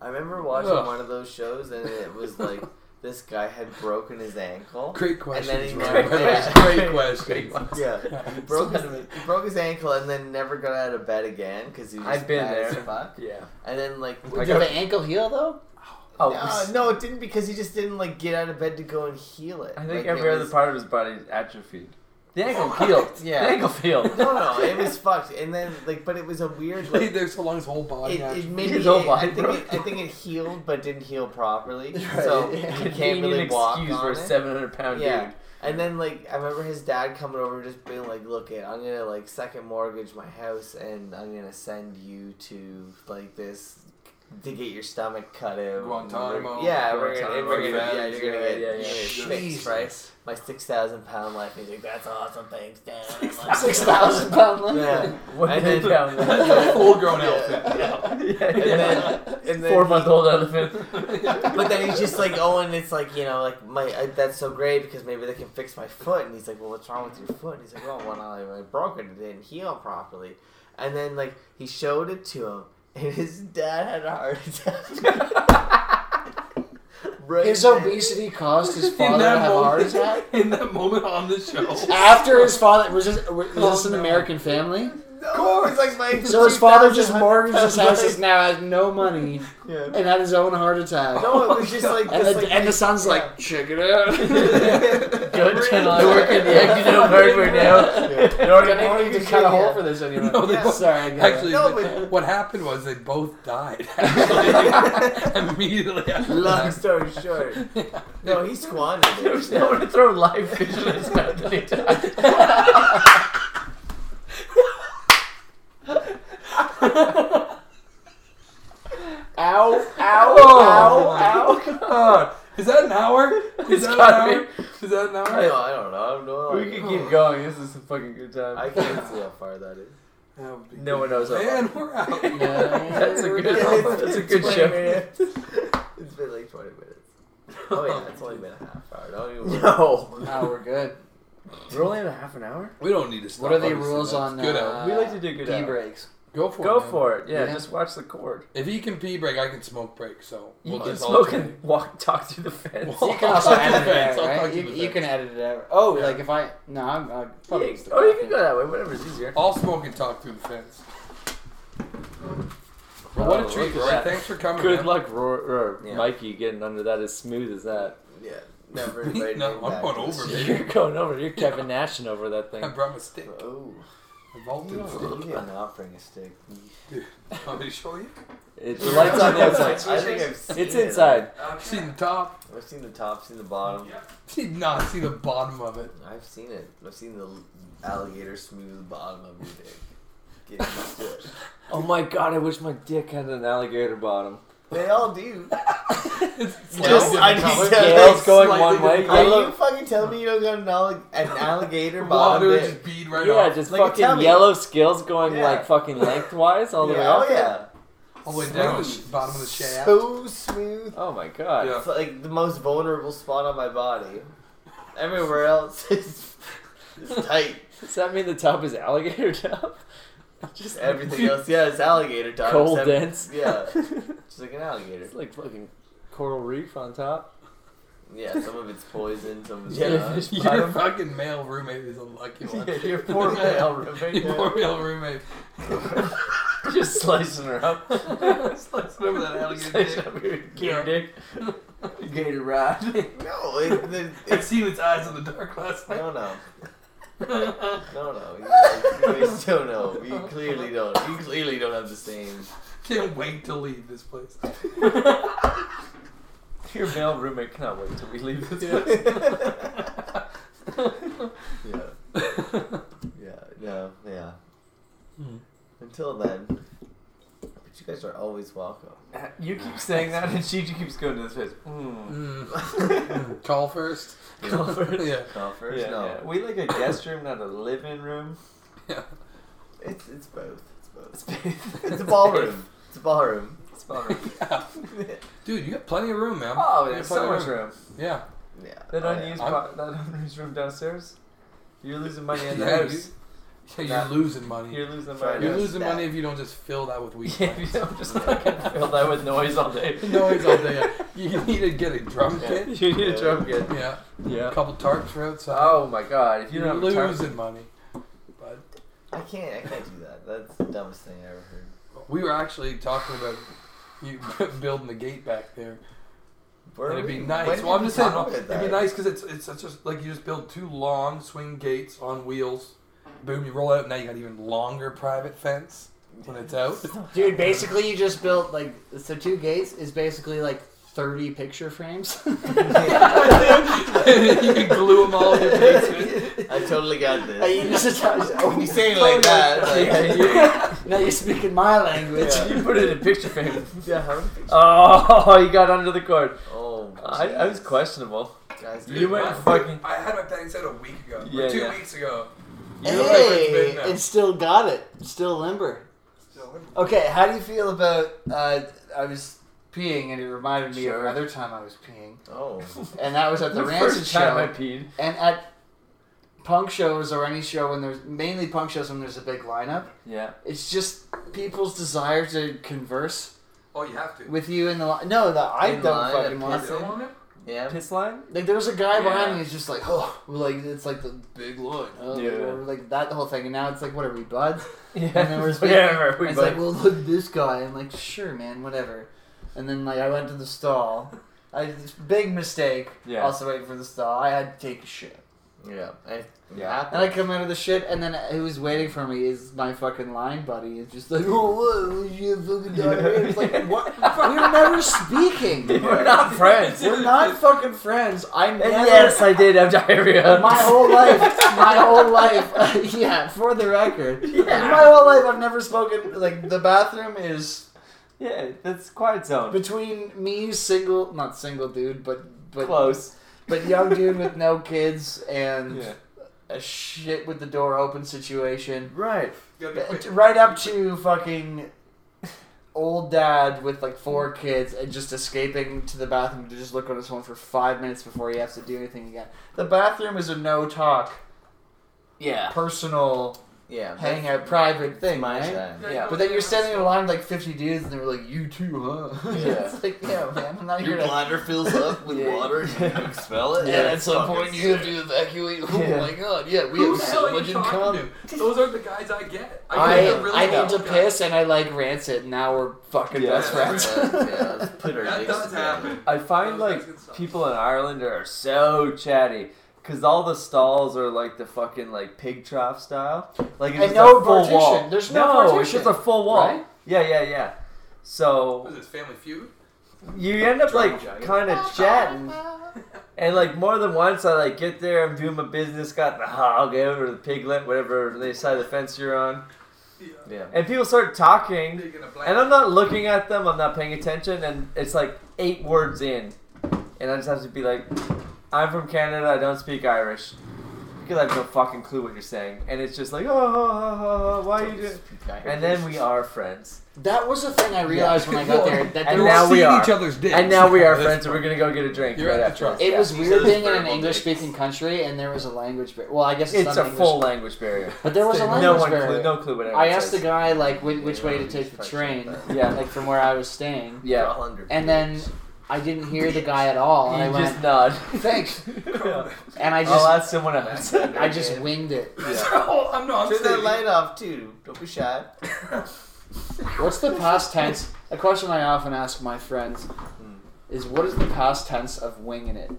[SPEAKER 4] I remember watching
[SPEAKER 2] Ugh.
[SPEAKER 4] one of those shows, and it was like this guy had broken his ankle.
[SPEAKER 2] Great
[SPEAKER 4] And
[SPEAKER 2] questions.
[SPEAKER 4] then he
[SPEAKER 2] Ryan.
[SPEAKER 4] never-
[SPEAKER 2] That was Great questions.
[SPEAKER 4] Yeah, he broke his, he broke his ankle and then never got out of bed again because he was
[SPEAKER 3] I've
[SPEAKER 4] just
[SPEAKER 3] been
[SPEAKER 4] bad
[SPEAKER 3] there.
[SPEAKER 4] as fuck.
[SPEAKER 3] Yeah.
[SPEAKER 4] And then like,
[SPEAKER 3] I
[SPEAKER 1] Did
[SPEAKER 3] got-
[SPEAKER 1] the ankle heal though?
[SPEAKER 3] Oh,
[SPEAKER 4] no, no, it didn't because he just didn't like get out of bed to go and heal it.
[SPEAKER 3] I think
[SPEAKER 4] Like, it
[SPEAKER 3] every other
[SPEAKER 4] was-
[SPEAKER 3] part of his body is atrophied. The ankle healed.
[SPEAKER 4] Yeah.
[SPEAKER 3] The ankle healed.
[SPEAKER 4] No, no, it was fucked. And then like, but it was a weird like.
[SPEAKER 2] Played there so long his whole
[SPEAKER 3] Oh
[SPEAKER 2] body.
[SPEAKER 4] It, it
[SPEAKER 2] actually-
[SPEAKER 4] made
[SPEAKER 3] His
[SPEAKER 4] me-
[SPEAKER 3] whole
[SPEAKER 4] I
[SPEAKER 3] body
[SPEAKER 4] think it,
[SPEAKER 3] broke.
[SPEAKER 4] I think it healed, but didn't heal properly.
[SPEAKER 1] Right.
[SPEAKER 4] So
[SPEAKER 1] Yeah.
[SPEAKER 4] he can't really
[SPEAKER 3] Convenient
[SPEAKER 4] walk
[SPEAKER 3] excuse
[SPEAKER 4] on
[SPEAKER 3] for a
[SPEAKER 4] it.
[SPEAKER 3] 700 pound
[SPEAKER 4] Yeah.
[SPEAKER 3] dude.
[SPEAKER 4] And then like I remember his dad coming over, and just being like, "Look, it, I'm gonna like second mortgage my house, and I'm gonna send you to like this to get your stomach cut out.
[SPEAKER 2] Guantanamo.
[SPEAKER 4] Yeah, we're gonna,
[SPEAKER 2] Guantanamo
[SPEAKER 4] we're gonna, yeah,
[SPEAKER 2] Valley,
[SPEAKER 4] you're gonna get
[SPEAKER 3] yeah, yeah,
[SPEAKER 4] you're
[SPEAKER 2] yeah.
[SPEAKER 4] gonna get fixed, right? My six thousand pound life music. That's awesome. Thanks, Dad.
[SPEAKER 1] Six thousand pound limb.
[SPEAKER 4] Yeah.
[SPEAKER 3] What
[SPEAKER 4] And
[SPEAKER 3] did
[SPEAKER 2] A
[SPEAKER 4] then-
[SPEAKER 3] then,
[SPEAKER 2] full grown elephant.
[SPEAKER 3] yeah,
[SPEAKER 4] And then, and then
[SPEAKER 3] four
[SPEAKER 4] he-
[SPEAKER 3] month old elephant.
[SPEAKER 4] But then he's just like, oh, and it's like, you know, like my I, that's so great because maybe they can fix my foot. And he's like, well, what's wrong with your foot? And he's like, well, when I, I broke it, it didn't heal properly. And then like he showed it to him, and his dad had a heart attack. right
[SPEAKER 1] His
[SPEAKER 4] then.
[SPEAKER 1] obesity caused his
[SPEAKER 2] In
[SPEAKER 1] father to
[SPEAKER 2] that
[SPEAKER 1] have a heart
[SPEAKER 2] moment.
[SPEAKER 1] attack.
[SPEAKER 2] In that moment on the show.
[SPEAKER 1] After his father was this, was
[SPEAKER 2] Oh,
[SPEAKER 1] this an
[SPEAKER 2] no.
[SPEAKER 1] American family?
[SPEAKER 4] No, it was like my.
[SPEAKER 1] So his father just
[SPEAKER 4] 2,000
[SPEAKER 1] mortgaged his
[SPEAKER 4] pound
[SPEAKER 1] house
[SPEAKER 4] life.
[SPEAKER 1] and now has no money
[SPEAKER 4] Yeah.
[SPEAKER 1] and had his own heart attack.
[SPEAKER 2] Oh,
[SPEAKER 4] No, it was just like.
[SPEAKER 1] and,
[SPEAKER 4] this,
[SPEAKER 1] the,
[SPEAKER 4] like,
[SPEAKER 1] and the son's
[SPEAKER 4] yeah.
[SPEAKER 1] like, check it out.
[SPEAKER 3] Go channel. I work in the executive hardware now.
[SPEAKER 1] You don't need to cut a hole for this anymore.
[SPEAKER 2] No, they
[SPEAKER 1] Yeah.
[SPEAKER 2] won't.
[SPEAKER 1] Sorry, I got
[SPEAKER 2] Actually,
[SPEAKER 4] No,
[SPEAKER 2] the-
[SPEAKER 4] but-
[SPEAKER 2] what happened was they both died. Actually, immediately after
[SPEAKER 4] Long
[SPEAKER 2] that.
[SPEAKER 4] story short, no, he squandered it.
[SPEAKER 3] There was no one to throw live fish in his mouth at any time.
[SPEAKER 1] it. Ow, ow,
[SPEAKER 2] Oh,
[SPEAKER 1] ow, ow.
[SPEAKER 2] God. Is that an hour? Is
[SPEAKER 3] It's
[SPEAKER 2] that an
[SPEAKER 3] gotta
[SPEAKER 2] hour? Is that an
[SPEAKER 4] I don't,
[SPEAKER 2] hour?
[SPEAKER 4] I don't know. I don't know. oh.
[SPEAKER 3] We could keep going. This is a fucking good
[SPEAKER 4] I
[SPEAKER 3] time.
[SPEAKER 4] can't see how far that is.
[SPEAKER 2] That would be
[SPEAKER 3] No
[SPEAKER 2] good.
[SPEAKER 3] one knows how
[SPEAKER 2] And we're out.
[SPEAKER 3] That's a good- that's a good
[SPEAKER 4] 20
[SPEAKER 3] show.
[SPEAKER 4] minutes. It's been like 20 minutes. Oh, yeah, it's only been a half hour. Don't even worry.
[SPEAKER 3] No.
[SPEAKER 1] Now we're good.
[SPEAKER 3] We're only at a half an hour?
[SPEAKER 2] We don't need to stop.
[SPEAKER 1] What are the
[SPEAKER 2] obviously,
[SPEAKER 1] rules
[SPEAKER 2] that's
[SPEAKER 1] on
[SPEAKER 2] good
[SPEAKER 1] uh,
[SPEAKER 2] out.
[SPEAKER 3] We like to do good
[SPEAKER 1] pee
[SPEAKER 3] hour.
[SPEAKER 1] breaks?
[SPEAKER 2] Go for
[SPEAKER 3] Go
[SPEAKER 2] it. man.
[SPEAKER 3] for it. Yeah,
[SPEAKER 1] Yeah.
[SPEAKER 3] just watch the cord.
[SPEAKER 2] If he can pee break, I can smoke break. So
[SPEAKER 3] You
[SPEAKER 2] we'll
[SPEAKER 3] can
[SPEAKER 2] just
[SPEAKER 3] smoke
[SPEAKER 2] alternate.
[SPEAKER 3] and walk, talk through the fence.
[SPEAKER 2] Well,
[SPEAKER 1] You can
[SPEAKER 2] I'll
[SPEAKER 1] also
[SPEAKER 2] talk to
[SPEAKER 1] edit
[SPEAKER 2] the
[SPEAKER 1] it
[SPEAKER 2] fans,
[SPEAKER 1] out,
[SPEAKER 2] I'll talk
[SPEAKER 1] right?
[SPEAKER 2] to
[SPEAKER 1] You,
[SPEAKER 2] the
[SPEAKER 1] you
[SPEAKER 2] fans.
[SPEAKER 1] can edit it out. Oh,
[SPEAKER 2] Yeah.
[SPEAKER 1] like if I no, I'm I
[SPEAKER 3] Yeah,
[SPEAKER 1] probably
[SPEAKER 3] oh, you can go that way. Whatever's easier.
[SPEAKER 2] I'll smoke and talk through the fence. Well, what a
[SPEAKER 3] Oh, look
[SPEAKER 2] treat,
[SPEAKER 3] at
[SPEAKER 2] Roy.
[SPEAKER 3] that.
[SPEAKER 2] Thanks for coming.
[SPEAKER 3] Good
[SPEAKER 2] man.
[SPEAKER 3] luck, Roar, or
[SPEAKER 4] Yeah.
[SPEAKER 3] Mikey, getting under that as smooth as that.
[SPEAKER 4] Yeah, never invited
[SPEAKER 2] No,
[SPEAKER 4] me
[SPEAKER 2] I'm
[SPEAKER 4] back
[SPEAKER 2] going
[SPEAKER 4] to
[SPEAKER 2] over,
[SPEAKER 4] the
[SPEAKER 2] baby.
[SPEAKER 3] You're going over. You're Kevin Nashing over that
[SPEAKER 2] I
[SPEAKER 3] thing.
[SPEAKER 2] brought my stick.
[SPEAKER 4] show. Oh,
[SPEAKER 2] I vaulted stick.
[SPEAKER 4] you cannot bring a stick.
[SPEAKER 2] Want me to show you?
[SPEAKER 3] It, the light's on the outside.
[SPEAKER 4] I think I've seen
[SPEAKER 3] It's
[SPEAKER 4] it.
[SPEAKER 3] inside.
[SPEAKER 2] I've seen the top.
[SPEAKER 4] I've seen the top, seen the bottom.
[SPEAKER 2] Did not see the bottom of it.
[SPEAKER 4] I've seen it. I've seen the alligator smooth bottom of your dick. Get used to it.
[SPEAKER 3] Oh my god! I wish my dick had an alligator bottom.
[SPEAKER 4] They all do.
[SPEAKER 2] It's
[SPEAKER 4] Just-
[SPEAKER 2] like
[SPEAKER 4] I
[SPEAKER 2] the
[SPEAKER 4] need
[SPEAKER 2] top.
[SPEAKER 4] to- Yeah,
[SPEAKER 3] Gail's
[SPEAKER 4] it's
[SPEAKER 3] going
[SPEAKER 2] slightly
[SPEAKER 3] one way.
[SPEAKER 2] different.
[SPEAKER 4] Are
[SPEAKER 3] Gail-
[SPEAKER 4] you fucking telling me you don't got an, allig- an alligator bottom
[SPEAKER 2] Water
[SPEAKER 4] dick?
[SPEAKER 2] just bead right
[SPEAKER 3] yeah,
[SPEAKER 2] off.
[SPEAKER 3] just
[SPEAKER 4] Like a
[SPEAKER 3] fucking
[SPEAKER 4] tummy.
[SPEAKER 3] yellow skills going
[SPEAKER 4] Yeah.
[SPEAKER 3] like fucking lengthwise all the way
[SPEAKER 4] Yeah,
[SPEAKER 3] up.
[SPEAKER 4] oh yeah.
[SPEAKER 2] all the way down the sh-
[SPEAKER 4] smooth.
[SPEAKER 2] bottom of the shaft.
[SPEAKER 4] So smooth.
[SPEAKER 3] Oh my god.
[SPEAKER 2] Yeah.
[SPEAKER 4] It's like the most vulnerable spot on my body. Everywhere else is, is tight.
[SPEAKER 3] Does that mean the top is alligator top? Just
[SPEAKER 4] Everything else, yeah, it's alligator time.
[SPEAKER 3] cold
[SPEAKER 4] except-
[SPEAKER 3] dense.
[SPEAKER 4] Yeah,
[SPEAKER 3] it's
[SPEAKER 4] just like an alligator.
[SPEAKER 3] like fucking coral reef on top.
[SPEAKER 4] Yeah, some of it's poison, some of it's
[SPEAKER 3] Jellyfish
[SPEAKER 2] Your
[SPEAKER 3] bottom.
[SPEAKER 2] fucking male roommate is a lucky
[SPEAKER 4] not.
[SPEAKER 2] one.
[SPEAKER 4] Yeah, your poor male roommate.
[SPEAKER 2] Your poor male roommate.
[SPEAKER 3] Just slicing her up.
[SPEAKER 2] Slicing over that alligator
[SPEAKER 3] Slicing
[SPEAKER 2] dick.
[SPEAKER 3] up your
[SPEAKER 2] Yeah.
[SPEAKER 3] gator dick.
[SPEAKER 4] Gator rat. No, it, it,
[SPEAKER 2] I
[SPEAKER 4] it's
[SPEAKER 2] seen its eyes in the dark last night.
[SPEAKER 4] no, no. No, no, you, you guys don't know. You clearly don't. You clearly don't have the same.
[SPEAKER 2] Can't wait to leave this place.
[SPEAKER 3] Your male roommate cannot wait till we leave this
[SPEAKER 2] Yeah.
[SPEAKER 3] place.
[SPEAKER 4] Yeah, yeah, no, yeah.
[SPEAKER 2] Mm.
[SPEAKER 4] Until then, but you guys are always welcome.
[SPEAKER 3] You keep saying that, and she keeps going to this Hmm. face.
[SPEAKER 2] Mm. Hmm. Call first.
[SPEAKER 3] Call first.
[SPEAKER 2] Yeah.
[SPEAKER 4] Call first?
[SPEAKER 3] Yeah,
[SPEAKER 4] no,
[SPEAKER 3] yeah. We like a guest room, not a live-in room.
[SPEAKER 2] yeah.
[SPEAKER 4] it's it's both. It's both. It's a ballroom. It's a ballroom.
[SPEAKER 3] It's about right.
[SPEAKER 2] Dude, you got plenty of room, man.
[SPEAKER 3] Oh,
[SPEAKER 2] You
[SPEAKER 3] there's
[SPEAKER 2] got plenty
[SPEAKER 3] so
[SPEAKER 2] of
[SPEAKER 3] much room.
[SPEAKER 2] Yeah.
[SPEAKER 4] yeah.
[SPEAKER 3] That
[SPEAKER 4] oh,
[SPEAKER 3] unused,
[SPEAKER 2] I'm-
[SPEAKER 3] po- that unused room downstairs. You're losing money in the
[SPEAKER 2] Yeah,
[SPEAKER 3] house.
[SPEAKER 2] Yeah, you're
[SPEAKER 4] That-
[SPEAKER 2] losing money. You're,
[SPEAKER 4] You're losing
[SPEAKER 5] Fair
[SPEAKER 4] money.
[SPEAKER 5] enough.
[SPEAKER 2] losing
[SPEAKER 4] That-
[SPEAKER 2] money if you don't just fill that with weed.
[SPEAKER 4] Yeah, if you don't just fucking fill that with noise all day.
[SPEAKER 2] Noise all day. You need to get a drum kit.
[SPEAKER 4] You need a drum kit.
[SPEAKER 2] Yeah, a
[SPEAKER 3] Yeah.
[SPEAKER 2] couple tarps for outside.
[SPEAKER 3] Oh my god, if you
[SPEAKER 2] you're
[SPEAKER 3] don't have a tarp-
[SPEAKER 2] losing money. But
[SPEAKER 4] I can't. I can't do that. That's the dumbest thing I ever heard.
[SPEAKER 2] we were actually talking about you building the gate back there.
[SPEAKER 4] Where
[SPEAKER 2] it'd
[SPEAKER 4] are
[SPEAKER 2] be
[SPEAKER 4] we-
[SPEAKER 2] nice.
[SPEAKER 4] when did
[SPEAKER 2] Well, I'm
[SPEAKER 4] we
[SPEAKER 2] just saying,
[SPEAKER 4] talk about
[SPEAKER 2] it'd
[SPEAKER 4] that?
[SPEAKER 2] be nice because it's it's such a, like you just build two long swing gates on wheels. Boom, you roll out. Now you got even longer private fence when it's out.
[SPEAKER 1] Dude, basically you just built like so two gates is basically like thirty picture frames.
[SPEAKER 2] you can glue them all in your basement.
[SPEAKER 4] I totally got this.
[SPEAKER 1] And you just attach-
[SPEAKER 4] you say it like that. Like,
[SPEAKER 1] now you're speaking my language.
[SPEAKER 4] Yeah.
[SPEAKER 3] You put it in picture frame.
[SPEAKER 4] yeah, how many pictures-
[SPEAKER 3] Oh, you got under the cord.
[SPEAKER 4] Oh,
[SPEAKER 3] I, I was
[SPEAKER 4] jeez.
[SPEAKER 3] questionable.
[SPEAKER 4] Guys,
[SPEAKER 3] You
[SPEAKER 4] dude,
[SPEAKER 3] went
[SPEAKER 4] my-
[SPEAKER 3] fucking-
[SPEAKER 2] I had my bangs out a week ago. or
[SPEAKER 3] Yeah,
[SPEAKER 2] two
[SPEAKER 3] yeah.
[SPEAKER 2] weeks ago.
[SPEAKER 3] You
[SPEAKER 2] Hey.
[SPEAKER 3] look-
[SPEAKER 1] Hey,
[SPEAKER 2] now.
[SPEAKER 1] and still got it. Still limber.
[SPEAKER 2] Still
[SPEAKER 1] Okay, how do you feel about? Uh, I was peeing, and it reminded me
[SPEAKER 3] Sure.
[SPEAKER 1] of another time I was peeing,
[SPEAKER 4] Oh,
[SPEAKER 1] and that was at the,
[SPEAKER 3] the
[SPEAKER 1] Rancid
[SPEAKER 3] first
[SPEAKER 1] show,
[SPEAKER 3] time I peed.
[SPEAKER 1] and at punk shows or any show when there's mainly punk shows when there's a big lineup.
[SPEAKER 3] Yeah.
[SPEAKER 1] It's just people's desire to converse
[SPEAKER 2] Oh, you have to.
[SPEAKER 1] with you in the line. No, that I
[SPEAKER 4] In
[SPEAKER 1] don't
[SPEAKER 4] line
[SPEAKER 1] fucking
[SPEAKER 4] at
[SPEAKER 1] want.
[SPEAKER 2] You don't want it?
[SPEAKER 4] yeah.
[SPEAKER 3] Piss line?
[SPEAKER 1] Like there was a guy
[SPEAKER 3] Yeah.
[SPEAKER 1] behind me who's just like, oh, we're like it's like the big line, huh? Like,
[SPEAKER 3] Yeah.
[SPEAKER 1] we're like that whole thing, and now it's like, what are we buds?
[SPEAKER 3] Yeah.
[SPEAKER 1] And then we're just like-
[SPEAKER 3] Whatever.
[SPEAKER 1] And
[SPEAKER 3] We
[SPEAKER 1] it's
[SPEAKER 3] both-
[SPEAKER 1] like, well, look at this guy. I'm like, sure, man, whatever. And then like I went to the stall. I it's a big mistake.
[SPEAKER 3] Yeah.
[SPEAKER 1] Also waiting for the stall. I had to take a shit.
[SPEAKER 4] Yeah. I-
[SPEAKER 3] Yeah.
[SPEAKER 1] And I come out of the shit, and then who's waiting for me is my fucking line buddy. It's just like, oh, what? You fucking diarrhea. It's like, what? We We're never speaking.
[SPEAKER 3] we're not friends.
[SPEAKER 1] We're not fucking friends. I
[SPEAKER 3] And
[SPEAKER 1] never.
[SPEAKER 3] yes, I did have diarrhea.
[SPEAKER 1] My whole life, my whole life, yeah. For the record, my whole life, I've never spoken. Like the bathroom is
[SPEAKER 3] yeah, that's quiet zone.
[SPEAKER 1] between me single not single dude but but
[SPEAKER 3] Close.
[SPEAKER 1] but young dude with no kids and
[SPEAKER 3] Yeah.
[SPEAKER 1] a shit with the door open situation
[SPEAKER 3] Right.
[SPEAKER 2] You gotta be quick.
[SPEAKER 1] right up to fucking old dad with like four kids and just escaping to the bathroom to just look at his phone for five minutes before he has to do anything again the bathroom is a no talk
[SPEAKER 3] Yeah.
[SPEAKER 1] personal
[SPEAKER 4] Yeah.
[SPEAKER 1] hangout private thing
[SPEAKER 4] My
[SPEAKER 1] right
[SPEAKER 4] time.
[SPEAKER 2] Yeah,
[SPEAKER 3] Yeah.
[SPEAKER 2] you
[SPEAKER 1] but
[SPEAKER 2] know,
[SPEAKER 1] then you're standing in a line with like 50 dudes and they were like you too huh
[SPEAKER 4] Yeah.
[SPEAKER 1] it's like yeah man i'm not
[SPEAKER 4] Your
[SPEAKER 1] here to
[SPEAKER 4] bladder fills up with
[SPEAKER 3] Yeah.
[SPEAKER 4] water. and You can smell it.
[SPEAKER 1] And at some point, you have to evacuate. Oh
[SPEAKER 3] Yeah.
[SPEAKER 1] my god, yeah, we
[SPEAKER 2] Who
[SPEAKER 1] have
[SPEAKER 2] the hell
[SPEAKER 1] so
[SPEAKER 2] are you
[SPEAKER 1] much in
[SPEAKER 2] talking
[SPEAKER 1] common.
[SPEAKER 2] to? Those aren't the guys I get.
[SPEAKER 1] I,
[SPEAKER 2] get the really
[SPEAKER 1] I
[SPEAKER 2] old
[SPEAKER 1] need to
[SPEAKER 2] guys.
[SPEAKER 1] piss and I like rancid, and now we're fucking
[SPEAKER 3] Yeah.
[SPEAKER 1] best friends.
[SPEAKER 4] Yeah, let's put our
[SPEAKER 2] That
[SPEAKER 4] dicks
[SPEAKER 2] does
[SPEAKER 4] together.
[SPEAKER 2] happen.
[SPEAKER 3] I find
[SPEAKER 2] Those
[SPEAKER 3] like
[SPEAKER 2] guys can suck.
[SPEAKER 3] people in Ireland are so chatty because all the stalls are like the fucking like pig trough style. Like it's
[SPEAKER 1] And
[SPEAKER 3] just
[SPEAKER 1] no
[SPEAKER 3] a full wall.
[SPEAKER 1] partition. There's no
[SPEAKER 3] it's
[SPEAKER 1] partition,
[SPEAKER 3] just a full wall.
[SPEAKER 1] right?
[SPEAKER 3] Yeah, yeah, yeah.
[SPEAKER 2] What
[SPEAKER 3] So
[SPEAKER 2] is this, Family Feud?
[SPEAKER 3] you end up like
[SPEAKER 5] Giant.
[SPEAKER 3] kind of chatting, and like more than once, I like get there. I'm doing my business, got the hog out or the piglet, whatever the side of the fence you're on,
[SPEAKER 2] Yeah.
[SPEAKER 4] Yeah.
[SPEAKER 3] and people start talking.
[SPEAKER 2] You're gonna
[SPEAKER 3] And I'm not looking at them, I'm not paying attention, and it's like eight words in. And I just have to be like, I'm from Canada, I don't speak Irish. Because I have no fucking clue what you're saying. And it's just like, oh, oh, oh, oh, why are you doing And then we are friends.
[SPEAKER 1] That was the thing I realized when I got there. That
[SPEAKER 3] And
[SPEAKER 1] there
[SPEAKER 3] now
[SPEAKER 1] was,
[SPEAKER 3] we are.
[SPEAKER 2] each other's dicks.
[SPEAKER 3] And now we are friends, and we're gonna go get a drink
[SPEAKER 2] You're
[SPEAKER 3] right
[SPEAKER 2] at the
[SPEAKER 3] after.
[SPEAKER 2] truck.
[SPEAKER 3] this.
[SPEAKER 1] it was
[SPEAKER 4] Yeah.
[SPEAKER 1] weird
[SPEAKER 4] These are
[SPEAKER 1] being in an
[SPEAKER 4] verbal
[SPEAKER 1] English speaking country, and there was a language barrier. Well, I guess it's,
[SPEAKER 3] It's
[SPEAKER 1] not
[SPEAKER 3] a
[SPEAKER 1] English,
[SPEAKER 3] full language barrier.
[SPEAKER 1] but there was a
[SPEAKER 2] No
[SPEAKER 1] language
[SPEAKER 3] No one,
[SPEAKER 1] barrier.
[SPEAKER 3] clue, no clue what
[SPEAKER 1] I
[SPEAKER 3] everyone
[SPEAKER 1] asked the
[SPEAKER 3] says.
[SPEAKER 1] guy like which, which
[SPEAKER 4] Yeah,
[SPEAKER 1] way to
[SPEAKER 4] he's
[SPEAKER 1] take the
[SPEAKER 4] fucking
[SPEAKER 1] train,
[SPEAKER 4] bad.
[SPEAKER 3] Yeah.
[SPEAKER 1] like from where I was staying.
[SPEAKER 3] Yeah.
[SPEAKER 1] And then I didn't hear the guy at all, and I
[SPEAKER 3] You
[SPEAKER 1] went,
[SPEAKER 3] just nod.
[SPEAKER 1] "Thanks,"
[SPEAKER 3] Yeah.
[SPEAKER 1] and I
[SPEAKER 3] I'll
[SPEAKER 1] just
[SPEAKER 3] ask someone else.
[SPEAKER 1] I just winged it.
[SPEAKER 2] Oh, I'm not. I'm
[SPEAKER 4] Turn that
[SPEAKER 2] saving.
[SPEAKER 4] light off too. Don't be shy.
[SPEAKER 1] What's the past tense? A question I often ask my friends
[SPEAKER 3] Hmm.
[SPEAKER 1] is what is the past tense of winging it?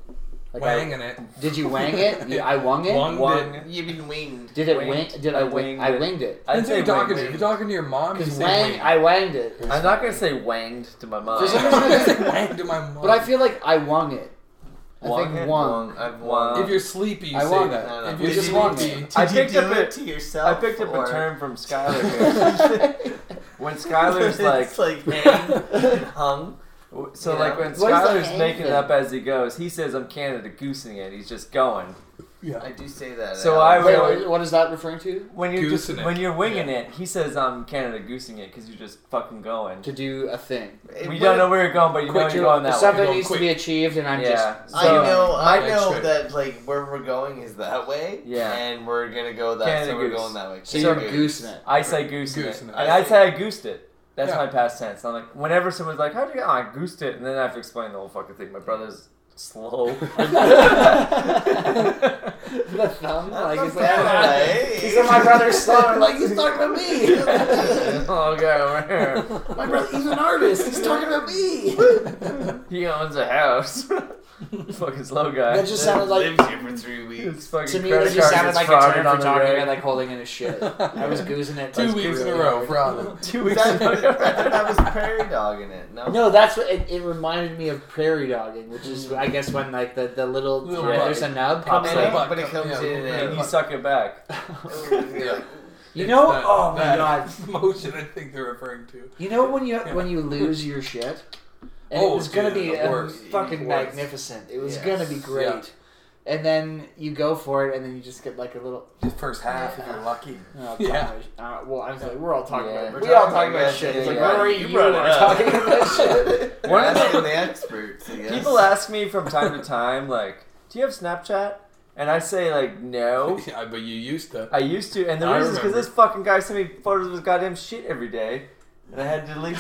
[SPEAKER 1] Like I-
[SPEAKER 2] Wanging it.
[SPEAKER 1] did you wang it? You- I wung it.
[SPEAKER 2] Wung
[SPEAKER 3] Wang.
[SPEAKER 2] it.
[SPEAKER 4] You've been winged.
[SPEAKER 1] Did it
[SPEAKER 3] Winged.
[SPEAKER 1] wing? Did I,
[SPEAKER 3] I
[SPEAKER 1] wing?
[SPEAKER 3] winged
[SPEAKER 1] I
[SPEAKER 3] it.
[SPEAKER 1] winged it.
[SPEAKER 3] I'd
[SPEAKER 2] Didn't say
[SPEAKER 3] say
[SPEAKER 2] you're talking to.
[SPEAKER 3] wing.
[SPEAKER 2] If you're talking to your mom, you
[SPEAKER 1] Because
[SPEAKER 2] say
[SPEAKER 1] wang,
[SPEAKER 2] wang.
[SPEAKER 1] I wanged it.
[SPEAKER 3] I'm not gonna say wanged to my mom.
[SPEAKER 1] For some reason-
[SPEAKER 2] I say wang to my mom.
[SPEAKER 1] But I feel like I wung it. I
[SPEAKER 3] Wung
[SPEAKER 1] think
[SPEAKER 3] it?
[SPEAKER 1] wung.
[SPEAKER 4] I've
[SPEAKER 3] Wang.
[SPEAKER 2] if you're sleepy, you
[SPEAKER 1] I
[SPEAKER 2] say
[SPEAKER 1] wang
[SPEAKER 2] that.
[SPEAKER 4] No, no,
[SPEAKER 2] If
[SPEAKER 4] we
[SPEAKER 2] you're
[SPEAKER 1] just wang
[SPEAKER 2] sleepy,
[SPEAKER 4] Did
[SPEAKER 3] I
[SPEAKER 4] you
[SPEAKER 3] picked
[SPEAKER 4] do
[SPEAKER 3] up a-
[SPEAKER 4] it to
[SPEAKER 3] I
[SPEAKER 4] yourself.
[SPEAKER 3] picked up
[SPEAKER 4] or-
[SPEAKER 3] a term from Skylar here. when Skylar's
[SPEAKER 4] It's
[SPEAKER 3] like,
[SPEAKER 4] like hanged and hung.
[SPEAKER 3] w- so
[SPEAKER 4] Yeah.
[SPEAKER 3] like when
[SPEAKER 1] What is the
[SPEAKER 3] Skylar's
[SPEAKER 1] hang
[SPEAKER 3] making it
[SPEAKER 1] thing?
[SPEAKER 3] up as he goes, he says, "I'm Canada goosing it." He's just going,
[SPEAKER 2] Yeah.
[SPEAKER 4] I do say that.
[SPEAKER 3] So
[SPEAKER 4] Alex.
[SPEAKER 3] I
[SPEAKER 1] Wait,
[SPEAKER 3] really-
[SPEAKER 1] wait, what is that referring to?
[SPEAKER 3] When you're just,
[SPEAKER 2] Goosing it.
[SPEAKER 3] when you're winging it, he says I'm Canada goosing it because you're just fucking going.
[SPEAKER 1] To do a thing.
[SPEAKER 4] It
[SPEAKER 3] we
[SPEAKER 4] would-
[SPEAKER 3] don't know where you're going, but you know you're going that
[SPEAKER 1] something
[SPEAKER 3] way.
[SPEAKER 2] You're going
[SPEAKER 1] needs to be achieved, and I'm
[SPEAKER 3] Yeah.
[SPEAKER 1] just.
[SPEAKER 4] I
[SPEAKER 3] So-
[SPEAKER 4] know, I
[SPEAKER 2] Like
[SPEAKER 4] know
[SPEAKER 2] straight.
[SPEAKER 4] that like where we're going is that way.
[SPEAKER 3] Yeah.
[SPEAKER 4] and we're gonna go that.
[SPEAKER 3] Canada
[SPEAKER 4] so we're
[SPEAKER 3] Goose.
[SPEAKER 4] going that way.
[SPEAKER 1] So
[SPEAKER 4] Canada
[SPEAKER 1] you're goosing it.
[SPEAKER 3] I say goosing, it.
[SPEAKER 2] Goosing it.
[SPEAKER 3] and I say I goosed it. That's
[SPEAKER 2] Yeah.
[SPEAKER 3] my past tense. I'm like, whenever someone's like, "How'd you get?" Oh, I goosed it, and then I have to explain the whole fucking thing. My brother's slow.
[SPEAKER 1] The thumb? Like,
[SPEAKER 4] That's
[SPEAKER 1] it's
[SPEAKER 4] not bad,
[SPEAKER 1] like.
[SPEAKER 4] eh?
[SPEAKER 1] He said my brother's slow. Like, he's talking about me.
[SPEAKER 3] oh, guy over here,
[SPEAKER 1] my brother, he's an artist. He's talking about me.
[SPEAKER 3] he owns a house. fucking slow guy.
[SPEAKER 1] That just sounded like.
[SPEAKER 4] lived here for three weeks.
[SPEAKER 3] His fucking
[SPEAKER 1] To me,
[SPEAKER 3] credit
[SPEAKER 1] that just
[SPEAKER 3] card
[SPEAKER 1] sounded
[SPEAKER 3] gets
[SPEAKER 1] like a
[SPEAKER 3] frauded
[SPEAKER 1] term
[SPEAKER 3] on
[SPEAKER 1] for
[SPEAKER 3] the
[SPEAKER 1] talking
[SPEAKER 3] reg.
[SPEAKER 1] about like holding in a shit. I was goosing it.
[SPEAKER 2] Two
[SPEAKER 1] like,
[SPEAKER 2] weeks in a
[SPEAKER 1] really
[SPEAKER 2] row,
[SPEAKER 1] hard.
[SPEAKER 2] fraud.
[SPEAKER 3] two weeks
[SPEAKER 4] That,
[SPEAKER 3] ago.
[SPEAKER 4] that was prairie dog in it. No,
[SPEAKER 1] No, that's what it, it reminded me of prairie dogging, which is I guess when like the, the little,
[SPEAKER 2] Little
[SPEAKER 1] thread-
[SPEAKER 2] bug.
[SPEAKER 1] there's a nub
[SPEAKER 4] And
[SPEAKER 1] pops
[SPEAKER 2] Little
[SPEAKER 1] up.
[SPEAKER 2] bug.
[SPEAKER 4] everybody comes
[SPEAKER 2] Yeah,
[SPEAKER 4] in
[SPEAKER 2] little
[SPEAKER 3] and
[SPEAKER 4] and
[SPEAKER 3] you suck it back.
[SPEAKER 2] Yeah.
[SPEAKER 1] You
[SPEAKER 2] It's
[SPEAKER 1] know,
[SPEAKER 2] that-
[SPEAKER 1] oh my
[SPEAKER 2] that
[SPEAKER 1] god,
[SPEAKER 2] Motion, I think they're referring to.
[SPEAKER 1] you know when you when you lose your shit, and it
[SPEAKER 2] Oh,
[SPEAKER 1] was gonna
[SPEAKER 2] dude,
[SPEAKER 1] be
[SPEAKER 2] the
[SPEAKER 1] um,
[SPEAKER 2] worst.
[SPEAKER 1] fucking
[SPEAKER 2] Worst.
[SPEAKER 1] magnificent. It was
[SPEAKER 4] Yes.
[SPEAKER 1] gonna be great, and then you go for it, and then you just get like a little.
[SPEAKER 2] The first half, if you're lucky.
[SPEAKER 1] Oh,
[SPEAKER 2] Yeah.
[SPEAKER 1] gosh. Uh, well, I was like, we're all talking
[SPEAKER 3] Yeah.
[SPEAKER 1] about
[SPEAKER 4] We're
[SPEAKER 1] we all
[SPEAKER 4] talking
[SPEAKER 1] talking
[SPEAKER 4] about
[SPEAKER 1] about shit. It's
[SPEAKER 4] shit,
[SPEAKER 1] like,
[SPEAKER 4] yeah.
[SPEAKER 1] where were
[SPEAKER 4] You
[SPEAKER 1] you?
[SPEAKER 4] brought it
[SPEAKER 1] were
[SPEAKER 4] up.
[SPEAKER 1] talking about shit.
[SPEAKER 4] One
[SPEAKER 3] One
[SPEAKER 4] of
[SPEAKER 3] of
[SPEAKER 4] the,
[SPEAKER 3] the-
[SPEAKER 4] experts. I guess.
[SPEAKER 3] People ask me from time to time, like, "Do you have Snapchat?" And I say, like, "No."
[SPEAKER 2] Yeah, but you used to.
[SPEAKER 3] I used to, and the
[SPEAKER 2] I
[SPEAKER 3] reason is because
[SPEAKER 2] remember.
[SPEAKER 3] this fucking guy sent me photos of his goddamn shit every day, and I had to delete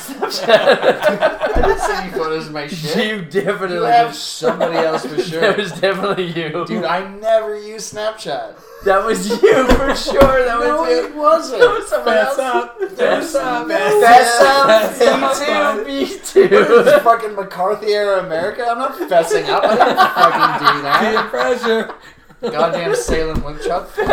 [SPEAKER 3] Snapchat.
[SPEAKER 1] I didn't send you photos of my shit.
[SPEAKER 3] you definitely
[SPEAKER 1] You have somebody else for sure.
[SPEAKER 3] That was definitely you,
[SPEAKER 1] Dude, I never use Snapchat.
[SPEAKER 3] that was you for sure. That
[SPEAKER 1] no,
[SPEAKER 3] was you.
[SPEAKER 1] it wasn't.
[SPEAKER 3] That was someone
[SPEAKER 1] Fess
[SPEAKER 3] else.
[SPEAKER 1] up.
[SPEAKER 3] Fess
[SPEAKER 1] up.
[SPEAKER 3] Fess up.
[SPEAKER 1] Fess up.
[SPEAKER 3] Me
[SPEAKER 1] What is
[SPEAKER 3] too. Me too.
[SPEAKER 1] this, fucking McCarthy era America. I'm not fessing up. I didn't fucking do
[SPEAKER 2] Peer
[SPEAKER 1] that.
[SPEAKER 2] pressure.
[SPEAKER 1] Goddamn Salem Woodchuck.
[SPEAKER 3] up.
[SPEAKER 1] Okay,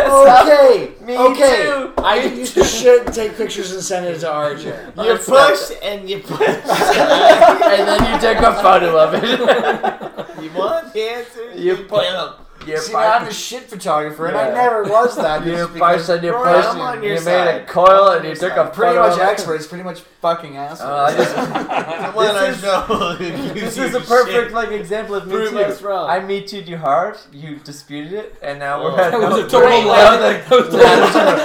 [SPEAKER 3] Oh, Me
[SPEAKER 1] okay.
[SPEAKER 3] too.
[SPEAKER 1] I used to shit and take pictures and send it to RJ.
[SPEAKER 4] You push and you push.
[SPEAKER 3] and then you took a photo of it.
[SPEAKER 4] you want the answer?
[SPEAKER 3] You put-
[SPEAKER 4] them.
[SPEAKER 3] You're
[SPEAKER 1] See, I'm a shit photographer, and I
[SPEAKER 3] Yeah.
[SPEAKER 1] never was that.
[SPEAKER 3] You
[SPEAKER 1] just
[SPEAKER 3] push
[SPEAKER 1] because
[SPEAKER 3] and you
[SPEAKER 1] Roy,
[SPEAKER 3] push.
[SPEAKER 1] I'm
[SPEAKER 4] on
[SPEAKER 3] you
[SPEAKER 4] your
[SPEAKER 3] made a
[SPEAKER 4] side.
[SPEAKER 3] coil
[SPEAKER 4] I'm
[SPEAKER 3] and
[SPEAKER 4] on
[SPEAKER 3] you
[SPEAKER 4] your
[SPEAKER 3] took
[SPEAKER 4] side.
[SPEAKER 3] a
[SPEAKER 1] pretty
[SPEAKER 3] photo
[SPEAKER 1] much
[SPEAKER 3] of it.
[SPEAKER 1] experts, pretty much fucking assholes.
[SPEAKER 3] Uh, I just-
[SPEAKER 4] The one I
[SPEAKER 3] This is-
[SPEAKER 4] know.
[SPEAKER 3] This is a perfect like example of me
[SPEAKER 1] Prove
[SPEAKER 3] too.
[SPEAKER 1] us wrong.
[SPEAKER 3] I me too you hard. You disputed it, and now
[SPEAKER 4] Oh.
[SPEAKER 3] we're at
[SPEAKER 2] That was a
[SPEAKER 3] no-
[SPEAKER 2] total
[SPEAKER 3] Wait,
[SPEAKER 2] lie.
[SPEAKER 3] no,
[SPEAKER 2] That was a
[SPEAKER 3] that-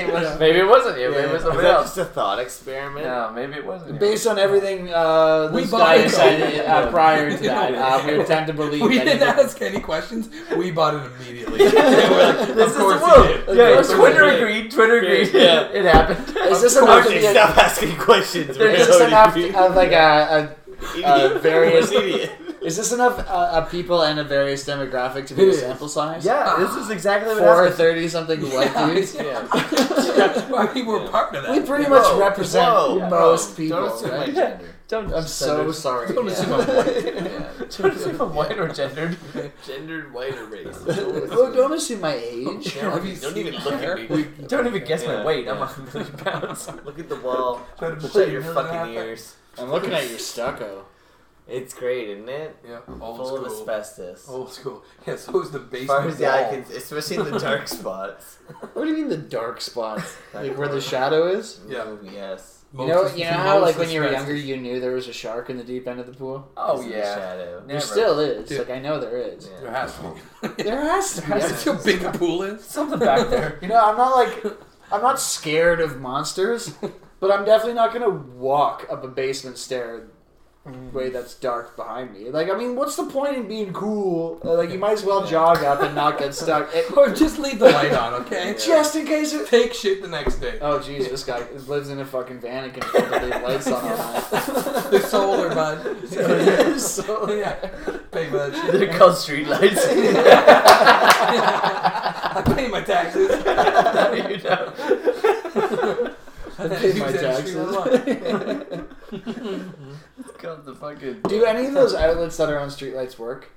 [SPEAKER 1] Maybe
[SPEAKER 3] it wasn't you.
[SPEAKER 1] it was-
[SPEAKER 3] Maybe it wasn't you. Maybe it
[SPEAKER 1] Yeah.
[SPEAKER 3] was
[SPEAKER 4] Is
[SPEAKER 3] somebody
[SPEAKER 4] that
[SPEAKER 3] else.
[SPEAKER 4] just a thought experiment?
[SPEAKER 3] No, maybe it wasn't. you.
[SPEAKER 1] Based on everything uh,
[SPEAKER 2] We
[SPEAKER 1] this
[SPEAKER 2] bought
[SPEAKER 1] guy
[SPEAKER 2] it.
[SPEAKER 1] decided uh, prior to that, uh, we would tend to believe that
[SPEAKER 2] We
[SPEAKER 1] he
[SPEAKER 2] didn't
[SPEAKER 1] did.
[SPEAKER 2] ask any questions. We bought it immediately. They were like,
[SPEAKER 3] this
[SPEAKER 2] of
[SPEAKER 3] is
[SPEAKER 2] course
[SPEAKER 3] the
[SPEAKER 2] you
[SPEAKER 3] world.
[SPEAKER 2] did.
[SPEAKER 3] Yeah,
[SPEAKER 2] Of course
[SPEAKER 3] Twitter
[SPEAKER 2] you did.
[SPEAKER 3] agreed. Twitter agreed.
[SPEAKER 4] Yeah.
[SPEAKER 3] it happened.
[SPEAKER 1] Is this
[SPEAKER 4] Of
[SPEAKER 1] enough
[SPEAKER 4] course
[SPEAKER 1] to
[SPEAKER 4] you
[SPEAKER 1] be a,
[SPEAKER 4] stop asking questions.
[SPEAKER 3] They're
[SPEAKER 4] man.
[SPEAKER 1] is this
[SPEAKER 4] What do
[SPEAKER 1] enough
[SPEAKER 4] you mean?
[SPEAKER 1] of like a,
[SPEAKER 4] Idiot.
[SPEAKER 1] various-
[SPEAKER 4] What an idiot.
[SPEAKER 1] a is this enough uh, of people and a various demographic to be a sample size?
[SPEAKER 3] Yeah, this is exactly what
[SPEAKER 1] four or
[SPEAKER 3] happened.
[SPEAKER 1] thirty something white dudes.
[SPEAKER 2] I mean, we're part of that.
[SPEAKER 1] We pretty much
[SPEAKER 4] Whoa,
[SPEAKER 1] represent
[SPEAKER 4] whoa,
[SPEAKER 1] most
[SPEAKER 4] whoa.
[SPEAKER 1] people.
[SPEAKER 4] Don't assume my
[SPEAKER 1] right?
[SPEAKER 4] gender.
[SPEAKER 3] Don't
[SPEAKER 1] I'm so
[SPEAKER 3] gender.
[SPEAKER 1] sorry.
[SPEAKER 2] Don't
[SPEAKER 1] yeah.
[SPEAKER 2] assume I'm white.
[SPEAKER 4] Yeah.
[SPEAKER 3] Don't assume I'm white or gendered.
[SPEAKER 4] Gendered, white, or race.
[SPEAKER 1] Oh, don't assume my age.
[SPEAKER 4] Yeah,
[SPEAKER 2] Have you
[SPEAKER 4] don't
[SPEAKER 2] seen
[SPEAKER 4] even look
[SPEAKER 2] hair?
[SPEAKER 4] at me.
[SPEAKER 2] We-
[SPEAKER 3] Don't even guess
[SPEAKER 4] Yeah,
[SPEAKER 3] my weight. I'm
[SPEAKER 4] yeah.
[SPEAKER 3] 100 pounds.
[SPEAKER 4] Look at the wall.
[SPEAKER 2] Shut
[SPEAKER 4] Shut your fucking ears.
[SPEAKER 1] I'm looking at your stucco.
[SPEAKER 4] It's great, isn't it?
[SPEAKER 2] Yeah, old
[SPEAKER 4] Full of
[SPEAKER 2] school.
[SPEAKER 4] asbestos.
[SPEAKER 2] Old school. Yeah, so is the
[SPEAKER 4] As
[SPEAKER 2] basement
[SPEAKER 4] far as the eye
[SPEAKER 2] wall.
[SPEAKER 4] can, especially in the dark spots.
[SPEAKER 1] What do you mean the dark spots? Like where the shadow is?
[SPEAKER 2] Yeah.
[SPEAKER 4] Mm, Yes.
[SPEAKER 1] You know,
[SPEAKER 2] Most-
[SPEAKER 1] you know how like
[SPEAKER 2] most
[SPEAKER 1] when you were younger,
[SPEAKER 2] asbestos.
[SPEAKER 1] you knew there was a shark in the deep end of the pool.
[SPEAKER 3] Oh
[SPEAKER 4] It's in the
[SPEAKER 3] yeah.
[SPEAKER 4] shadow.
[SPEAKER 1] There
[SPEAKER 3] Never.
[SPEAKER 1] still is.
[SPEAKER 2] Dude.
[SPEAKER 1] Like I know there is.
[SPEAKER 4] Yeah.
[SPEAKER 2] There has to be.
[SPEAKER 1] There has to be.
[SPEAKER 2] Is it how big the pool is?
[SPEAKER 3] something back there.
[SPEAKER 1] You know, I'm not like I'm not scared of monsters, but I'm definitely not gonna walk up a basement stair way that's dark behind me. Like, I mean, what's the point in being cool? Uh, Like, you might as well jog up and not get stuck. It-
[SPEAKER 2] Or just leave the light on, okay?
[SPEAKER 1] just in case it.
[SPEAKER 2] Take shit the next day.
[SPEAKER 1] Oh, jeez, this guy lives in a fucking van and can afford to leave lights on all night.
[SPEAKER 2] the solar bud.
[SPEAKER 1] So-
[SPEAKER 2] yeah. Pay for that shit.
[SPEAKER 3] They're called streetlights.
[SPEAKER 2] I pay my taxes.
[SPEAKER 3] you know.
[SPEAKER 1] I pay my taxes.
[SPEAKER 3] It's called the fucking.
[SPEAKER 1] Do any of those outlets that are on streetlights work?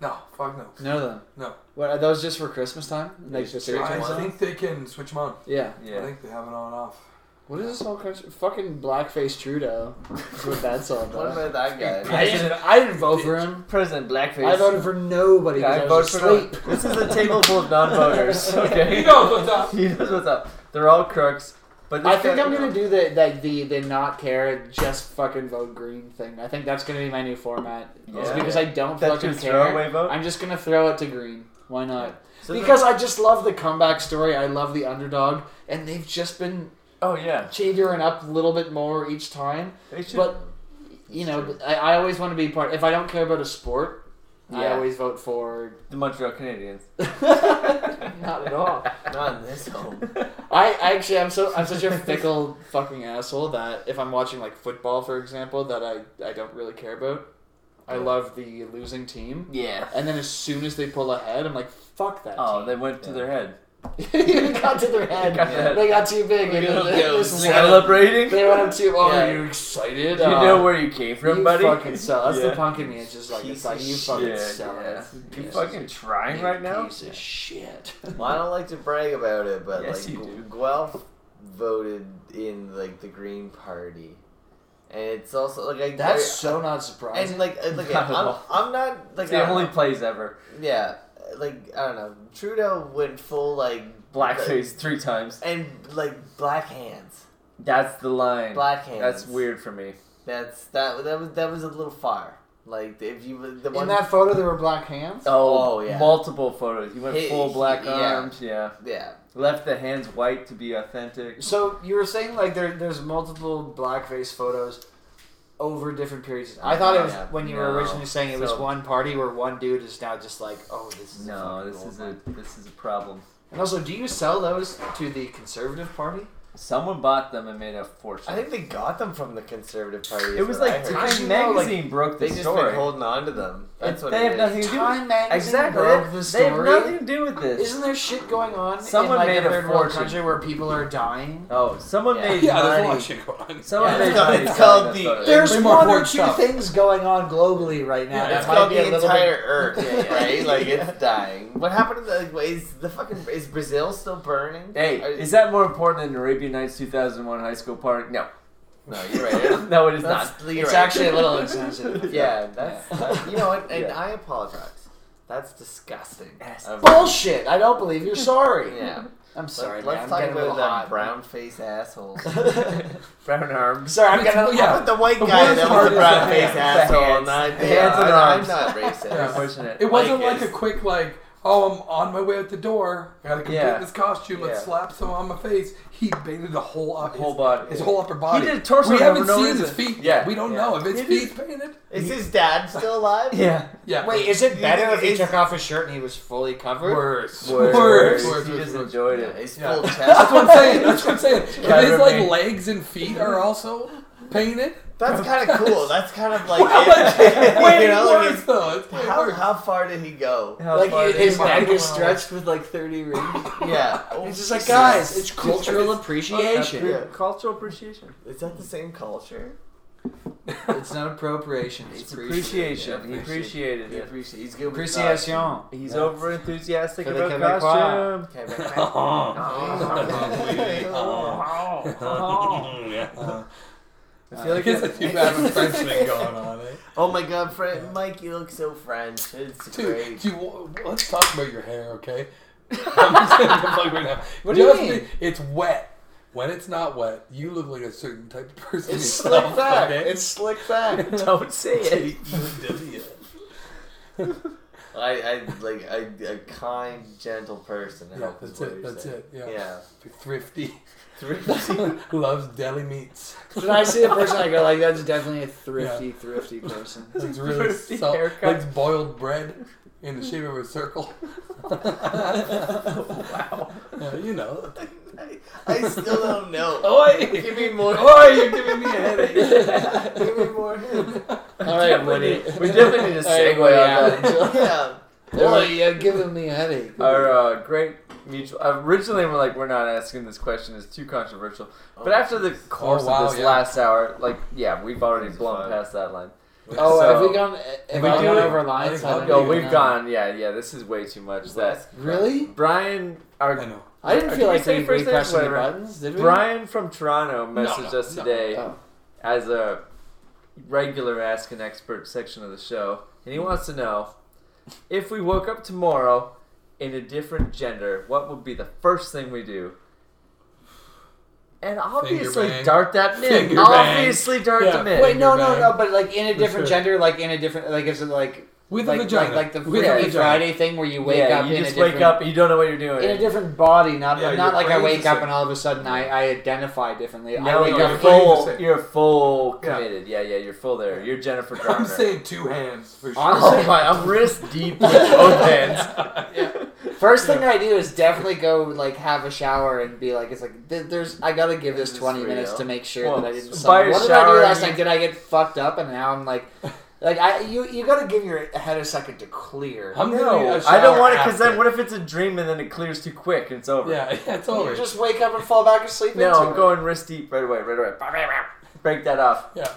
[SPEAKER 2] No, fuck no.
[SPEAKER 1] None of them.
[SPEAKER 2] No.
[SPEAKER 1] What are those just for Christmas time? Like the
[SPEAKER 3] Switch
[SPEAKER 1] series
[SPEAKER 2] I
[SPEAKER 1] ones?
[SPEAKER 2] think they can switch them on.
[SPEAKER 1] Yeah.
[SPEAKER 2] I
[SPEAKER 3] Yeah.
[SPEAKER 2] think they have it on and off.
[SPEAKER 1] What is this whole question? Fucking blackface Trudeau. That's what that's all
[SPEAKER 4] What
[SPEAKER 1] about.
[SPEAKER 4] about that guy?
[SPEAKER 1] I didn't, I didn't vote for him.
[SPEAKER 3] President Blackface.
[SPEAKER 1] I voted for nobody.
[SPEAKER 3] Yeah, I
[SPEAKER 1] because I was
[SPEAKER 3] voted for
[SPEAKER 1] asleep.
[SPEAKER 3] no- This is a table full of non-voters. Okay.
[SPEAKER 2] He knows what's up.
[SPEAKER 3] He knows what's up. They're all crooks.
[SPEAKER 4] But
[SPEAKER 1] I
[SPEAKER 4] this
[SPEAKER 1] think
[SPEAKER 4] guy-
[SPEAKER 1] I'm gonna do the like the the not care just fucking vote green thing. I think that's gonna be my new format. It's
[SPEAKER 4] Yeah.
[SPEAKER 1] because I don't
[SPEAKER 4] That's
[SPEAKER 1] fucking
[SPEAKER 4] your
[SPEAKER 1] care.
[SPEAKER 4] throwaway vote?
[SPEAKER 1] I'm just gonna throw it to green. Why not?
[SPEAKER 4] So
[SPEAKER 1] because I just love the comeback story. I love the underdog, and they've just been
[SPEAKER 5] Oh yeah.
[SPEAKER 1] chadering up a little bit more each time.
[SPEAKER 4] they should-
[SPEAKER 1] But you know, I, I always want to be part. If I don't care about a sport, I
[SPEAKER 3] Yeah.
[SPEAKER 1] always vote for.
[SPEAKER 3] The Montreal Canadiens.
[SPEAKER 1] not at all.
[SPEAKER 4] not in this home.
[SPEAKER 1] I I actually I'm so I'm such a fickle fucking asshole that if I'm watching like football for example that I I don't really care about. I love the losing team,
[SPEAKER 5] Yeah.
[SPEAKER 1] and then as soon as they pull ahead, I'm like, fuck that.
[SPEAKER 3] Oh, they went to
[SPEAKER 4] Yeah.
[SPEAKER 3] their head.
[SPEAKER 1] team. it got to their head.
[SPEAKER 3] Got their head.
[SPEAKER 1] They got too big. And
[SPEAKER 5] Yo,
[SPEAKER 1] this is
[SPEAKER 5] Zach.
[SPEAKER 3] Celebrating?
[SPEAKER 1] they went up too. Oh,
[SPEAKER 5] Yeah.
[SPEAKER 1] are you excited?
[SPEAKER 3] You
[SPEAKER 1] Uh,
[SPEAKER 3] know where you came from,
[SPEAKER 1] you
[SPEAKER 3] buddy?
[SPEAKER 1] fucking sell. That's the
[SPEAKER 3] Yeah.
[SPEAKER 1] punk in me. It's just like it's
[SPEAKER 4] Piece
[SPEAKER 1] like
[SPEAKER 4] of
[SPEAKER 1] you fucking
[SPEAKER 3] Yeah,
[SPEAKER 1] sell
[SPEAKER 3] yeah.
[SPEAKER 1] it.
[SPEAKER 3] You
[SPEAKER 1] Yes.
[SPEAKER 3] fucking trying
[SPEAKER 1] You
[SPEAKER 3] right now?
[SPEAKER 1] Piece of shit.
[SPEAKER 4] Well, I don't like to brag about it, but
[SPEAKER 3] Yes,
[SPEAKER 4] like
[SPEAKER 3] you do.
[SPEAKER 4] Guelph voted in like the Green Party, and it's also like I
[SPEAKER 1] That's
[SPEAKER 4] I-
[SPEAKER 1] so not surprising.
[SPEAKER 4] and like uh, like
[SPEAKER 3] Not at
[SPEAKER 4] I'm,
[SPEAKER 3] all.
[SPEAKER 4] I'm not like
[SPEAKER 3] It's the
[SPEAKER 4] I don't
[SPEAKER 3] only
[SPEAKER 4] know.
[SPEAKER 3] plays ever.
[SPEAKER 4] yeah like I don't know Trudeau went full like
[SPEAKER 3] Blackface three times.
[SPEAKER 4] and like black hands
[SPEAKER 3] That's the line.
[SPEAKER 4] black hands
[SPEAKER 3] That's weird for me.
[SPEAKER 4] that's that that was that was a little far like if you the one
[SPEAKER 1] in that photo, there were black hands.
[SPEAKER 4] Oh, yeah.
[SPEAKER 3] Multiple photos. He went
[SPEAKER 4] He-
[SPEAKER 3] full black
[SPEAKER 4] he- yeah.
[SPEAKER 3] arms. Yeah.
[SPEAKER 4] yeah
[SPEAKER 3] Left the hands white to be authentic.
[SPEAKER 1] So you were saying like there, there's multiple blackface photos over different periods. I thought it was
[SPEAKER 4] Yeah,
[SPEAKER 1] when you were
[SPEAKER 3] no.
[SPEAKER 1] originally saying it was
[SPEAKER 3] So-
[SPEAKER 1] one party where one dude is now just like, oh, this is
[SPEAKER 3] No,
[SPEAKER 1] A
[SPEAKER 3] this is a this is a problem.
[SPEAKER 1] And also, do you sell those to the conservative party?
[SPEAKER 3] Someone bought them and made a fortune.
[SPEAKER 4] I think they got them from the Conservative Party
[SPEAKER 3] it
[SPEAKER 4] is
[SPEAKER 3] was
[SPEAKER 4] what I
[SPEAKER 3] like
[SPEAKER 4] heard.
[SPEAKER 1] How'd you
[SPEAKER 3] Time
[SPEAKER 1] know, like,
[SPEAKER 3] Magazine broke the
[SPEAKER 4] they just
[SPEAKER 3] story.
[SPEAKER 4] been holding on to them that's
[SPEAKER 3] It-
[SPEAKER 4] what
[SPEAKER 3] they
[SPEAKER 4] it
[SPEAKER 3] have
[SPEAKER 4] is.
[SPEAKER 3] nothing to do with
[SPEAKER 1] Time magazine
[SPEAKER 3] exactly.
[SPEAKER 1] broke the
[SPEAKER 3] They have
[SPEAKER 1] story.
[SPEAKER 3] nothing to do with this.
[SPEAKER 1] Isn't there shit going on
[SPEAKER 3] Someone
[SPEAKER 1] in like
[SPEAKER 3] made
[SPEAKER 1] a
[SPEAKER 3] a
[SPEAKER 1] third world
[SPEAKER 3] fortune.
[SPEAKER 1] country where people are dying?
[SPEAKER 3] oh, someone
[SPEAKER 4] Yeah.
[SPEAKER 3] made
[SPEAKER 2] Yeah, there's a lot
[SPEAKER 3] money.
[SPEAKER 2] of shit going on.
[SPEAKER 3] Someone
[SPEAKER 4] Yeah.
[SPEAKER 3] made
[SPEAKER 4] It's called-
[SPEAKER 3] money. selling
[SPEAKER 4] it's called
[SPEAKER 3] those
[SPEAKER 4] the-
[SPEAKER 3] photos.
[SPEAKER 1] There's
[SPEAKER 2] Way more
[SPEAKER 1] one or
[SPEAKER 2] important
[SPEAKER 1] two
[SPEAKER 2] stuff.
[SPEAKER 1] things going on globally right now.
[SPEAKER 2] Yeah,
[SPEAKER 1] that
[SPEAKER 4] It's
[SPEAKER 1] might
[SPEAKER 4] called
[SPEAKER 1] be a
[SPEAKER 4] the
[SPEAKER 1] little
[SPEAKER 4] entire
[SPEAKER 1] bit.
[SPEAKER 4] Earth, right? Like it's dying. What happened to the? wait, Is the fucking is Brazil still burning? Are-
[SPEAKER 3] Hey, is that more important than Arabian Nights 2001 High School Party? No,
[SPEAKER 4] no, you're right.
[SPEAKER 3] no, it is
[SPEAKER 4] That's-
[SPEAKER 3] not.
[SPEAKER 4] you're
[SPEAKER 1] It's
[SPEAKER 4] right.
[SPEAKER 1] actually a little insensitive.
[SPEAKER 4] yeah. That's, that's- you know what, and
[SPEAKER 3] Yeah.
[SPEAKER 4] I apologize. That's disgusting.
[SPEAKER 3] Yes.
[SPEAKER 4] Of-
[SPEAKER 1] Bullshit! I don't believe you're sorry.
[SPEAKER 4] Yeah.
[SPEAKER 1] I'm sorry.
[SPEAKER 4] Let, us
[SPEAKER 1] man.
[SPEAKER 4] talk
[SPEAKER 1] I'm getting
[SPEAKER 4] about that
[SPEAKER 1] a
[SPEAKER 4] brown face asshole.
[SPEAKER 1] little hot.
[SPEAKER 3] Brown arms.
[SPEAKER 1] sorry, I'm getting.
[SPEAKER 2] Yeah.
[SPEAKER 1] Yeah.
[SPEAKER 4] But the white
[SPEAKER 2] The
[SPEAKER 4] guy
[SPEAKER 2] worst
[SPEAKER 4] that
[SPEAKER 2] part
[SPEAKER 4] was
[SPEAKER 2] is
[SPEAKER 4] the
[SPEAKER 2] the
[SPEAKER 4] brown face
[SPEAKER 3] hands.
[SPEAKER 4] asshole,
[SPEAKER 3] The hands.
[SPEAKER 4] not
[SPEAKER 3] The hands and
[SPEAKER 4] I, I'm
[SPEAKER 3] arms.
[SPEAKER 4] not racist.
[SPEAKER 3] Yeah, I'm pushing it.
[SPEAKER 2] It wasn't
[SPEAKER 4] Like
[SPEAKER 2] like,
[SPEAKER 4] it's-
[SPEAKER 2] a quick like, oh, I'm on my way out the door. I gotta complete
[SPEAKER 3] Yeah.
[SPEAKER 2] this costume. Let's
[SPEAKER 3] Yeah.
[SPEAKER 2] slap some on my face. He painted the whole up,
[SPEAKER 3] Whole
[SPEAKER 2] his,
[SPEAKER 3] body.
[SPEAKER 2] his whole upper body.
[SPEAKER 3] did a torso
[SPEAKER 2] We
[SPEAKER 3] for
[SPEAKER 2] haven't
[SPEAKER 3] no
[SPEAKER 2] seen
[SPEAKER 3] reason.
[SPEAKER 2] his feet. yet.
[SPEAKER 3] Yeah.
[SPEAKER 2] We don't
[SPEAKER 3] Yeah.
[SPEAKER 2] know if his
[SPEAKER 3] It
[SPEAKER 2] feet's painted.
[SPEAKER 4] Is his dad still alive?
[SPEAKER 3] Yeah.
[SPEAKER 2] Yeah.
[SPEAKER 1] Wait, is it
[SPEAKER 4] You
[SPEAKER 1] better
[SPEAKER 4] think
[SPEAKER 1] if he
[SPEAKER 4] it's-
[SPEAKER 1] took off his shirt and he was fully covered?
[SPEAKER 2] worse.
[SPEAKER 3] Words.
[SPEAKER 2] Worse.
[SPEAKER 3] He
[SPEAKER 2] Worse.
[SPEAKER 3] just
[SPEAKER 2] Worse.
[SPEAKER 3] enjoyed
[SPEAKER 4] Yeah,
[SPEAKER 3] it.
[SPEAKER 4] his
[SPEAKER 2] Yeah.
[SPEAKER 4] full chest.
[SPEAKER 2] That's what I'm saying. That's what I'm saying. If
[SPEAKER 3] Yeah,
[SPEAKER 2] his
[SPEAKER 3] remain-
[SPEAKER 2] like legs and feet are also painted,
[SPEAKER 4] That's kind of cool. That's kind of like,
[SPEAKER 2] Well, but-
[SPEAKER 4] you
[SPEAKER 2] way
[SPEAKER 4] know, like
[SPEAKER 2] worse
[SPEAKER 4] it's-
[SPEAKER 2] though. It's way
[SPEAKER 4] how,
[SPEAKER 2] worse.
[SPEAKER 4] how far did he go?
[SPEAKER 3] How
[SPEAKER 1] Like
[SPEAKER 3] far
[SPEAKER 1] he-
[SPEAKER 3] did
[SPEAKER 1] his
[SPEAKER 3] he-
[SPEAKER 1] neck is
[SPEAKER 2] Wow.
[SPEAKER 1] stretched with like thirty rings.
[SPEAKER 4] Yeah. Oh,
[SPEAKER 1] It's just like,
[SPEAKER 4] Jesus.
[SPEAKER 1] guys, it's cultural appreciation.
[SPEAKER 4] Yeah.
[SPEAKER 3] Cultural appreciation.
[SPEAKER 4] Is that the same culture?
[SPEAKER 1] It's not appropriation. It's,
[SPEAKER 3] It's appreciation.
[SPEAKER 4] Yeah,
[SPEAKER 3] he appreciated
[SPEAKER 4] He
[SPEAKER 3] it.
[SPEAKER 4] appreciate. He's good with
[SPEAKER 1] appreciation.
[SPEAKER 3] He's
[SPEAKER 1] Yeah.
[SPEAKER 3] over enthusiastic
[SPEAKER 1] For the
[SPEAKER 3] about
[SPEAKER 1] Quebec
[SPEAKER 3] costume.
[SPEAKER 4] costume. Okay, back, back.
[SPEAKER 3] I feel like
[SPEAKER 2] Is
[SPEAKER 3] that's-
[SPEAKER 2] it too bad when Frenchman going on? Eh?
[SPEAKER 4] Oh my god, Fran Mike, you look so French. It's
[SPEAKER 2] Dude,
[SPEAKER 4] great.
[SPEAKER 2] do you, let's talk about your hair, okay? I'm just gonna plug right now.
[SPEAKER 1] What do you
[SPEAKER 2] Just
[SPEAKER 1] mean?
[SPEAKER 2] be- It's wet. When it's not wet, you look like a certain type of person.
[SPEAKER 1] It's
[SPEAKER 2] yourself,
[SPEAKER 1] slick back.
[SPEAKER 2] okay?
[SPEAKER 1] It's slick back.
[SPEAKER 3] Don't say it.
[SPEAKER 4] I, I like I, a kind, gentle person. I
[SPEAKER 2] yeah,
[SPEAKER 4] hope is
[SPEAKER 2] that's
[SPEAKER 4] what you're
[SPEAKER 2] it. That's
[SPEAKER 4] saying.
[SPEAKER 2] it. Yeah.
[SPEAKER 4] Yeah.
[SPEAKER 2] Thrifty.
[SPEAKER 4] Thrifty.
[SPEAKER 2] Loves deli meats.
[SPEAKER 1] When I see a person, I go like, "That's definitely a thrifty, thrifty person."
[SPEAKER 2] It's really
[SPEAKER 3] Thrifty
[SPEAKER 2] salt.
[SPEAKER 3] haircut.
[SPEAKER 2] Likes boiled bread in the shape of a circle. wow. you know.
[SPEAKER 4] I, I still don't know.
[SPEAKER 2] Oi!
[SPEAKER 4] Give me more.
[SPEAKER 2] Oi, you're giving me a headache.
[SPEAKER 4] Give me more. hints.
[SPEAKER 1] All right, Woody.
[SPEAKER 3] We definitely need a
[SPEAKER 1] All right,
[SPEAKER 3] segue
[SPEAKER 1] Woody
[SPEAKER 3] on
[SPEAKER 1] Allen.
[SPEAKER 3] that.
[SPEAKER 4] Yeah.
[SPEAKER 1] Boy, you're giving me a headache.
[SPEAKER 3] Our uh, great mutual. Originally, we're like, we're not asking this question; it's too controversial. But after the course
[SPEAKER 2] Oh, wow,
[SPEAKER 3] of this
[SPEAKER 2] yeah.
[SPEAKER 3] last hour, like, yeah, we've already
[SPEAKER 4] Jesus,
[SPEAKER 3] blown
[SPEAKER 4] fine.
[SPEAKER 3] past that line.
[SPEAKER 1] Oh,
[SPEAKER 3] So-
[SPEAKER 1] have we gone? Have
[SPEAKER 2] we
[SPEAKER 1] we
[SPEAKER 2] do
[SPEAKER 1] gone
[SPEAKER 2] it?
[SPEAKER 1] over
[SPEAKER 2] I
[SPEAKER 1] lines?
[SPEAKER 2] think
[SPEAKER 1] I
[SPEAKER 2] I'll
[SPEAKER 1] don't
[SPEAKER 2] go.
[SPEAKER 3] No,
[SPEAKER 1] even
[SPEAKER 3] we've
[SPEAKER 1] know.
[SPEAKER 3] gone. Yeah, yeah. This is way too much. That
[SPEAKER 1] Really?
[SPEAKER 3] Brian, our
[SPEAKER 2] I know.
[SPEAKER 1] I didn't
[SPEAKER 3] Or
[SPEAKER 1] feel
[SPEAKER 3] did we
[SPEAKER 1] like
[SPEAKER 3] say
[SPEAKER 1] we
[SPEAKER 3] first
[SPEAKER 1] we
[SPEAKER 3] name,
[SPEAKER 1] pressed any
[SPEAKER 3] whatever?
[SPEAKER 1] buttons, did we?
[SPEAKER 3] Brian from Toronto messaged
[SPEAKER 2] no,
[SPEAKER 3] us
[SPEAKER 2] no.
[SPEAKER 3] today
[SPEAKER 1] Oh.
[SPEAKER 3] as a regular Ask an Expert section of the show, and he wants to know if we woke up tomorrow in a different gender, what would be the first thing we do? and obviously
[SPEAKER 2] bang.
[SPEAKER 3] dart that man.
[SPEAKER 2] Finger bang.
[SPEAKER 3] obviously dart
[SPEAKER 2] Yeah.
[SPEAKER 3] the man.
[SPEAKER 1] Wait, no, no,
[SPEAKER 2] Finger
[SPEAKER 1] no,
[SPEAKER 2] bang.
[SPEAKER 1] but like in a different
[SPEAKER 2] sure.
[SPEAKER 1] gender, like in a different, like is it like
[SPEAKER 2] With
[SPEAKER 1] like,
[SPEAKER 2] a vagina.
[SPEAKER 1] like, like the Freaky
[SPEAKER 2] With a vagina.
[SPEAKER 1] Friday thing where you wake
[SPEAKER 3] yeah,
[SPEAKER 1] up
[SPEAKER 3] you
[SPEAKER 1] in
[SPEAKER 3] just
[SPEAKER 1] a
[SPEAKER 3] wake
[SPEAKER 1] different,
[SPEAKER 3] up and you don't know what you're doing.
[SPEAKER 1] in a different body. Not
[SPEAKER 2] Yeah,
[SPEAKER 1] not
[SPEAKER 2] your
[SPEAKER 1] like I
[SPEAKER 2] brain's
[SPEAKER 1] wake
[SPEAKER 2] the
[SPEAKER 1] up
[SPEAKER 2] same.
[SPEAKER 1] and all of a sudden I, I identify differently. I
[SPEAKER 3] no,
[SPEAKER 1] wake
[SPEAKER 3] you're
[SPEAKER 1] up.
[SPEAKER 2] your brain is
[SPEAKER 3] full.
[SPEAKER 2] the same.
[SPEAKER 3] You're full
[SPEAKER 2] Yeah.
[SPEAKER 3] committed. Yeah, yeah, you're full there. You're Jennifer
[SPEAKER 2] I'm
[SPEAKER 3] Garner.
[SPEAKER 2] saying two hands for sure.
[SPEAKER 3] Honestly,
[SPEAKER 1] Honestly,
[SPEAKER 3] my, I'm wrist deep with both hands.
[SPEAKER 1] First thing I do is definitely go like have a shower and be like, it's like th- there's I gotta give this
[SPEAKER 3] Is this
[SPEAKER 1] twenty minutes
[SPEAKER 3] real?
[SPEAKER 1] to make sure
[SPEAKER 3] Well,
[SPEAKER 1] that I didn't.
[SPEAKER 3] by
[SPEAKER 1] Something.
[SPEAKER 3] your
[SPEAKER 1] What did I do
[SPEAKER 3] shower,
[SPEAKER 1] last
[SPEAKER 3] you-
[SPEAKER 1] night? Did I get fucked up? And now I'm like, like I you you gotta give your head a second to clear.
[SPEAKER 2] I'm gonna need
[SPEAKER 3] No, I
[SPEAKER 2] a
[SPEAKER 3] don't
[SPEAKER 2] shower
[SPEAKER 3] want it because then
[SPEAKER 2] after.
[SPEAKER 3] what if it's a dream and then it clears too quick and it's over?
[SPEAKER 2] Yeah, yeah, it's
[SPEAKER 1] you
[SPEAKER 2] over.
[SPEAKER 1] just wake up and fall back asleep.
[SPEAKER 3] No,
[SPEAKER 1] into
[SPEAKER 3] I'm
[SPEAKER 1] it.
[SPEAKER 3] going wrist deep right away, right away. Break that off.
[SPEAKER 2] Yeah.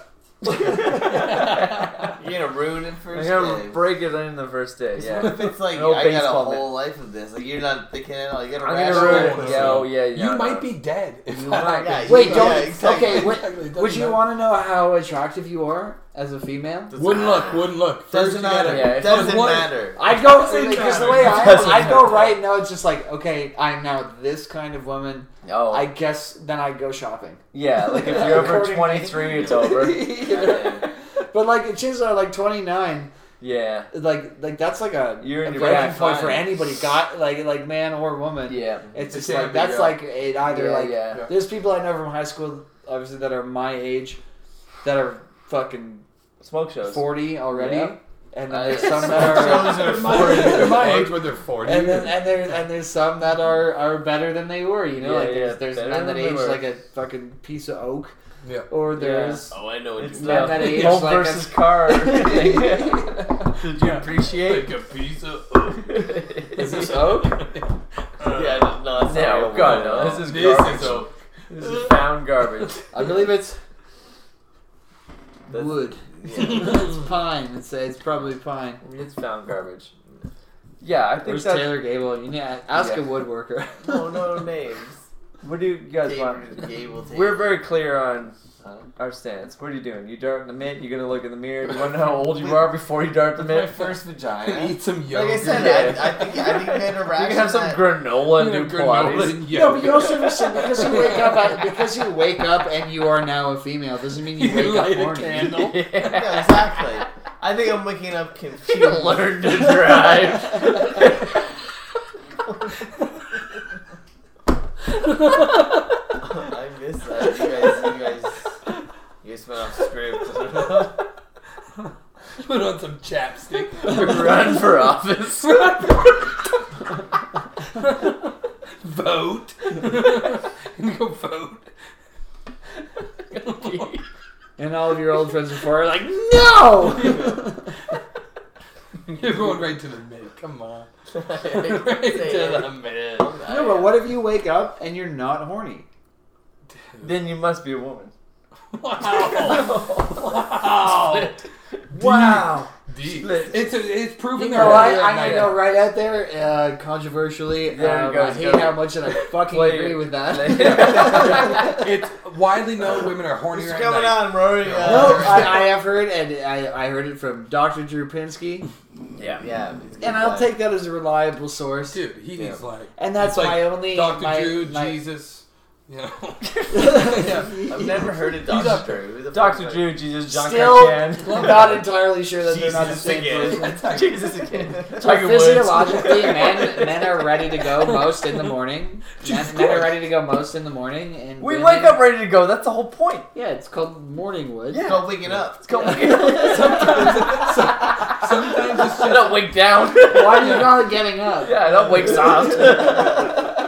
[SPEAKER 3] I'm
[SPEAKER 4] You're gonna ruin it first
[SPEAKER 3] gonna
[SPEAKER 4] day.
[SPEAKER 3] break it in the first day.
[SPEAKER 4] What
[SPEAKER 3] Yeah.
[SPEAKER 4] if it's like
[SPEAKER 3] An old
[SPEAKER 4] I got a
[SPEAKER 3] baseball
[SPEAKER 4] whole life of this? Like you're not thinking at all. You got a
[SPEAKER 3] I'm gonna
[SPEAKER 4] rational
[SPEAKER 3] ruin it.
[SPEAKER 4] person.
[SPEAKER 3] Yeah, oh, yeah, yeah.
[SPEAKER 2] You might be dead. If
[SPEAKER 3] You
[SPEAKER 2] that
[SPEAKER 3] might
[SPEAKER 2] happens.
[SPEAKER 4] Yeah,
[SPEAKER 1] Wait,
[SPEAKER 4] you-
[SPEAKER 1] don't.
[SPEAKER 4] yeah, exactly.
[SPEAKER 1] Okay, would,
[SPEAKER 2] Exactly, it doesn't
[SPEAKER 1] would you
[SPEAKER 2] matter.
[SPEAKER 1] want to know how attractive you are as a female?
[SPEAKER 4] Doesn't
[SPEAKER 2] Wouldn't
[SPEAKER 4] matter.
[SPEAKER 2] look. Wouldn't look. First
[SPEAKER 4] Doesn't
[SPEAKER 2] you gotta-
[SPEAKER 4] matter.
[SPEAKER 3] Yeah, it
[SPEAKER 4] doesn't
[SPEAKER 2] one-
[SPEAKER 4] matter.
[SPEAKER 1] I'd go
[SPEAKER 2] Doesn't
[SPEAKER 1] because the
[SPEAKER 2] matter.
[SPEAKER 1] way I am,
[SPEAKER 3] Doesn't
[SPEAKER 1] I'd go
[SPEAKER 3] matter.
[SPEAKER 1] right now. It's just like, okay, I'm now this kind of woman.
[SPEAKER 3] Oh,
[SPEAKER 1] I guess then I'd go shopping.
[SPEAKER 3] yeah. Like if you're over
[SPEAKER 1] Accordingly.
[SPEAKER 3] 23, it's over.
[SPEAKER 1] You know? But like, if she's uh, like 29,
[SPEAKER 3] Yeah.
[SPEAKER 1] like like that's like a,
[SPEAKER 3] You're in
[SPEAKER 1] a
[SPEAKER 3] your
[SPEAKER 1] breaking
[SPEAKER 3] prime.
[SPEAKER 1] point for anybody, got like like man or woman.
[SPEAKER 3] Yeah.
[SPEAKER 1] It's
[SPEAKER 2] It
[SPEAKER 1] just
[SPEAKER 2] can't
[SPEAKER 1] like
[SPEAKER 2] be,
[SPEAKER 1] that's
[SPEAKER 2] yeah.
[SPEAKER 1] like it either
[SPEAKER 3] Yeah,
[SPEAKER 1] like
[SPEAKER 3] yeah.
[SPEAKER 1] there's people I know from high school, obviously that are my age, that are fucking
[SPEAKER 3] Smoke shows.
[SPEAKER 1] 40 already,
[SPEAKER 3] Yeah.
[SPEAKER 1] and
[SPEAKER 3] Uh,
[SPEAKER 1] then there's some that are.
[SPEAKER 4] Those are
[SPEAKER 2] They're my- They're my
[SPEAKER 4] forty.
[SPEAKER 2] age, but they're forty.
[SPEAKER 1] and then and there and there's some that are are better than they were. You know,
[SPEAKER 3] Yeah,
[SPEAKER 1] like there's
[SPEAKER 3] yeah,
[SPEAKER 1] there's
[SPEAKER 3] better
[SPEAKER 1] men that
[SPEAKER 3] than they
[SPEAKER 1] age
[SPEAKER 3] were.
[SPEAKER 1] like a fucking piece of oak,
[SPEAKER 2] Yeah.
[SPEAKER 1] or there's
[SPEAKER 4] Oh, I know what
[SPEAKER 3] It's
[SPEAKER 4] you
[SPEAKER 1] Yeah,
[SPEAKER 3] not
[SPEAKER 4] mean.
[SPEAKER 1] that age,
[SPEAKER 3] home
[SPEAKER 1] like a-
[SPEAKER 3] versus car. Did you
[SPEAKER 2] Yeah.
[SPEAKER 3] appreciate?
[SPEAKER 4] Like a piece of.
[SPEAKER 3] Is this oak?
[SPEAKER 4] Yeah, no, no, it's not
[SPEAKER 3] No,
[SPEAKER 4] oak
[SPEAKER 3] God,
[SPEAKER 4] at
[SPEAKER 3] no,
[SPEAKER 4] all.
[SPEAKER 3] this is
[SPEAKER 4] This
[SPEAKER 3] garbage.
[SPEAKER 4] is oak.
[SPEAKER 3] This is found garbage.
[SPEAKER 1] I believe it's
[SPEAKER 4] That's-
[SPEAKER 1] wood.
[SPEAKER 4] Yeah.
[SPEAKER 1] it's pine. It's it's probably pine.
[SPEAKER 3] It's found garbage. Yeah, I think
[SPEAKER 1] Where's
[SPEAKER 3] that's.
[SPEAKER 1] Taylor Gable? You need to ask a
[SPEAKER 3] Yeah.
[SPEAKER 1] woodworker.
[SPEAKER 4] No, Oh, no names.
[SPEAKER 3] What do you guys want?
[SPEAKER 4] Gable, Gable Taylor.
[SPEAKER 3] We're very clear on
[SPEAKER 4] Huh?
[SPEAKER 3] our stance. What are you doing? You dart in the mint. You're gonna look in the mirror. You want to know how old you are before you dart the
[SPEAKER 4] That's my
[SPEAKER 3] mint.
[SPEAKER 4] first vagina.
[SPEAKER 2] Eat some
[SPEAKER 4] Like
[SPEAKER 2] yogurt.
[SPEAKER 4] I said,
[SPEAKER 3] Yeah.
[SPEAKER 4] I, I think I think men are
[SPEAKER 3] You can have some
[SPEAKER 4] that-
[SPEAKER 3] granola and
[SPEAKER 2] You
[SPEAKER 3] do
[SPEAKER 2] know, granola
[SPEAKER 3] Pilates.
[SPEAKER 2] and
[SPEAKER 1] No, but you
[SPEAKER 2] yogurt.
[SPEAKER 1] also understand because you wake up at, because you wake up and you are now a female doesn't mean you,
[SPEAKER 2] You
[SPEAKER 1] wake up
[SPEAKER 2] light a
[SPEAKER 1] horny.
[SPEAKER 2] candle.
[SPEAKER 4] Yeah,
[SPEAKER 3] Yeah.
[SPEAKER 4] exactly. I think I'm waking up confused.
[SPEAKER 3] Learn to drive.
[SPEAKER 4] I miss that. You guys, you guys, you guys went off script.
[SPEAKER 2] Put on some chapstick.
[SPEAKER 3] Run for office.
[SPEAKER 2] vote. Go vote.
[SPEAKER 1] And all of your old friends before are like, no.
[SPEAKER 2] You're going right to the mid. Come on. Right to the
[SPEAKER 4] Say
[SPEAKER 2] mid.
[SPEAKER 4] it.
[SPEAKER 1] no, but what if you wake up and you're not horny?
[SPEAKER 3] then you must be a woman.
[SPEAKER 2] Wow.
[SPEAKER 1] Wow.
[SPEAKER 2] Deep.
[SPEAKER 3] Split.
[SPEAKER 2] It's a, it's proving
[SPEAKER 1] No,
[SPEAKER 2] right.
[SPEAKER 1] I, I'm gonna go right out there, uh, controversially.
[SPEAKER 3] There you
[SPEAKER 1] um,
[SPEAKER 3] go,
[SPEAKER 1] I hate
[SPEAKER 3] go.
[SPEAKER 1] how much that I fucking
[SPEAKER 3] Play it.
[SPEAKER 1] agree with that.
[SPEAKER 3] Play
[SPEAKER 2] It's widely known women are horny
[SPEAKER 4] What's
[SPEAKER 2] right
[SPEAKER 4] going
[SPEAKER 2] now.
[SPEAKER 4] on, Rory?
[SPEAKER 2] No,
[SPEAKER 1] no,
[SPEAKER 4] Uh,
[SPEAKER 1] I, I have heard, and I, I heard it from Dr. Drew Pinsky,
[SPEAKER 3] Yeah.
[SPEAKER 4] yeah, it's good
[SPEAKER 1] and I'll
[SPEAKER 4] life.
[SPEAKER 1] take that as a reliable source.
[SPEAKER 2] Dude, he
[SPEAKER 3] Yeah.
[SPEAKER 2] needs like
[SPEAKER 1] And that's
[SPEAKER 2] It's like
[SPEAKER 1] my only.
[SPEAKER 2] Dr.
[SPEAKER 1] my,
[SPEAKER 2] Drew,
[SPEAKER 1] my-
[SPEAKER 2] Jesus. You know.
[SPEAKER 4] I've never heard of
[SPEAKER 2] He's up
[SPEAKER 4] Doctor Drew. Who the fuck
[SPEAKER 3] Dr.
[SPEAKER 4] is
[SPEAKER 3] Drew, Jesus, John
[SPEAKER 1] Still
[SPEAKER 3] Cartan.
[SPEAKER 1] not entirely sure that they're not the
[SPEAKER 4] Jesus
[SPEAKER 1] same
[SPEAKER 4] again.
[SPEAKER 1] person.
[SPEAKER 3] Jesus again.
[SPEAKER 1] Like
[SPEAKER 3] Tiger Woods.
[SPEAKER 1] physiologically, men men are ready to go most in the morning. Men, men are ready to go most in the morning, and
[SPEAKER 3] We
[SPEAKER 1] women-
[SPEAKER 3] wake up ready to go. That's the whole point.
[SPEAKER 1] Yeah, it's called morning wood.
[SPEAKER 4] that? Don't wake it up.
[SPEAKER 3] It's called
[SPEAKER 2] Sometimes it's
[SPEAKER 3] I
[SPEAKER 2] just
[SPEAKER 3] don't wake down.
[SPEAKER 1] Why do you call it getting up?
[SPEAKER 3] Yeah, I don't wake soft.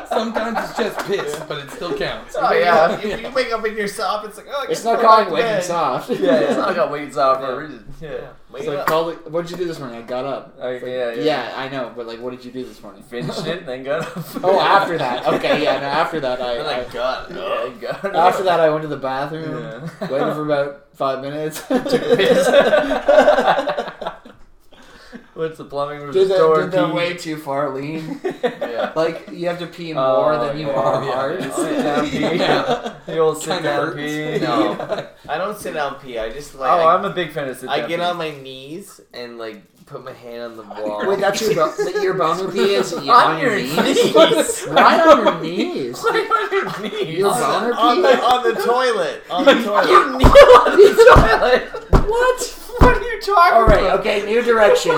[SPEAKER 2] sometimes it's just piss, but it still counts.
[SPEAKER 3] Oh, yeah.
[SPEAKER 4] You, you wake up in yourself. It's like oh, I
[SPEAKER 1] It's
[SPEAKER 4] gotta
[SPEAKER 1] not
[SPEAKER 4] go
[SPEAKER 1] calling
[SPEAKER 4] back to
[SPEAKER 1] waking
[SPEAKER 4] bed.
[SPEAKER 1] soft.
[SPEAKER 3] Yeah, it's not got weights off for a reason.
[SPEAKER 4] Yeah,
[SPEAKER 3] Yeah.
[SPEAKER 4] wake
[SPEAKER 1] It's
[SPEAKER 4] it
[SPEAKER 1] like
[SPEAKER 4] up.
[SPEAKER 1] call it, what'd you do this morning? I got up.
[SPEAKER 3] Okay, yeah,
[SPEAKER 1] Yeah,
[SPEAKER 3] yeah.
[SPEAKER 1] I know, but like, what did you do this morning?
[SPEAKER 3] Finished it and then got up.
[SPEAKER 1] Oh, after that. Okay, yeah. No, after that, I,
[SPEAKER 4] You're
[SPEAKER 1] I
[SPEAKER 4] like God.
[SPEAKER 3] Yeah,
[SPEAKER 4] no.
[SPEAKER 3] you got up.
[SPEAKER 1] after that I went to the bathroom.
[SPEAKER 3] Yeah.
[SPEAKER 1] Waited for about five minutes.
[SPEAKER 3] What's the plumbing room?
[SPEAKER 1] Did that,
[SPEAKER 3] store
[SPEAKER 1] did that
[SPEAKER 3] key?
[SPEAKER 1] way too far lean?
[SPEAKER 4] Yeah.
[SPEAKER 1] Like you have to pee
[SPEAKER 3] Oh,
[SPEAKER 1] more than you
[SPEAKER 3] yeah.
[SPEAKER 1] are
[SPEAKER 2] Yeah.
[SPEAKER 1] hard.
[SPEAKER 3] Sit down pee.
[SPEAKER 2] Yeah.
[SPEAKER 3] The old sit
[SPEAKER 2] Kinda
[SPEAKER 3] down
[SPEAKER 2] hurts.
[SPEAKER 3] pee.
[SPEAKER 4] No. I don't sit down and pee. I just like
[SPEAKER 3] Oh,
[SPEAKER 4] I,
[SPEAKER 3] I'm a big fan of sit down
[SPEAKER 4] I get
[SPEAKER 3] pee.
[SPEAKER 4] on my knees and like put my hand on the wall.
[SPEAKER 1] Wait, that's your bo- that your boner pee is on your knees.
[SPEAKER 4] knees.
[SPEAKER 1] Why on your knees?
[SPEAKER 4] on your knees.
[SPEAKER 1] Your boner
[SPEAKER 4] on the,
[SPEAKER 1] pee.
[SPEAKER 4] on the toilet. On the toilet.
[SPEAKER 1] You
[SPEAKER 4] kneel on the toilet. What? What are you talking
[SPEAKER 1] All right, okay, new direction.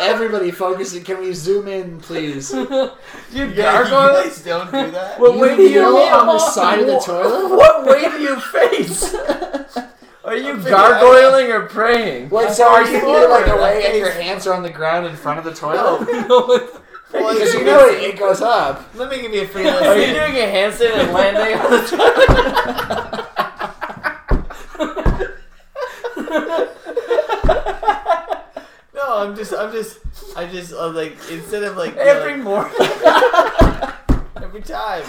[SPEAKER 1] Everybody, focus. in- Can we zoom in, please?
[SPEAKER 4] You
[SPEAKER 1] Yeah, you
[SPEAKER 4] gargoyle? guys don't do that?
[SPEAKER 1] What way do you kneel on the side of the toilet?
[SPEAKER 4] What way do you face? Are you gargoyling?
[SPEAKER 3] Gargoyling or praying?
[SPEAKER 1] Wait, so are you
[SPEAKER 4] forward,
[SPEAKER 1] like away
[SPEAKER 4] that's
[SPEAKER 1] and your hands are on the ground in front of the toilet?
[SPEAKER 4] Well,
[SPEAKER 1] Because you
[SPEAKER 4] you
[SPEAKER 1] know it, it goes up.
[SPEAKER 4] Let me give you a free
[SPEAKER 3] Are you doing a
[SPEAKER 4] lesson.
[SPEAKER 3] handstand and landing on the toilet?
[SPEAKER 4] No, I'm just, I'm just, I just, I'm like, instead of like
[SPEAKER 3] Every
[SPEAKER 4] like,
[SPEAKER 3] morning.
[SPEAKER 4] every time.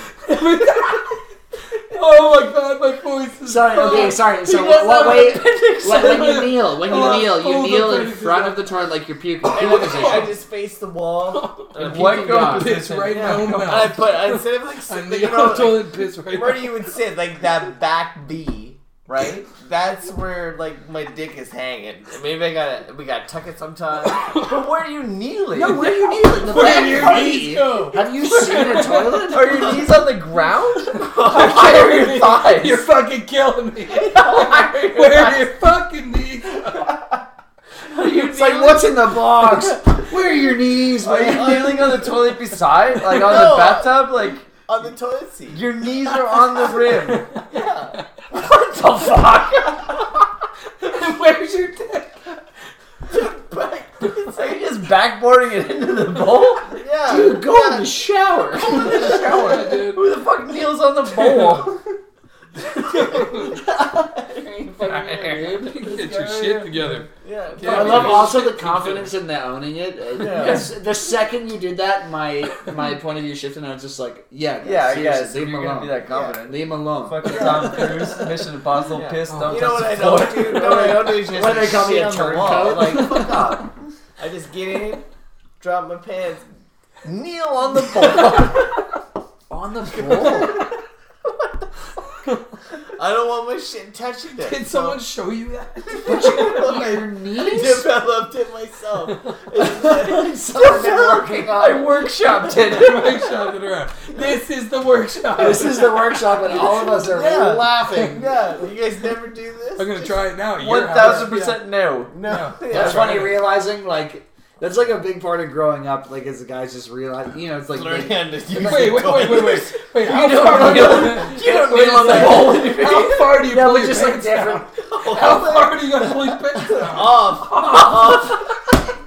[SPEAKER 2] Oh my god, my voice is.
[SPEAKER 1] Sorry, okay, sorry. So what, what way? When, when you kneel, when you
[SPEAKER 2] Hold on,
[SPEAKER 1] kneel, you
[SPEAKER 2] hold the
[SPEAKER 1] kneel in
[SPEAKER 2] phrase
[SPEAKER 1] front
[SPEAKER 2] up.
[SPEAKER 1] of the toilet like you're puking. Puking
[SPEAKER 4] I
[SPEAKER 1] position.
[SPEAKER 4] just face the wall. And I-
[SPEAKER 1] What?
[SPEAKER 2] White girl piss right in my own
[SPEAKER 4] and I
[SPEAKER 2] mouth.
[SPEAKER 4] put instead of like,
[SPEAKER 2] I
[SPEAKER 4] sitting,
[SPEAKER 2] kneel
[SPEAKER 4] you
[SPEAKER 2] on
[SPEAKER 4] know,
[SPEAKER 2] the
[SPEAKER 4] like,
[SPEAKER 2] toilet and piss right.
[SPEAKER 4] where
[SPEAKER 2] now.
[SPEAKER 4] do you would sit, like that back B, right? That's where like my dick is hanging. Maybe I gotta we gotta tuck it sometime. But where are you kneeling?
[SPEAKER 1] No, where are you kneeling? The back of your
[SPEAKER 2] Where do you
[SPEAKER 1] knee.
[SPEAKER 2] go?
[SPEAKER 1] Have you seen a toilet?
[SPEAKER 4] are your knees on the ground? Why are your thighs?
[SPEAKER 2] You're fucking killing me.
[SPEAKER 4] Why are your
[SPEAKER 2] Where
[SPEAKER 4] thighs?
[SPEAKER 2] are your fucking knees?
[SPEAKER 4] Are you
[SPEAKER 1] It's like
[SPEAKER 4] kneeling-
[SPEAKER 1] what's in the box? Where are your knees,
[SPEAKER 3] Are you
[SPEAKER 1] man?
[SPEAKER 3] kneeling on the toilet beside? Like on
[SPEAKER 4] No.
[SPEAKER 3] the bathtub? Like
[SPEAKER 4] on the toilet seat?
[SPEAKER 3] your knees are on the rim.
[SPEAKER 4] yeah.
[SPEAKER 3] what the fuck?
[SPEAKER 2] Where's your dick?
[SPEAKER 4] But it's
[SPEAKER 3] Are you
[SPEAKER 4] like,
[SPEAKER 3] just backboarding it into the bowl?
[SPEAKER 4] yeah.
[SPEAKER 1] Dude, go
[SPEAKER 4] yeah.
[SPEAKER 1] in the shower.
[SPEAKER 2] Shower, dude.
[SPEAKER 3] Who the fuck kneels on the bowl?
[SPEAKER 2] Get your shit together.
[SPEAKER 4] Yeah.
[SPEAKER 2] Yeah.
[SPEAKER 1] I love also the confidence in the owning it. Uh,
[SPEAKER 4] Yeah.
[SPEAKER 1] yes, The second you did that, my my point of view shifted, and I was just like, yeah, guys,
[SPEAKER 3] yeah, I
[SPEAKER 1] seriously,
[SPEAKER 3] guess
[SPEAKER 1] leave
[SPEAKER 3] if
[SPEAKER 1] him
[SPEAKER 3] you're gonna be
[SPEAKER 1] alone.
[SPEAKER 3] that confident. Oh,
[SPEAKER 1] Leave him alone.
[SPEAKER 3] Fucking Tom Cruise, Mission Impossible,
[SPEAKER 4] Yeah.
[SPEAKER 3] piss, don't
[SPEAKER 4] You know what I
[SPEAKER 3] touch the
[SPEAKER 4] don't
[SPEAKER 3] floor.
[SPEAKER 4] do? No, I don't do is just
[SPEAKER 1] What do they call me,
[SPEAKER 4] shit
[SPEAKER 1] a
[SPEAKER 4] on the wall.
[SPEAKER 1] turncoat?
[SPEAKER 4] Like fuck off. I just get in, drop my pants, kneel on the bowl.
[SPEAKER 1] On the bowl.
[SPEAKER 4] I don't want my shit touching it.
[SPEAKER 2] Did
[SPEAKER 4] so
[SPEAKER 2] someone show you that?
[SPEAKER 1] your
[SPEAKER 4] I
[SPEAKER 1] knees.
[SPEAKER 4] developed it myself. It's like-
[SPEAKER 1] Someone been working
[SPEAKER 3] I
[SPEAKER 1] on.
[SPEAKER 3] workshopped it.
[SPEAKER 2] Workshop it around. This is the workshop.
[SPEAKER 1] This is the workshop, and all of us are
[SPEAKER 4] Yeah.
[SPEAKER 1] laughing.
[SPEAKER 4] yeah, you guys never do this.
[SPEAKER 2] I'm gonna
[SPEAKER 4] Just-
[SPEAKER 2] try it now. at your
[SPEAKER 3] One
[SPEAKER 2] house.
[SPEAKER 3] thousand percent no.
[SPEAKER 4] No,
[SPEAKER 2] No.
[SPEAKER 4] yeah.
[SPEAKER 1] That's
[SPEAKER 2] That's
[SPEAKER 1] funny
[SPEAKER 2] right.
[SPEAKER 1] realizing like that's like a big part of growing up. Like as a guy's just realize, you know, it's like
[SPEAKER 4] Learning
[SPEAKER 1] they-
[SPEAKER 4] how to use
[SPEAKER 2] Yeah. Wait, wait, wait, wait, wait. Wait, how
[SPEAKER 4] don't
[SPEAKER 2] far do you
[SPEAKER 4] You don't
[SPEAKER 2] Wait
[SPEAKER 4] kneel
[SPEAKER 2] a
[SPEAKER 4] on the
[SPEAKER 2] second.
[SPEAKER 4] bowl when you're
[SPEAKER 2] How far do you
[SPEAKER 1] No,
[SPEAKER 2] pull
[SPEAKER 1] but
[SPEAKER 2] your
[SPEAKER 1] just like
[SPEAKER 2] pants down?
[SPEAKER 1] different.
[SPEAKER 2] How far do you gotta pull your pants down?
[SPEAKER 4] off. off.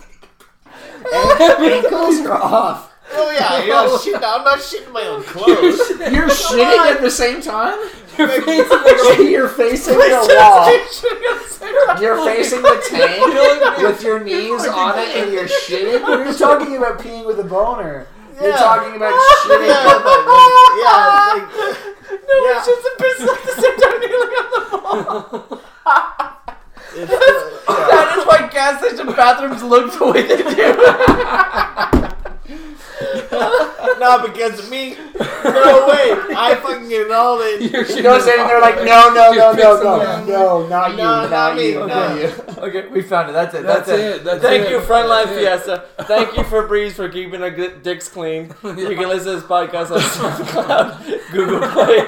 [SPEAKER 1] Oh Ankles are off.
[SPEAKER 4] Oh yeah, you know, shit, I'm not shitting my own clothes.
[SPEAKER 1] You're shitting at the same time.
[SPEAKER 2] Your face is
[SPEAKER 1] You're facing the wall. You're facing the tank
[SPEAKER 2] killing me.
[SPEAKER 1] with your knees on it, and you're shitting. You're just talking about peeing with a boner. You're
[SPEAKER 4] Yeah.
[SPEAKER 1] talking about
[SPEAKER 4] Yeah,
[SPEAKER 1] shitting.
[SPEAKER 4] but, like, yeah, like, no, yeah.
[SPEAKER 3] just a piss at the same time kneeling on the
[SPEAKER 4] It's, uh, yeah.
[SPEAKER 3] That is why gas station bathrooms look the way they do.
[SPEAKER 4] Not because of me. No way. I fucking get it all in.
[SPEAKER 2] Your shit
[SPEAKER 1] He goes
[SPEAKER 2] is
[SPEAKER 1] in and they're like,
[SPEAKER 2] off.
[SPEAKER 1] no, no, no,
[SPEAKER 2] You're
[SPEAKER 1] no,
[SPEAKER 2] pissing
[SPEAKER 1] no,
[SPEAKER 2] around.
[SPEAKER 1] no, not you,
[SPEAKER 4] No,
[SPEAKER 1] not
[SPEAKER 4] not me,
[SPEAKER 1] you,
[SPEAKER 4] no.
[SPEAKER 1] not you.
[SPEAKER 3] Okay, we found it. That's it.
[SPEAKER 2] That's it. That's
[SPEAKER 3] Thank
[SPEAKER 2] it.
[SPEAKER 3] you, Frontline
[SPEAKER 2] That's it.
[SPEAKER 3] Fiesta. Thank you, Febreze, for keeping our good dicks clean. You can listen to this podcast on SoundCloud, Google Play,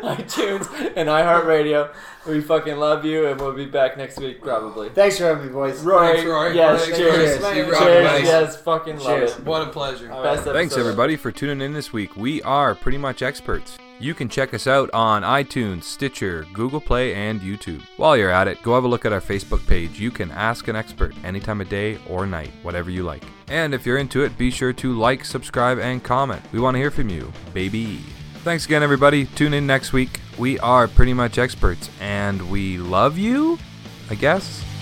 [SPEAKER 3] iTunes, and iHeartRadio. We fucking love you, and we'll be back next week, probably.
[SPEAKER 1] Thanks for having me, boys.
[SPEAKER 2] Thanks, Roy.
[SPEAKER 3] Yes,
[SPEAKER 2] Thanks,
[SPEAKER 3] cheers.
[SPEAKER 2] Roy. See you,
[SPEAKER 1] Cheers.
[SPEAKER 2] Rocky
[SPEAKER 3] Cheers.
[SPEAKER 2] buddy.
[SPEAKER 3] Yes, fucking love
[SPEAKER 1] Cheers.
[SPEAKER 3] it.
[SPEAKER 2] What a pleasure.
[SPEAKER 3] Best
[SPEAKER 6] Thanks
[SPEAKER 3] episode.
[SPEAKER 6] everybody for tuning in this week. We are pretty much experts. You can check us out on iTunes, Stitcher, Google Play, and YouTube. While you're at it, go have a look at our Facebook page. You can ask an expert any time of day or night, whatever you like. And if you're into it, be sure to like, subscribe, and comment. We want to hear from you, baby. E. Thanks again, everybody. Tune in next week. We are pretty much experts, and we love you, I guess.